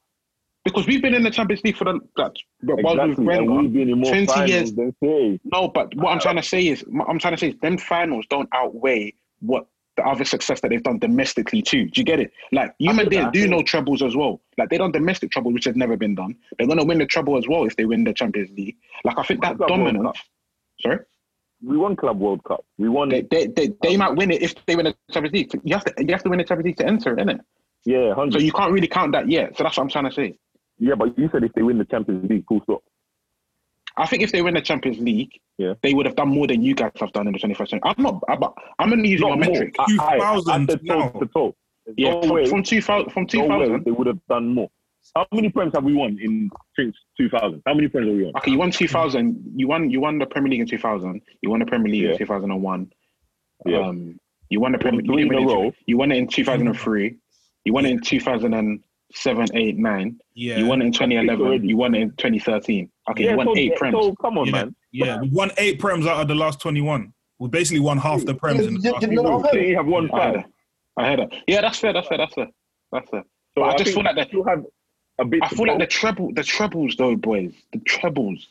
[SPEAKER 5] because we've been in the Champions League for the that, that while we
[SPEAKER 7] Exactly.
[SPEAKER 5] were
[SPEAKER 7] And
[SPEAKER 5] Wenger.
[SPEAKER 7] we've been in more
[SPEAKER 5] 20
[SPEAKER 7] finals
[SPEAKER 5] years.
[SPEAKER 7] than City.
[SPEAKER 5] No, but what
[SPEAKER 7] Uh,
[SPEAKER 5] I'm trying to say is, what I'm trying to say is, them finals don't outweigh what the other success that they've done domestically too. Do you get it? Like you men
[SPEAKER 7] get that, I
[SPEAKER 5] didn't do
[SPEAKER 7] get
[SPEAKER 5] no trebles as well. Like they done domestic trebles, which has never been done. They're gonna win the treble as well if they win the Champions League. Like I think that
[SPEAKER 7] Club World
[SPEAKER 5] dominance. Sorry,
[SPEAKER 7] We won Club World Cup. We won.
[SPEAKER 5] they they, they, they might win it if they win the Champions League. You have to you have to win the Champions League to enter it, innit?
[SPEAKER 7] yeah,
[SPEAKER 5] So
[SPEAKER 7] hundred.
[SPEAKER 5] you can't really count that yet. So that's what I'm trying to say.
[SPEAKER 7] yeah, but you said if they win the Champions League, full stop.
[SPEAKER 5] I think if they win the Champions League,
[SPEAKER 7] Yeah.
[SPEAKER 5] they would have done more than you guys have done in the 21st century. I'm not. I'm, I'm only using my
[SPEAKER 7] Not more.
[SPEAKER 5] metric.
[SPEAKER 7] I- I- I
[SPEAKER 8] 2000
[SPEAKER 7] said
[SPEAKER 8] now.
[SPEAKER 7] toe to toe. There's
[SPEAKER 5] Yeah,
[SPEAKER 7] no
[SPEAKER 5] from,
[SPEAKER 7] way,
[SPEAKER 5] from 2000, from
[SPEAKER 7] no
[SPEAKER 5] 2000.
[SPEAKER 7] way they would have done more. How many points have we won in since 2000? How many points have we won?
[SPEAKER 5] Okay, you won 2000. You won. You won the Premier League in 2000. You won the Premier League
[SPEAKER 7] Yeah.
[SPEAKER 5] in 2001.
[SPEAKER 7] Yeah.
[SPEAKER 5] Um, you won the Premier
[SPEAKER 7] three
[SPEAKER 5] you
[SPEAKER 7] in a
[SPEAKER 5] won it
[SPEAKER 7] row.
[SPEAKER 5] You won it in 2003. You won it in 2007, 8, 9.
[SPEAKER 8] Yeah.
[SPEAKER 5] You won it in
[SPEAKER 7] already.
[SPEAKER 5] 2011. You won it in 2013. Okay, you won
[SPEAKER 7] so,
[SPEAKER 5] eight
[SPEAKER 7] yeah,
[SPEAKER 5] Prem.
[SPEAKER 7] so come on,
[SPEAKER 8] yeah,
[SPEAKER 7] man.
[SPEAKER 8] yeah. We won eight prems out of the last 21. We basically won half the prems in the
[SPEAKER 6] Yeah,
[SPEAKER 8] last
[SPEAKER 6] yeah, yeah.
[SPEAKER 7] So you have won
[SPEAKER 5] I
[SPEAKER 7] five.
[SPEAKER 5] heard that. I heard that. Yeah, that's fair. That's fair. That's fair. That's fair.
[SPEAKER 7] So
[SPEAKER 5] But I
[SPEAKER 7] think
[SPEAKER 5] just feel like
[SPEAKER 7] you
[SPEAKER 5] that-
[SPEAKER 7] still have a bit.
[SPEAKER 5] I
[SPEAKER 7] to
[SPEAKER 5] feel
[SPEAKER 7] go.
[SPEAKER 5] like the treble, the trebles though, boys. The trebles.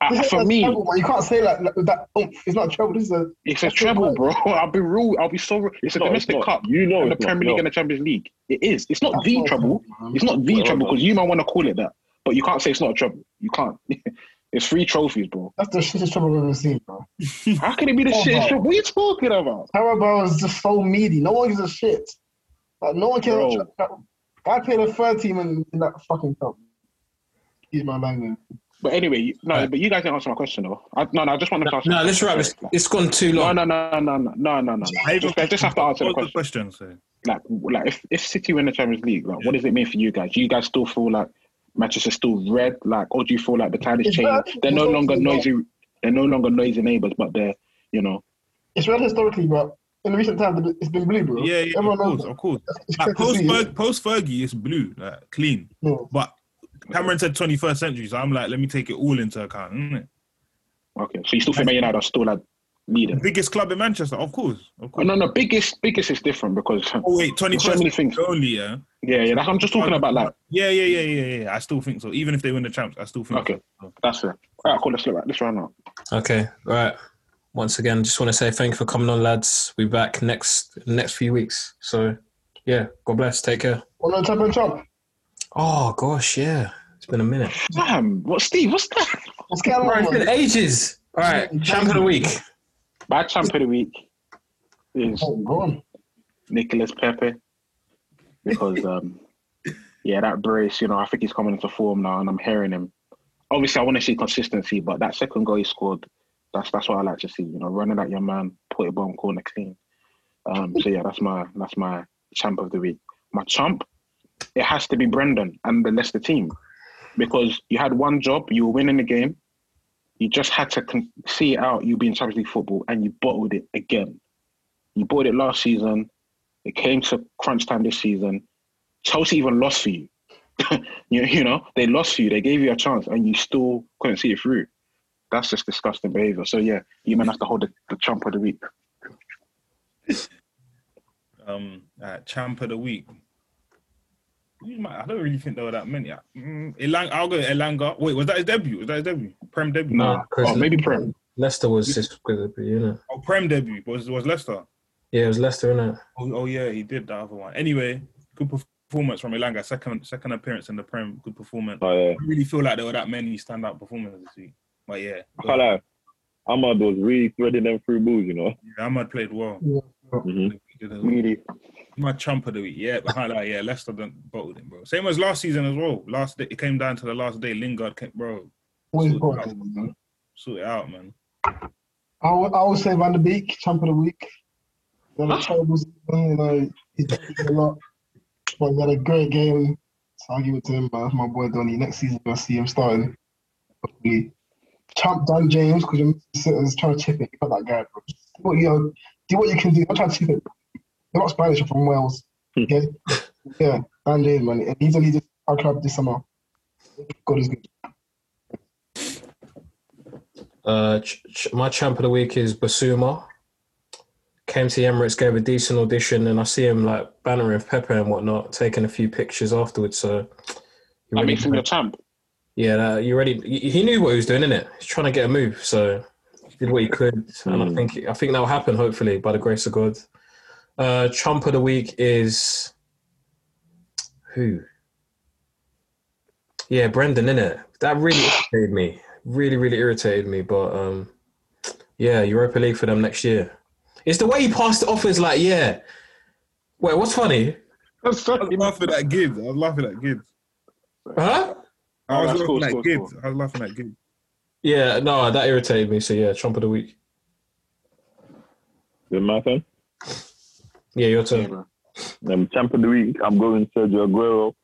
[SPEAKER 5] Uh,
[SPEAKER 6] This is
[SPEAKER 5] for
[SPEAKER 6] a
[SPEAKER 5] me,
[SPEAKER 6] treble, man. you can't say that like, with that. oomph. It's not a trouble. This is a
[SPEAKER 5] It's a treble, bro. <laughs> I'll be real. I'll be so. Real. It's, a
[SPEAKER 7] not,
[SPEAKER 5] domestic
[SPEAKER 7] it's not.
[SPEAKER 5] cup.
[SPEAKER 7] You know
[SPEAKER 5] and the
[SPEAKER 7] it's not,
[SPEAKER 5] Premier League
[SPEAKER 7] no.
[SPEAKER 5] and the Champions League. It is. It's not the
[SPEAKER 6] not a
[SPEAKER 5] treble. It's not the
[SPEAKER 7] Well,
[SPEAKER 5] treble
[SPEAKER 7] no.
[SPEAKER 5] because you might want to call it that, but you can't say it's not a treble. You can't. <laughs> it's three trophies, bro.
[SPEAKER 6] that's the shittest trouble I've ever seen, bro.
[SPEAKER 5] How can it be the
[SPEAKER 6] Oh,
[SPEAKER 5] shit?
[SPEAKER 6] bro.
[SPEAKER 5] What are you talking about?
[SPEAKER 6] Carabao is just so meaty. No one gives a shit. Like no one cares. Guy played a third team in, in that fucking cup. Excuse my language.
[SPEAKER 5] But anyway, you- no.
[SPEAKER 4] Right.
[SPEAKER 5] But you guys didn't answer my question though. I, no, no. I just want to ask.
[SPEAKER 4] No, let's wrap. It's, it's gone too
[SPEAKER 5] No,
[SPEAKER 4] long.
[SPEAKER 5] no, no, no, no, no, no, no.
[SPEAKER 8] I
[SPEAKER 5] I
[SPEAKER 8] even-
[SPEAKER 5] just, I just have to answer the
[SPEAKER 8] What was
[SPEAKER 5] question.
[SPEAKER 8] the question? sir?
[SPEAKER 5] Like, like if, if City win the Champions League, like, what does it mean for you guys? Do you guys still feel like Manchester still red? Like, or do you feel like the tide is
[SPEAKER 6] It's
[SPEAKER 5] changing?
[SPEAKER 6] red.
[SPEAKER 5] They're no
[SPEAKER 6] It's
[SPEAKER 5] longer
[SPEAKER 6] also red.
[SPEAKER 5] noisy. They're no longer noisy neighbors, but they're you know.
[SPEAKER 6] It's read historically, but in recent times it's been blue, bro.
[SPEAKER 8] Yeah, yeah, of
[SPEAKER 6] Everyone
[SPEAKER 8] course,
[SPEAKER 6] knows.
[SPEAKER 8] of
[SPEAKER 6] <laughs>
[SPEAKER 8] course.
[SPEAKER 6] that. It's
[SPEAKER 8] Like
[SPEAKER 6] clear to
[SPEAKER 8] post
[SPEAKER 6] see it.
[SPEAKER 8] Ferg, post Fergie, it's blue, like clean.
[SPEAKER 6] No.
[SPEAKER 8] But Cameron said 21st century, so I'm like, let me take it all into account. Isn't
[SPEAKER 5] Okay, so you still think Man United are still like
[SPEAKER 8] it?
[SPEAKER 5] leading?
[SPEAKER 8] Biggest club in Manchester, of course,
[SPEAKER 5] Oh,
[SPEAKER 8] of course.
[SPEAKER 5] no, no, biggest biggest is different because
[SPEAKER 8] Oh wait, 21st
[SPEAKER 5] so many things.
[SPEAKER 8] century only, yeah.
[SPEAKER 5] yeah, yeah. That's, I'm just talking about like
[SPEAKER 8] Yeah, yeah, yeah, yeah, yeah. I still think so. Even if they win the champs, I still think
[SPEAKER 5] Okay.
[SPEAKER 8] so.
[SPEAKER 5] that's it. All right, cool. Let's look at this round now.
[SPEAKER 4] Okay, all right. Once again, just want to say thank you for coming on, lads. We'll be back next next few weeks. So, yeah, God bless. Take care.
[SPEAKER 6] One on top and top.
[SPEAKER 4] Oh gosh, yeah, it's been a minute.
[SPEAKER 5] Damn, what Steve? What's that?
[SPEAKER 6] What's going
[SPEAKER 4] Bro,
[SPEAKER 6] on?
[SPEAKER 4] it's been
[SPEAKER 6] man?
[SPEAKER 4] ages. All right, champ of the week.
[SPEAKER 5] My champ of the week is
[SPEAKER 6] Oh, go on.
[SPEAKER 5] Nicholas Pepe because um yeah that brace you know I think he's coming into form now and I'm hearing him obviously I want to see consistency but that second goal he scored that's that's what I like to see you know running at your man put it bomb corner clean um so yeah that's my that's my champ of the week my champ it has to be Brendan and the Leicester team because you had one job you were winning the game you just had to con- see it out you being Champions League football and you bottled it again you bought it last season it came to crunch time this season. Chelsea even lost for you. <laughs> you. You know, they lost for you. They gave you a chance and you still couldn't see it through. That's just disgusting behavior. So yeah, you might have to hold the, the chump of the week.
[SPEAKER 8] Um, uh, champ of the week. Who's my- I don't really think there were that many. Mm, Elang, I'll go Elanga. Wait, was that his debut? Was that his debut? Prem debut?
[SPEAKER 4] Nah, Chris-
[SPEAKER 5] Oh, maybe Prem.
[SPEAKER 4] Leicester was just good, you know.
[SPEAKER 8] Oh, Prem debut was was Leicester.
[SPEAKER 4] Yeah, it was Leicester, innit?
[SPEAKER 8] Oh, oh yeah, he did that other one. Anyway, good performance from Elanga. Second second appearance in the Prem. Good performance.
[SPEAKER 7] Oh, yeah.
[SPEAKER 8] I don't really feel like there were that many standout performances this week. But yeah,
[SPEAKER 7] I can't lie. uh, Ahmad was really threading them through balls, you know.
[SPEAKER 8] yeah Ahmad played well.
[SPEAKER 5] Mm-hmm.
[SPEAKER 7] Mhm.
[SPEAKER 8] He did a-
[SPEAKER 5] Really.
[SPEAKER 8] My chump of the week, yeah, but highlight, yeah, Leicester done bottled him, bro. Same as last season as well. Last day, it came down to the last day. Lingard, came, bro,
[SPEAKER 6] Always
[SPEAKER 8] sort
[SPEAKER 6] got
[SPEAKER 8] it, out,
[SPEAKER 6] it.
[SPEAKER 8] man. sort it out, man.
[SPEAKER 6] I will, I will say Van der Beek, champ of the week. He had a terrible season, you know, he did a lot. But he had a great game. So I'll give it to him, man. That's my boy Donny. Next season, I'll see him starting. Hopefully. Champ Dan James, because you're sitters trying to chip it. Got that guy, bro. Do what you, do what you can do. Don't try to chip it. You're not Spanish, you're from Wales. Yeah, yeah Dan James, man. And he's a leader of our club this summer. God is good.
[SPEAKER 4] Uh, ch- ch- my champ of the week is Basuma. Came to the Emirates, gave a decent audition, and I see him like bannering Pepe and whatnot, taking a few pictures afterwards. So, he
[SPEAKER 5] That
[SPEAKER 4] really-
[SPEAKER 5] makes him your champ.
[SPEAKER 4] yeah, that, you already he he knew what he was doing, innit? He's trying to get a move, so did what he could, and I think I think that will happen hopefully by the grace of God. Uh, champ of the week is who? Yeah, Brendan, innit? That really irritated me. Really, really irritated me. But um, yeah, Europa League for them next year. It's the way he passed it off as like, yeah. Wait, what's funny?
[SPEAKER 8] I was laughing at Gibbs. I was laughing at Gibbs.
[SPEAKER 4] Huh?
[SPEAKER 8] I was
[SPEAKER 5] Oh, that's
[SPEAKER 8] laughing
[SPEAKER 5] cool,
[SPEAKER 8] at
[SPEAKER 5] cool,
[SPEAKER 8] Gibbs. I was laughing at Gibbs.
[SPEAKER 4] Yeah, no, that irritated me. So yeah, champ of the week.
[SPEAKER 7] Is it my turn?
[SPEAKER 4] Yeah, your turn.
[SPEAKER 5] Yeah, bro.
[SPEAKER 7] Um, champ of the week, I'm going Sergio Aguero.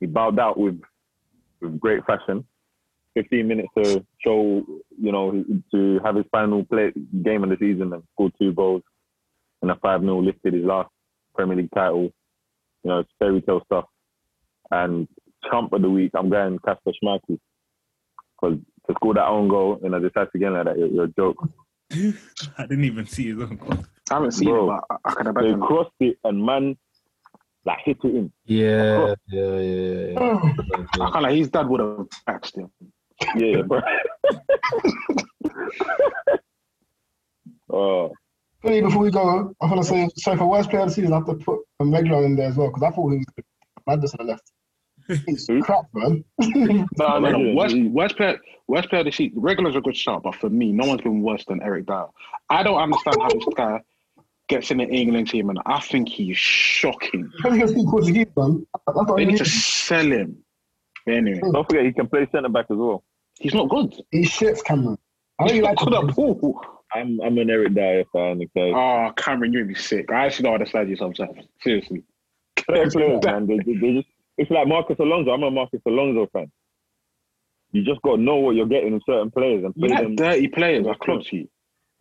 [SPEAKER 7] He bowed out with with great fashion. 15 minutes to show, you know, to have his final play game of the season and scored two goals and a 5 0 lifted his last Premier League title. You know, it's fairy tale stuff. And champ of the week, I'm going Casper Schmeichel. Because to score that own goal in a decisive game like that, you're, you're a joke.
[SPEAKER 8] <laughs> I didn't even see his own goal.
[SPEAKER 5] I haven't seen
[SPEAKER 7] Bro.
[SPEAKER 5] it, but I, I can
[SPEAKER 7] They
[SPEAKER 5] imagine.
[SPEAKER 7] crossed it and man, like, hit it in.
[SPEAKER 4] Yeah, yeah, yeah, yeah.
[SPEAKER 6] Oh.
[SPEAKER 5] I can't lie, his dad would have axed him.
[SPEAKER 7] <laughs> Yeah, bro. oh,
[SPEAKER 6] Really, before we go, I want to say, sorry for worst player of the season, I have to put a Meglan in there as well because I thought he was madness on the left.
[SPEAKER 5] <laughs>
[SPEAKER 6] He's crap, man. <laughs>
[SPEAKER 5] No, no, no.
[SPEAKER 7] Regulars,
[SPEAKER 5] Worst,
[SPEAKER 7] really.
[SPEAKER 5] worst player, worst player of the season. Regulars are a good shout, but for me, no one's been worse than Eric Dyer. I don't understand how this guy gets in the England team, and I think he's shocking.
[SPEAKER 6] Can you speak Portuguese, man? That's what
[SPEAKER 5] They
[SPEAKER 6] I
[SPEAKER 5] need
[SPEAKER 6] mean.
[SPEAKER 5] to sell him. But anyway,
[SPEAKER 7] don't forget he can play centre back as well.
[SPEAKER 5] he's not good.
[SPEAKER 6] He shits, Cameron. I know
[SPEAKER 5] He's
[SPEAKER 6] you
[SPEAKER 5] not
[SPEAKER 6] like
[SPEAKER 5] good
[SPEAKER 6] him.
[SPEAKER 5] at all.
[SPEAKER 7] I'm I'm an Eric Dyer fan. Okay,
[SPEAKER 5] Oh, Cameron, you'd be sick. I actually don't understand you sometimes. Seriously.
[SPEAKER 7] They're <laughs> players, man. They, they, they just it's like Marcus Alonso. I'm a Marcus Alonso fan. You just got to know what you're getting in certain players and
[SPEAKER 5] You
[SPEAKER 7] play
[SPEAKER 5] like
[SPEAKER 7] them.
[SPEAKER 5] dirty players. I clubs you.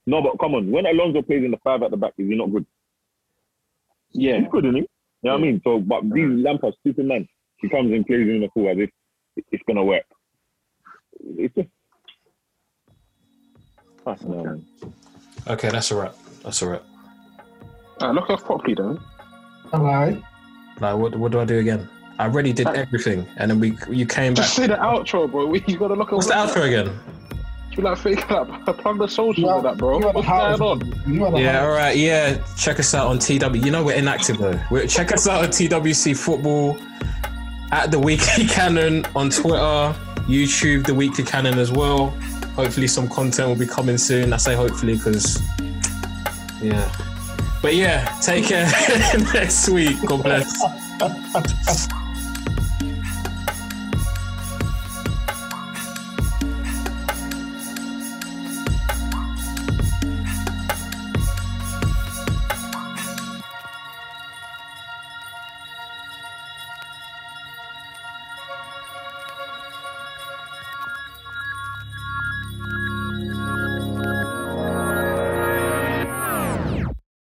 [SPEAKER 7] No, but come on, when Alonso plays in the five at the back, is he not good?
[SPEAKER 5] Yeah.
[SPEAKER 7] He's good, isn't he? You know what I mean? So, but these Lampard, stupid man, he comes and plays in the full as if it's gonna work. It's just. I don't know, man.
[SPEAKER 4] Okay, that's a wrap. That's a wrap.
[SPEAKER 5] Uh, look off properly, though.
[SPEAKER 6] Alright.
[SPEAKER 4] Like, what, what do I do again? I already did everything, and then we you came back.
[SPEAKER 5] Just say the outro, bro. You gotta look
[SPEAKER 4] What's the
[SPEAKER 5] off.
[SPEAKER 4] outro again?
[SPEAKER 5] You like fake that? <laughs> Plug the socials
[SPEAKER 6] are-
[SPEAKER 5] with that, bro.
[SPEAKER 6] you are the
[SPEAKER 5] What's going
[SPEAKER 6] house.
[SPEAKER 5] on?
[SPEAKER 6] You are the
[SPEAKER 4] Yeah,
[SPEAKER 6] house.
[SPEAKER 4] all right, yeah. Check us out on TW. You know we're inactive though. We're, check us out on TWC Football at the Weekly <laughs> Cannon on Twitter, YouTube, the Weekly Cannon as well. Hopefully, some content will be coming soon. I say hopefully because, yeah. <laughs> But yeah, take care next week. God bless.